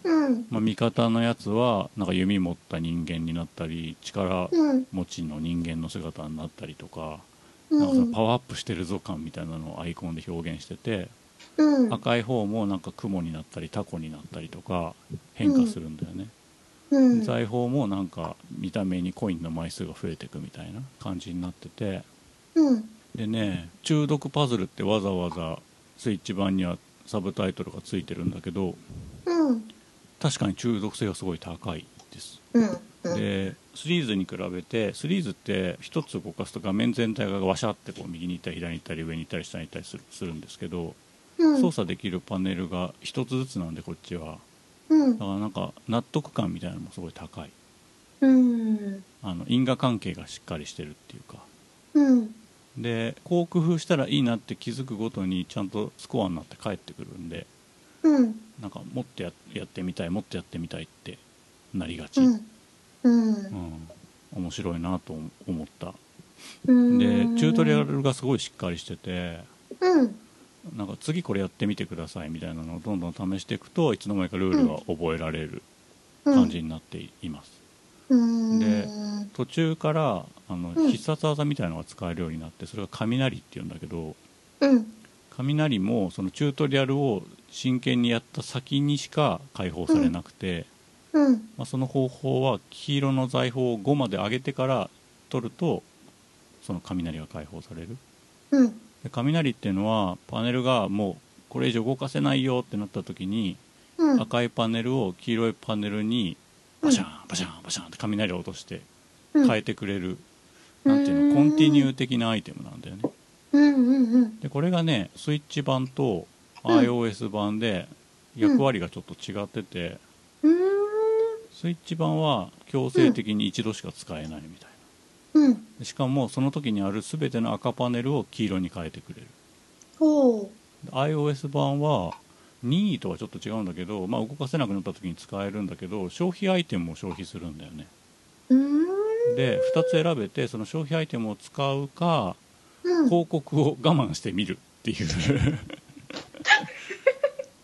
[SPEAKER 1] うん
[SPEAKER 2] まあ、味方のやつはなんか弓持った人間になったり力
[SPEAKER 1] うん
[SPEAKER 2] 持ちの人間の姿になったりとか,、
[SPEAKER 1] う
[SPEAKER 2] なんかその
[SPEAKER 1] ん
[SPEAKER 2] パワーアップしてるぞ感みたいなのをアイコンで表現してて、
[SPEAKER 1] うん
[SPEAKER 2] 赤い方もなんか雲になったりタコになったりとか変化するんだよね、
[SPEAKER 1] うん
[SPEAKER 2] 財宝もなんか見た目にコインの枚数が増えていくみたいな感じになってて
[SPEAKER 1] うん
[SPEAKER 2] でね中毒パズルってわざわざスイッチ版にはサブタイトルがついてるんだけど
[SPEAKER 1] うん
[SPEAKER 2] 確かに中毒性がすごい高いです
[SPEAKER 1] うんうん
[SPEAKER 2] でスリーズに比べてスリーズって1つ動かすと画面全体がワシャってこう右に行ったり左に行ったり上に行ったり下に行ったりするするんですけど
[SPEAKER 1] うん
[SPEAKER 2] 操作できるパネルが1つずつなんでこっちは
[SPEAKER 1] うん
[SPEAKER 2] だからなんか納得感みたいなのもすごい高い
[SPEAKER 1] うん
[SPEAKER 2] あの因果関係がしっかりしてるっていうか
[SPEAKER 1] うん
[SPEAKER 2] でこう工夫したらいいなって気づくごとにちゃんとスコアになって帰ってくるんで
[SPEAKER 1] うん
[SPEAKER 2] なんかもっとややってみたいもっとやってみたいってなりがち、
[SPEAKER 1] うんうん
[SPEAKER 2] うん面白いなと思思った
[SPEAKER 1] うん
[SPEAKER 2] でチュートリアルがすごいしっかりしてて
[SPEAKER 1] うん
[SPEAKER 2] なんか次これやってみてくださいみたいなのをどんどん試していくといつの間にかルールが覚えられる感じになっています、
[SPEAKER 1] うん
[SPEAKER 2] で途中からあの
[SPEAKER 1] うん
[SPEAKER 2] 必殺技みたいなのが使えるようになってそれが雷っていうんだけど
[SPEAKER 1] うん
[SPEAKER 2] 雷もそのチュートリアルを真剣にやった先にしか解放されなくて、
[SPEAKER 1] うん
[SPEAKER 2] まあ、その方法は黄色の財宝を5まで上げてから取るとその雷が解放される
[SPEAKER 1] うん
[SPEAKER 2] で雷っていうのはパネルがもうこれ以上動かせないよってなった時に
[SPEAKER 1] うん
[SPEAKER 2] 赤いパネルを黄色いパネルにバシャンバシャンバシャンって雷を落として変えてくれる、なんていうのコンティニュー的なアイテムなんだよね
[SPEAKER 1] うんうんうん
[SPEAKER 2] でこれがねスイッチ版と
[SPEAKER 1] うん
[SPEAKER 2] iOS 版で役割がちょっと違ってて、
[SPEAKER 1] うん
[SPEAKER 2] スイッチ版は強制的に一度しか使えないみたい
[SPEAKER 1] うん
[SPEAKER 2] なしかもその時にある全ての赤パネルを黄色に変えてくれる
[SPEAKER 1] ほう
[SPEAKER 2] で iOS 版は任意とはちょっと違うんだけど、まあ、動かせなくなった時に使えるんだけど消費アイテムを消費するんだよね
[SPEAKER 1] うん
[SPEAKER 2] で2つ選べてその消費アイテムを使うか
[SPEAKER 1] うん
[SPEAKER 2] 広告を我慢してみるっていう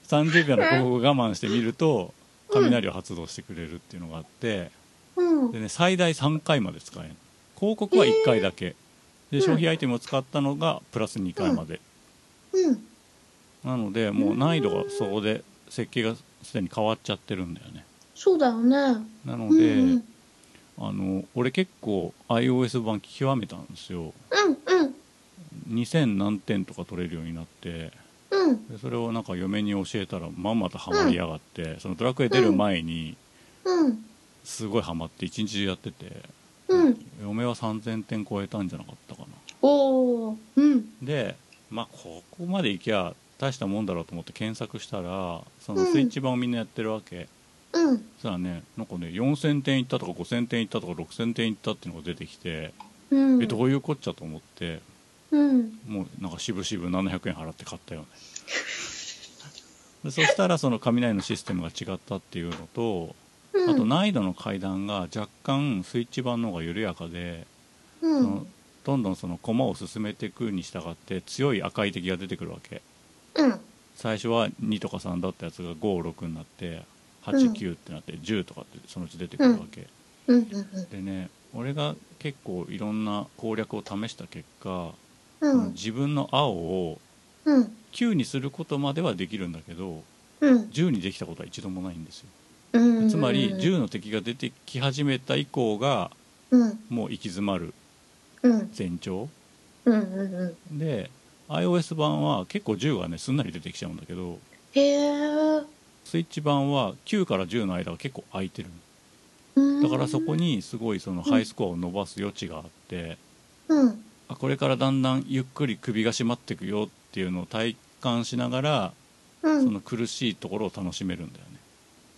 [SPEAKER 2] 30秒の広告を我慢してみると雷を発動してくれるっていうのがあって
[SPEAKER 1] うん
[SPEAKER 2] でね最大3回まで使える広告は1回だけで消費アイテムを使ったのがプラス2回まで
[SPEAKER 1] うん
[SPEAKER 2] なのでもう難易度がそこで設計がすでに変わっちゃってるんだよね
[SPEAKER 1] そうだよね
[SPEAKER 2] な
[SPEAKER 1] う
[SPEAKER 2] の
[SPEAKER 1] ん
[SPEAKER 2] で、
[SPEAKER 1] うん
[SPEAKER 2] あの俺結構 iOS 版極めたんですよ
[SPEAKER 1] うん
[SPEAKER 2] 2000何点とか取れるようになって
[SPEAKER 1] うん
[SPEAKER 2] でそれをなんか嫁に教えたらまんまとハマりやがって、そのドラクエ出る前に
[SPEAKER 1] うん
[SPEAKER 2] すごいハマって一日中やってて、
[SPEAKER 1] うん
[SPEAKER 2] 嫁は3000点超えたんじゃなかったかな
[SPEAKER 1] おーうん
[SPEAKER 2] でまあここまでいきゃ大したもんだろうと思って検索したらそのスイッチ版をみんなやってるわけ、
[SPEAKER 1] うん
[SPEAKER 2] そしたらねなんかね4000点いったとか5000点いったとか6000点いったっていうのが出てきて、
[SPEAKER 1] うん
[SPEAKER 2] えどういうこっちゃと思って
[SPEAKER 1] うん
[SPEAKER 2] もうなんか渋々700円払って買っ たよねでそしたらその雷のシステムが違ったっていうのと
[SPEAKER 1] うん
[SPEAKER 2] あと難易度の階段が若干スイッチ版の方が緩やかで、
[SPEAKER 1] う
[SPEAKER 2] その
[SPEAKER 1] ん
[SPEAKER 2] どんどんその駒を進めていくに従って強い赤い敵が出てくるわけ
[SPEAKER 1] うん
[SPEAKER 2] 最初は2とか3だったやつが56になって
[SPEAKER 1] うん
[SPEAKER 2] 89ってなって10とかってそのうち出てくるわけ、
[SPEAKER 1] うんうん
[SPEAKER 2] でね俺が結構いろんな攻略を試した結果、
[SPEAKER 1] う
[SPEAKER 2] その
[SPEAKER 1] ん
[SPEAKER 2] 自分の青を
[SPEAKER 1] うん
[SPEAKER 2] 9にすることまではできるんだけど
[SPEAKER 1] うん
[SPEAKER 2] 10にできたことは一度もないんですよ
[SPEAKER 1] うん
[SPEAKER 2] つまり10の敵が出てき始めた以降が
[SPEAKER 1] うん
[SPEAKER 2] もう行き詰まる
[SPEAKER 1] うん
[SPEAKER 2] 前兆
[SPEAKER 1] うんうんうん
[SPEAKER 2] で iOS 版は結構10がねすんなり出てきちゃうんだけど
[SPEAKER 1] へえ
[SPEAKER 2] スイッチ版は9から10の間が結構空いてるだからそこにすごいそのハイスコアを伸ばす余地があって
[SPEAKER 1] うん
[SPEAKER 2] あこれからだんだんゆっくり首が締まっていくよっていうのを体感しながら
[SPEAKER 1] うん
[SPEAKER 2] その苦しいところを楽しめるんだよね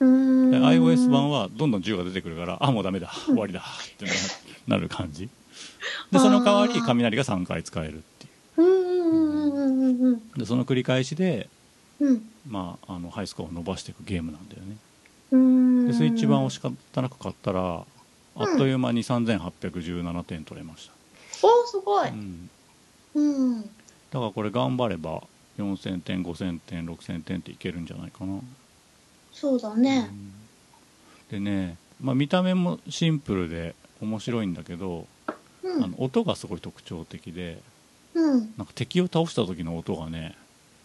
[SPEAKER 1] うーん
[SPEAKER 2] で iOS 版はどんどん10が出てくるからあもうダメ だ終わりだってななる感じでその代わり雷が3回使えるっていう
[SPEAKER 1] うんうんうんうんうんうん
[SPEAKER 2] でその繰り返しで
[SPEAKER 1] うん。
[SPEAKER 2] まあ、あのハイスコアを伸ばしていくゲームなんだよね
[SPEAKER 1] うーん。
[SPEAKER 2] でスイッチ版を
[SPEAKER 1] し
[SPEAKER 2] 仕方なく買ったらあっという間に3817点取れまし
[SPEAKER 1] おー、すご
[SPEAKER 2] た、
[SPEAKER 1] い。
[SPEAKER 2] うん、
[SPEAKER 1] うん。
[SPEAKER 2] だからこれ頑張れば4000点5000点6000点っていけるんじゃないかな
[SPEAKER 1] そうだね
[SPEAKER 2] う。んでね、まあ、見た目もシンプルで面白いんだけど、
[SPEAKER 1] う
[SPEAKER 2] あ
[SPEAKER 1] ん。
[SPEAKER 2] の音がすごい特徴的で
[SPEAKER 1] うん。
[SPEAKER 2] なんか敵を倒した時の音がね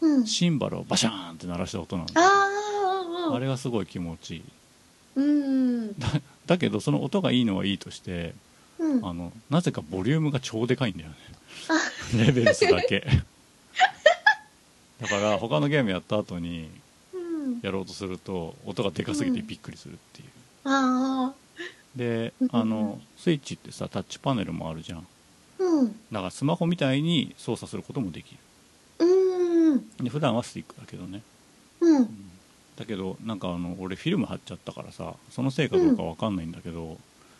[SPEAKER 1] うん。
[SPEAKER 2] シンバルをバシャーンって鳴らした音なんですよ
[SPEAKER 1] ああ、うん。
[SPEAKER 2] あれがすごい気持ちいい
[SPEAKER 1] うん。
[SPEAKER 2] だけどその音がいいのはいいとして
[SPEAKER 1] うん。
[SPEAKER 2] あのなぜかボリュームが超でかいんだよねレベルスだけだから他のゲームやった後に
[SPEAKER 1] うん。
[SPEAKER 2] やろうとすると音がでかすぎてびっくりするっていう、
[SPEAKER 1] ああ、
[SPEAKER 2] で
[SPEAKER 1] うん
[SPEAKER 2] あのスイッチってさタッチパネルもあるじゃん
[SPEAKER 1] うん。
[SPEAKER 2] だからスマホみたいに操作することもでき
[SPEAKER 1] うん。
[SPEAKER 2] るで普段はスティックだけどね
[SPEAKER 1] うん。
[SPEAKER 2] だけどなんかあの俺フィルム貼っちゃったからさそのせいかどうかわかんないんだけど、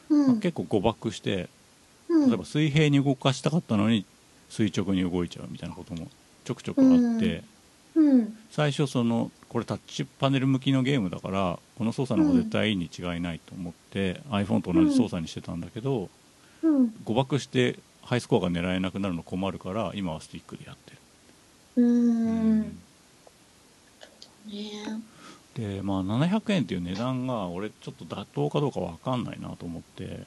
[SPEAKER 1] う
[SPEAKER 2] まあ
[SPEAKER 1] ん。
[SPEAKER 2] 結構誤爆して
[SPEAKER 1] うん
[SPEAKER 2] 例えば水平に動かしたかったのに垂直に動いちゃうみたいなこともちょくちょくあって、
[SPEAKER 1] うんうん。
[SPEAKER 2] 最初そのこれタッチパネル向きのゲームだからこの操作の方が絶対いいに違いないと思って、iPhone と同じ操作にしてたんだけど、
[SPEAKER 1] うん。
[SPEAKER 2] 誤爆してハイスコアが狙えなくなるの困るから今はスティックでやってる、
[SPEAKER 1] うん。ね
[SPEAKER 2] でまあ700円っていう値段が俺ちょっと妥当かどうかわかんないなと思って、
[SPEAKER 1] うん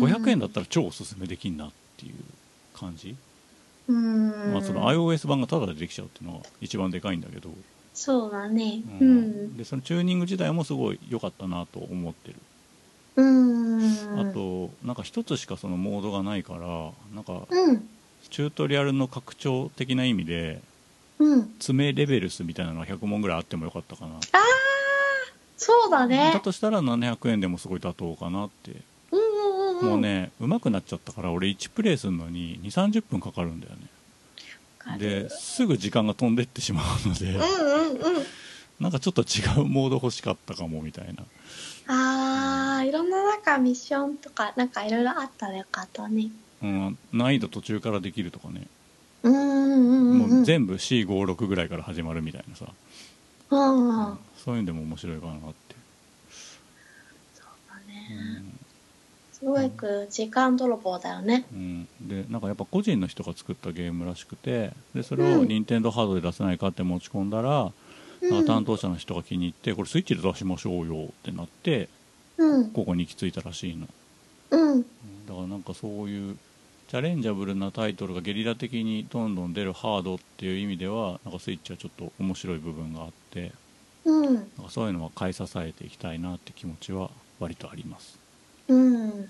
[SPEAKER 2] 500円だったら超おすすめできんなっていう感じ、
[SPEAKER 1] うん。
[SPEAKER 2] まあ、その iOS 版がタダでできちゃうっていうのが一番でかいんだけど、
[SPEAKER 1] そうだね。
[SPEAKER 2] うん
[SPEAKER 1] うん。
[SPEAKER 2] でそのチューニング自体もすごい良かったなと思ってる、
[SPEAKER 1] うん。
[SPEAKER 2] あ、となんか一つしかそのモードがないからなんか
[SPEAKER 1] うん。
[SPEAKER 2] チュートリアルの拡張的な意味で
[SPEAKER 1] うん。
[SPEAKER 2] 爪レベルスみたいなのが100問ぐらいあってもよかったかな、
[SPEAKER 1] ああ、そうだ
[SPEAKER 2] だ
[SPEAKER 1] ね。
[SPEAKER 2] としたら700円でもすごい妥当かなって、
[SPEAKER 1] うんうんうん。
[SPEAKER 2] もう。ねうまくなっちゃったから俺1プレイするのに2 3 0分かかるんだよねですぐ時間が飛んでってしまうので
[SPEAKER 1] うんうんうん。
[SPEAKER 2] なんかちょっと違うモード欲しかったかもみたいな
[SPEAKER 1] ああ、いろんななんかミッションとか、なんかいろいろあったらよかったね。
[SPEAKER 2] うん、難易度途中からできるとかね、
[SPEAKER 1] うんうんうん。
[SPEAKER 2] もう
[SPEAKER 1] 部。
[SPEAKER 2] 全部 C56 ぐらいから始まるみたいなさ、
[SPEAKER 1] うん。
[SPEAKER 2] そういうのでも面白いかなって、
[SPEAKER 1] だね。すごく時間泥棒だよね。
[SPEAKER 2] うんでなんかやっぱ個人の人が作ったゲームらしくてでそれを
[SPEAKER 1] うん
[SPEAKER 2] 任天堂ハードで出せないかって持ち込んだら、なんか担当者の人が気に入ってこれスイッチで出しましょうよってなって
[SPEAKER 1] うん。
[SPEAKER 2] ここに行き着いたらしいの
[SPEAKER 1] うん。
[SPEAKER 2] うんだからなんかそういうチャレンジャブルなタイトルがゲリラ的にどんどん出るハードっていう意味ではなんかスイッチはちょっと面白い部分があって
[SPEAKER 1] うん。
[SPEAKER 2] なんかそういうのは買い支えていきたいなって気持ちは割とあります、
[SPEAKER 1] うん。
[SPEAKER 2] うん
[SPEAKER 1] うん。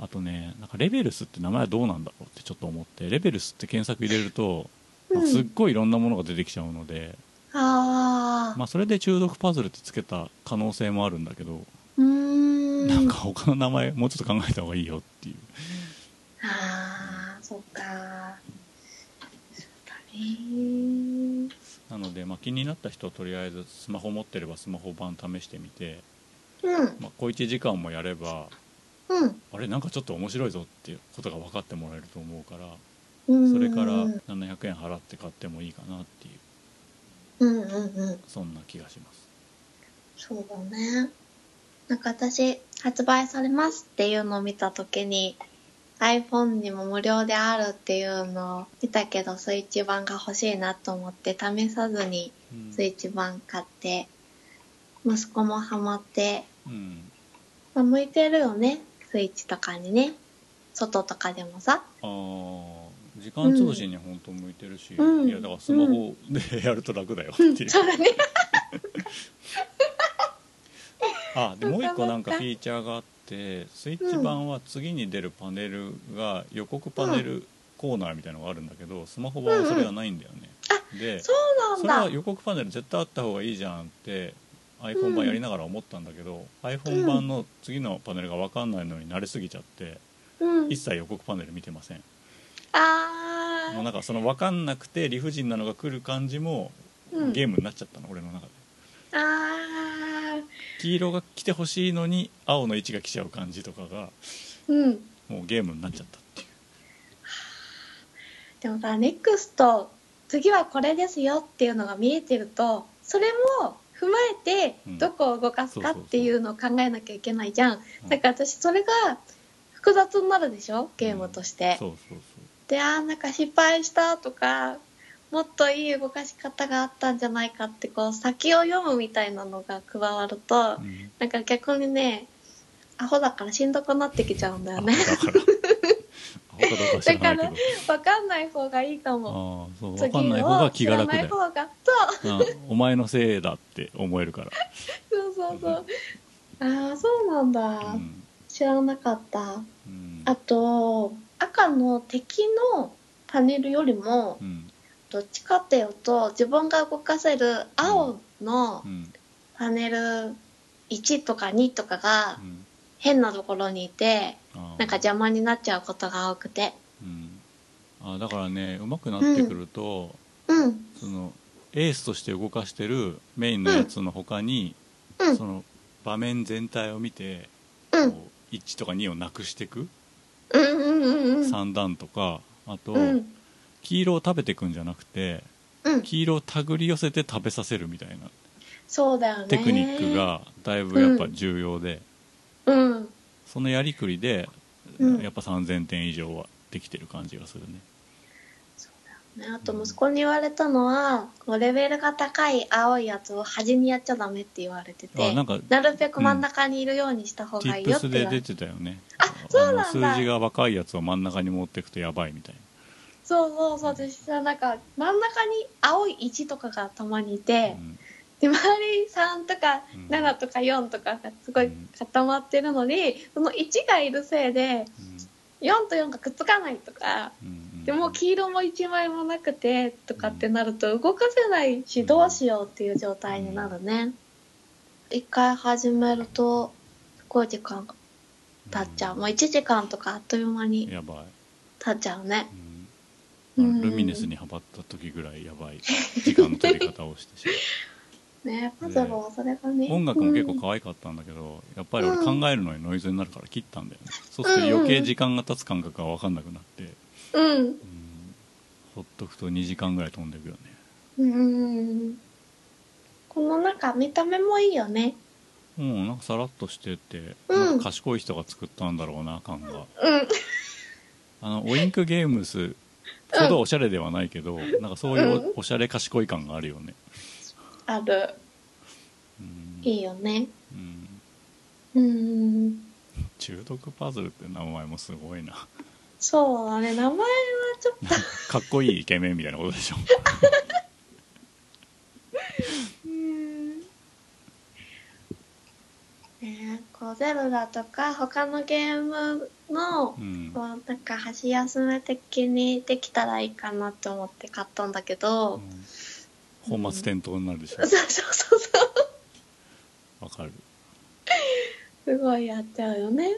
[SPEAKER 2] あとねなんかレベルスって名前はどうなんだろうってちょっと思ってレベルスって検索入れると、なんかすっごいいろんなものが出てきちゃうので、
[SPEAKER 1] ああ。
[SPEAKER 2] まあ、それで中毒パズルってつけた可能性もあるんだけど、
[SPEAKER 1] うーん。
[SPEAKER 2] なんか他の名前もうちょっと考えた方がいいよっていう
[SPEAKER 1] ああ、そっか。そう
[SPEAKER 2] なので、まあ、気になった人はとりあえずスマホ持ってればスマホ版試してみて、
[SPEAKER 1] だね。
[SPEAKER 2] まあ、小1時間もやれば
[SPEAKER 1] うん。うん。
[SPEAKER 2] あれなんかちょっと面白いぞっていうことが分かってもらえると思うから
[SPEAKER 1] うん
[SPEAKER 2] それから700円払って買ってもいいかなっていう
[SPEAKER 1] うんうんうん。
[SPEAKER 2] そんな気がします
[SPEAKER 1] そうだね。なんか私、発売されますっていうのを見たときに、iPhone にも無料であるっていうのを見たけど、スイッチ版が欲しいなと思って試さずに
[SPEAKER 2] うん
[SPEAKER 1] スイッチ版買って、息子もハマって、
[SPEAKER 2] うん
[SPEAKER 1] まあ、向いてるよね、スイッチとかにね。外とかでもさ。
[SPEAKER 2] あー時間通信に本当向いてるし、
[SPEAKER 1] うん
[SPEAKER 2] いやだからスマホでやると楽だよってい う、
[SPEAKER 1] そうだね。
[SPEAKER 2] あでもう一個なんかフィーチャーがあってスイッチ版は次に出るパネルが予告パネルコーナーみたいのがあるんだけどスマホ版はそれがないんだよね、でそ
[SPEAKER 1] そう
[SPEAKER 2] れ
[SPEAKER 1] な
[SPEAKER 2] は
[SPEAKER 1] んだ。
[SPEAKER 2] 予告パネル絶対あった方がいいじゃんって iPhone 版やりながら思ったんだけど、iPhone 版の次のパネルが分かんないのに慣れすぎちゃって
[SPEAKER 1] うん
[SPEAKER 2] 一。切予告パネル見てません、
[SPEAKER 1] あ
[SPEAKER 2] もうなんかその分かんなくて理不尽なのが来る感じも
[SPEAKER 1] ー。うん、
[SPEAKER 2] ゲームになっちゃったの、俺の中で
[SPEAKER 1] あー。
[SPEAKER 2] 黄色が来てほしいのに青の位置が来ちゃう感じとかが
[SPEAKER 1] うん。
[SPEAKER 2] もうゲームになっちゃったっていう
[SPEAKER 1] でもさ、ネクスト次はこれですよっていうのが見えてるとそれも踏まえて
[SPEAKER 2] うん
[SPEAKER 1] どこを動かすか
[SPEAKER 2] そうそうそう
[SPEAKER 1] っていうのを考えなきゃいけないじゃん
[SPEAKER 2] ん
[SPEAKER 1] だから私それが複雑になるでしょゲームとして
[SPEAKER 2] そうそう
[SPEAKER 1] であーなんか失敗したとかもっといい動かし方があったんじゃないかってこう先を読むみたいなのが加わると
[SPEAKER 2] そう、うん
[SPEAKER 1] なんか逆にねアホだからしんどくなってきちゃうんだ
[SPEAKER 2] ア
[SPEAKER 1] よ
[SPEAKER 2] ホ
[SPEAKER 1] ね
[SPEAKER 2] だ からアホかどうかは知らな
[SPEAKER 1] わ
[SPEAKER 2] いけど
[SPEAKER 1] かんない方がいいか
[SPEAKER 2] ああ
[SPEAKER 1] も
[SPEAKER 2] ーそう分
[SPEAKER 1] 次
[SPEAKER 2] かんない方
[SPEAKER 1] を
[SPEAKER 2] が
[SPEAKER 1] 知
[SPEAKER 2] 気
[SPEAKER 1] ら
[SPEAKER 2] が楽
[SPEAKER 1] な
[SPEAKER 2] だ
[SPEAKER 1] い
[SPEAKER 2] よ
[SPEAKER 1] 方がそう
[SPEAKER 2] うんお前のせいだって思えるから、
[SPEAKER 1] そうそうそうああそうなんだ、
[SPEAKER 2] うん
[SPEAKER 1] 知らなかった
[SPEAKER 2] うん
[SPEAKER 1] あと赤の敵のパネルよりも
[SPEAKER 2] うん
[SPEAKER 1] どっちかっていうと自分が動かせる青の
[SPEAKER 2] うん
[SPEAKER 1] パネル1とか2とかが
[SPEAKER 2] うん
[SPEAKER 1] 変なところにいて
[SPEAKER 2] あー
[SPEAKER 1] なんか邪魔になっちゃうことが多くて
[SPEAKER 2] うん、あーだからね上手くなってくると、
[SPEAKER 3] うん、
[SPEAKER 2] そのエースとして動かしてるメインのやつの他に、
[SPEAKER 3] うん
[SPEAKER 2] その場面全体を見て、
[SPEAKER 3] うん
[SPEAKER 2] こう1とか2をなくしていく、
[SPEAKER 3] うんうんうんうん。
[SPEAKER 2] 三段とかあと、
[SPEAKER 1] うん
[SPEAKER 2] 黄色を食べていくんじゃなくて
[SPEAKER 3] うん
[SPEAKER 2] 黄色を手繰り寄せて食べさせるみたいな
[SPEAKER 1] そうだよね
[SPEAKER 2] テクニックがだいぶやっぱ重要
[SPEAKER 1] う
[SPEAKER 2] で、
[SPEAKER 1] ん
[SPEAKER 2] そのやりくりで、
[SPEAKER 1] うん
[SPEAKER 2] やっぱ3000点以上はできてる感じがするね。
[SPEAKER 1] ねあと息子に言われたのはこうレベルが高い青いやつを端にやっちゃダメって言われて
[SPEAKER 2] あ
[SPEAKER 1] て
[SPEAKER 2] なんか
[SPEAKER 1] なるべく真ん中にいるようにした方がいいよって言
[SPEAKER 2] Tips で
[SPEAKER 1] われ
[SPEAKER 2] 出
[SPEAKER 1] て、
[SPEAKER 2] てたよね
[SPEAKER 1] そうなんだ
[SPEAKER 2] あの数字が若いやつを真ん中に持ってくとやばいみたい
[SPEAKER 1] そうそうそう私さなんか真ん中に青い1とかがたまにい
[SPEAKER 2] な、
[SPEAKER 1] て
[SPEAKER 2] う、ん
[SPEAKER 1] で周り3とか
[SPEAKER 2] うん
[SPEAKER 1] 7とか4とかがすごい固まってるのにその1がいるせいで4と4がくっつかないとか
[SPEAKER 2] うんうん
[SPEAKER 1] でもう黄色も1枚もなくてとかってなると動かせないしどうしようっていう状態になるね一回始めるとすごい時間が経っちゃうもう1時間とかあっという間に
[SPEAKER 2] やばい、
[SPEAKER 1] 経っちゃうね
[SPEAKER 2] うんあの
[SPEAKER 1] うん
[SPEAKER 2] ルミネスにはまった時ぐらいやばい時間の取り方をして し
[SPEAKER 1] ねパズルはそれが
[SPEAKER 2] ま
[SPEAKER 1] ね
[SPEAKER 2] う音楽も結構可愛かったんだけどやっぱり俺考えるのにノイズになるから切ったんだよねそうすると余計時間が経つ感覚が分かんなくなって、うん、
[SPEAKER 1] うん
[SPEAKER 2] ほっとくと2時間ぐらい飛んでいくよね
[SPEAKER 1] うんうんこのなんか見た目もいいよね
[SPEAKER 2] うんなんかさらっとしてて、
[SPEAKER 3] うん
[SPEAKER 2] なんか賢い人が作ったんだろうな感が
[SPEAKER 1] うん
[SPEAKER 2] あのオインクゲームスほどおしゃれではないけど、なんかそういうおおしゃれ賢い感があるよね。
[SPEAKER 1] ある
[SPEAKER 2] うん
[SPEAKER 1] いいよねう
[SPEAKER 2] うん
[SPEAKER 1] ん
[SPEAKER 2] 中毒パズルって名前もすごいな。
[SPEAKER 1] そうだね名前はちょっと
[SPEAKER 2] かっこいいイケメンみたいなことでしょ。
[SPEAKER 1] ねえこうゼルダとか他のゲームのこ
[SPEAKER 2] うん
[SPEAKER 1] うなんか箸休め的にできたらいいかなと思って買ったんだけど、
[SPEAKER 2] うん本末転倒になるでしょ
[SPEAKER 1] そう。そうそうそう
[SPEAKER 2] わかる。
[SPEAKER 1] すごいやっちゃうよね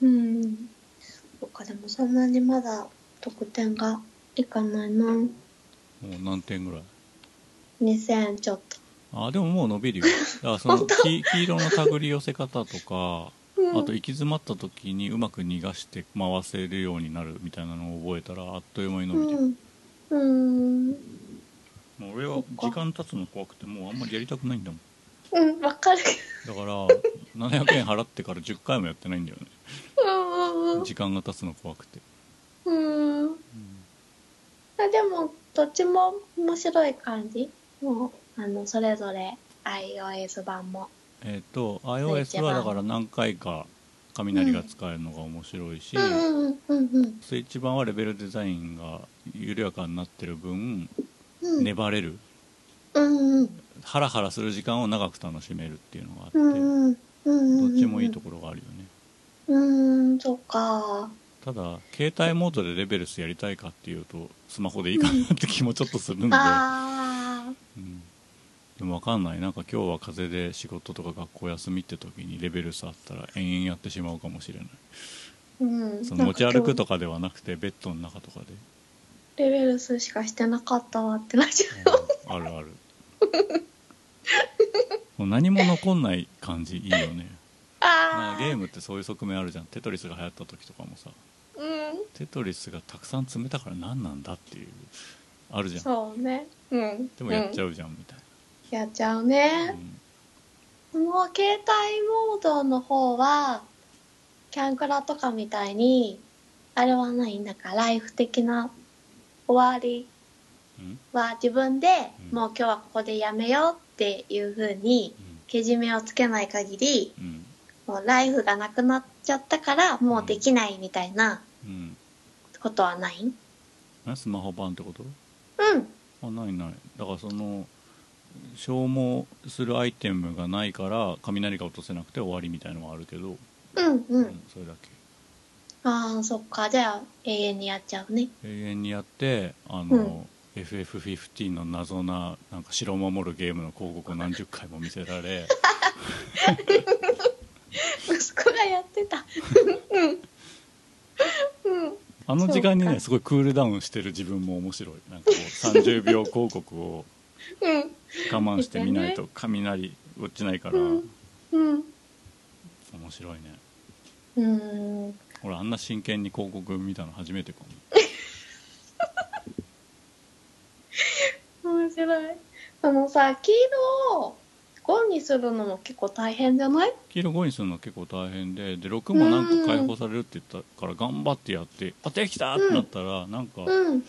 [SPEAKER 2] うん
[SPEAKER 1] うんそっかでもそんなにまだ得点がいかないな
[SPEAKER 2] もう何点ぐらい。
[SPEAKER 1] 2000ちょっ
[SPEAKER 2] あでももう伸 びるよ。だからその黄黄色の手繰り寄せ方とか、
[SPEAKER 1] と、うん、
[SPEAKER 2] あと行き詰まった時にうまく逃がして回せるようになるみたいなのを覚えたらあっという間に伸びてくる。
[SPEAKER 1] うんうん
[SPEAKER 2] もう俺は時間経つの怖くてもうあんまりやりたくないんだもん
[SPEAKER 1] うんわかる
[SPEAKER 2] だから700円払ってから10回もやってないんだよね
[SPEAKER 1] うんうんうん
[SPEAKER 2] 時間が経つの怖くて、
[SPEAKER 1] うん
[SPEAKER 2] うん
[SPEAKER 1] あでもどっちも面白い感じもうあのそれぞれ iOS 版も
[SPEAKER 2] えっ、と iOS はだから何回か雷が使えるのが面白いし、
[SPEAKER 1] うんうんうんうん
[SPEAKER 2] スイッチ版はレベルデザインが緩やかになってる分
[SPEAKER 1] うん
[SPEAKER 2] 粘れる
[SPEAKER 1] うんうん
[SPEAKER 2] ハラハラする時間を長く楽しめるっていうのがあって、
[SPEAKER 1] うんうん
[SPEAKER 2] どっちもいいと
[SPEAKER 1] こ
[SPEAKER 2] ころがあるよね
[SPEAKER 1] うんそっか
[SPEAKER 2] ただ携帯モードでレベルスやりたいかっていうとスマホでいいかなって気もちょっとするんで、
[SPEAKER 1] あ
[SPEAKER 2] うんでも分かんないなんか今日は風邪で仕事とか学校休みって時にレベル差あったら延々やってしまうかもしれない
[SPEAKER 1] ーうん
[SPEAKER 2] その持ち歩くと
[SPEAKER 1] か
[SPEAKER 2] かではなくてベッドの中とかで、
[SPEAKER 1] レベル数しかしてなかったわってなっちゃ
[SPEAKER 2] うんあるあるもう何も残んない感じいいよね
[SPEAKER 1] う
[SPEAKER 2] なん
[SPEAKER 1] あ
[SPEAKER 2] か
[SPEAKER 1] ー
[SPEAKER 2] ゲームってそういう側面あるじゃんテトリスが流行った時とかもさ
[SPEAKER 1] うん
[SPEAKER 2] テトリスがたくさん詰めたから何なんだっていうあるじゃん
[SPEAKER 1] そうね。うん。
[SPEAKER 2] でもやっち
[SPEAKER 1] ゃ
[SPEAKER 2] ゃうじゃんみたい
[SPEAKER 1] うん。やっちゃう
[SPEAKER 2] な、う
[SPEAKER 1] ね。
[SPEAKER 2] ん
[SPEAKER 1] もう携帯モードの方は、キャンクラとかみたいに、あれはないんだから、ライフ的な終わり
[SPEAKER 2] うん
[SPEAKER 1] は自分で、
[SPEAKER 2] うん
[SPEAKER 1] もう今日はここでやめようっていう風に、けじめをつけない限り、
[SPEAKER 2] うんうん
[SPEAKER 1] もうライフがなくなっちゃったから、もうできないみたいな
[SPEAKER 2] うん
[SPEAKER 1] ことはない
[SPEAKER 2] えスマホ版ってこと
[SPEAKER 1] うん。
[SPEAKER 2] あないないだからその消耗するアイテムがないから雷が落とせなくて終わりみたいのはあるけど、
[SPEAKER 1] うんう。
[SPEAKER 2] うんそれだけ
[SPEAKER 1] ああ、そっか。じゃあ、永遠にやっちゃうね。
[SPEAKER 2] 永遠にやってあの、FF15 の謎ななんか城を守るゲームの広告を何十回も見せら れ
[SPEAKER 1] 息子がやって た。うん。うん。
[SPEAKER 2] あの時間に
[SPEAKER 1] そう
[SPEAKER 2] ね
[SPEAKER 1] か
[SPEAKER 2] すごいクールダウンしてる自分も面白いなんかこう30秒広告を
[SPEAKER 1] うん。
[SPEAKER 2] 我慢して見ない と雷落ちないか
[SPEAKER 1] う
[SPEAKER 2] ら
[SPEAKER 1] んうん。
[SPEAKER 2] 面白いね
[SPEAKER 1] うん。
[SPEAKER 2] 俺あんな真剣に広告見たの初めてかも
[SPEAKER 1] 面白い。あのさ、黄色を5にするのも結構大変じゃない
[SPEAKER 2] 黄色5にするのは結構大変でで6もなんか解放されるって言ったから頑張ってやってあできたってなったらなんか
[SPEAKER 1] うん。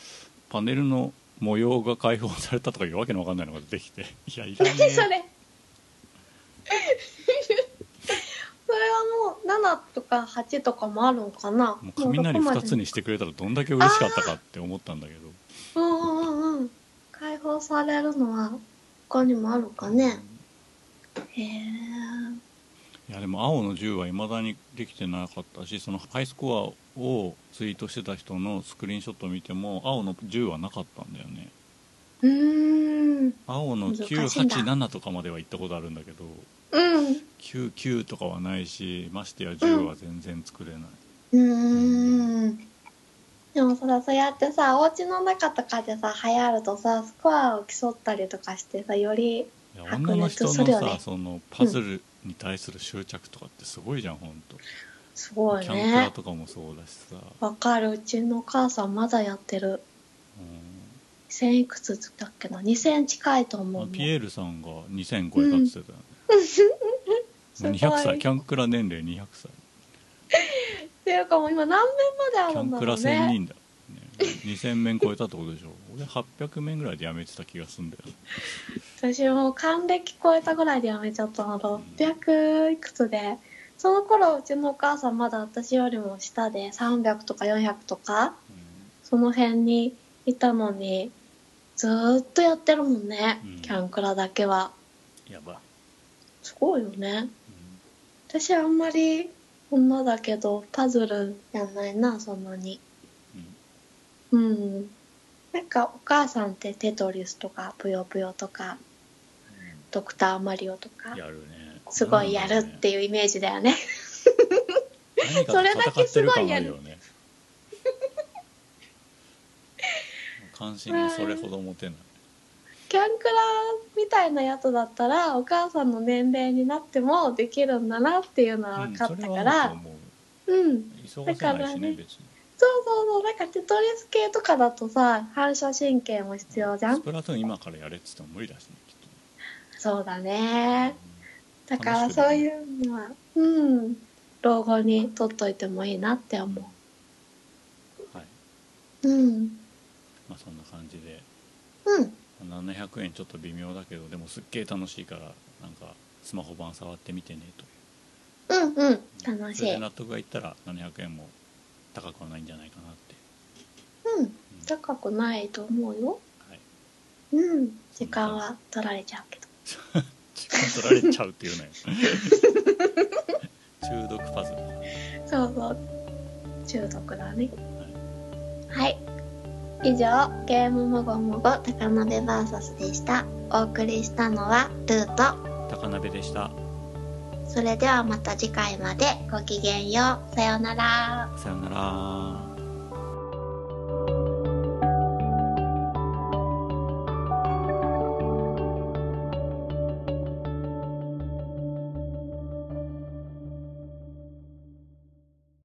[SPEAKER 2] パネルの模様が解放されたとかいうわけのわかんないのが出て きていやいらね
[SPEAKER 1] 何それそ
[SPEAKER 2] え
[SPEAKER 1] れはもう7とか8とかもあるのかな
[SPEAKER 2] もう雷2つ
[SPEAKER 1] に。
[SPEAKER 2] にしてくれたらどんだけ嬉しかったかって思ったんだけど
[SPEAKER 1] うんうんうん。解放されるのは他にもあるのかね。へえ。
[SPEAKER 2] いやでも青の10はいまだにできてなかったしそのハイスコアをツイートしてた人のスクリーンショットを見ても青の10はなかったんだよね
[SPEAKER 1] うーん。
[SPEAKER 2] 青の
[SPEAKER 1] 難しいんだ
[SPEAKER 2] 987とかまでは行ったことあるんだけど
[SPEAKER 1] うん。
[SPEAKER 2] 99とかはないしましてや10は全然作れない、
[SPEAKER 1] うーんでもさそうやってさお家の中とかでさ流行るとさスコアを競ったりとかしてさより
[SPEAKER 2] いや
[SPEAKER 1] あ
[SPEAKER 2] 女の人の
[SPEAKER 1] これとそれよ
[SPEAKER 2] さ、
[SPEAKER 1] ね
[SPEAKER 2] そのパズルに対する執着とかってすごいじゃんほんと
[SPEAKER 1] すごい
[SPEAKER 2] キャンプラ
[SPEAKER 1] ね
[SPEAKER 2] とかもそうだしさ、
[SPEAKER 1] わかるうちのお母さんまだやってる
[SPEAKER 2] う
[SPEAKER 1] 2000いくつだっけな2000近いと
[SPEAKER 2] ん
[SPEAKER 1] 思
[SPEAKER 2] あ
[SPEAKER 1] うもん
[SPEAKER 2] ピエールさんが2000超えたって言ってたよね、
[SPEAKER 1] すごい
[SPEAKER 2] 200歳キャンクラ年齢200歳
[SPEAKER 1] っていうかもう今何面ま
[SPEAKER 2] キ
[SPEAKER 1] であ
[SPEAKER 2] ャ
[SPEAKER 1] るん
[SPEAKER 2] ン
[SPEAKER 1] だ
[SPEAKER 2] ク
[SPEAKER 1] ろ
[SPEAKER 2] ラ
[SPEAKER 1] う
[SPEAKER 2] 1000
[SPEAKER 1] ね
[SPEAKER 2] 人だ、ね、2000面超えたってことでしょ俺800面ぐらいでやめてた気がすんだよ
[SPEAKER 1] 私もう還暦超えたぐらいでやめちゃったの600いくつでその頃うちのお母さんまだ私よりも下で300とか400とかその辺にいたのに、ずーっとやってるもんね、
[SPEAKER 2] うん
[SPEAKER 1] キャンクラだけは。
[SPEAKER 2] うんやばい、
[SPEAKER 1] すごいよね。
[SPEAKER 2] うん
[SPEAKER 1] 私あんまり女だけど、パズルやんないな、そんなに。
[SPEAKER 2] うん
[SPEAKER 1] うん。なんかお母さんってテトリスとか、ぷよぷよとか、ドクターマリオとか
[SPEAKER 2] や、るね
[SPEAKER 1] すごいやるっていうイメージだよね。
[SPEAKER 2] 何かと
[SPEAKER 1] それだけすごいやる
[SPEAKER 2] 戦って感あ よね関心がそれほど持てない
[SPEAKER 1] キャンクラみたいなやつだったら、お母さんの年齢になってもできるんだなっていうのは分かったか
[SPEAKER 2] う
[SPEAKER 1] ら
[SPEAKER 2] ん、
[SPEAKER 1] うん。
[SPEAKER 2] それはあると思う忙せないしね
[SPEAKER 1] だからね
[SPEAKER 2] 別に
[SPEAKER 1] そうそうそう、なんかテトリス系とかだとさ、反射神経も必要じゃ
[SPEAKER 2] ス
[SPEAKER 1] ん。
[SPEAKER 2] プラトゥーン今からやれっつっても無理だしねきっ
[SPEAKER 1] そうだ
[SPEAKER 2] と
[SPEAKER 1] ね。だからそういうのは、うん、老後に取っといてもいいなって
[SPEAKER 2] うん
[SPEAKER 1] 思
[SPEAKER 2] はい、
[SPEAKER 1] う。うん。
[SPEAKER 2] まあ、そんな感じで
[SPEAKER 1] うん。
[SPEAKER 2] 700円ちょっと微妙だけどでもすっげえ楽しいからなんかスマホ版触ってみてねと
[SPEAKER 1] うんうん。楽
[SPEAKER 2] そ
[SPEAKER 1] し
[SPEAKER 2] れ
[SPEAKER 1] い。
[SPEAKER 2] で
[SPEAKER 1] う
[SPEAKER 2] 納得がいったら700円も高くはないんじゃないかなって、
[SPEAKER 1] ん。
[SPEAKER 2] うん
[SPEAKER 1] 高くないと思うよ。
[SPEAKER 2] はい、
[SPEAKER 1] うん。時間は取られちゃうけど。
[SPEAKER 2] 時間取られちゃうっていうね 中毒パズル
[SPEAKER 1] そうそう。中毒だね。はい。以上、ゲームもごもご
[SPEAKER 4] 高鍋バーサスでした。お送りしたのはルート。
[SPEAKER 2] 高鍋でした
[SPEAKER 4] それではまた次回までごきげんよう。さようなら。
[SPEAKER 2] さよなら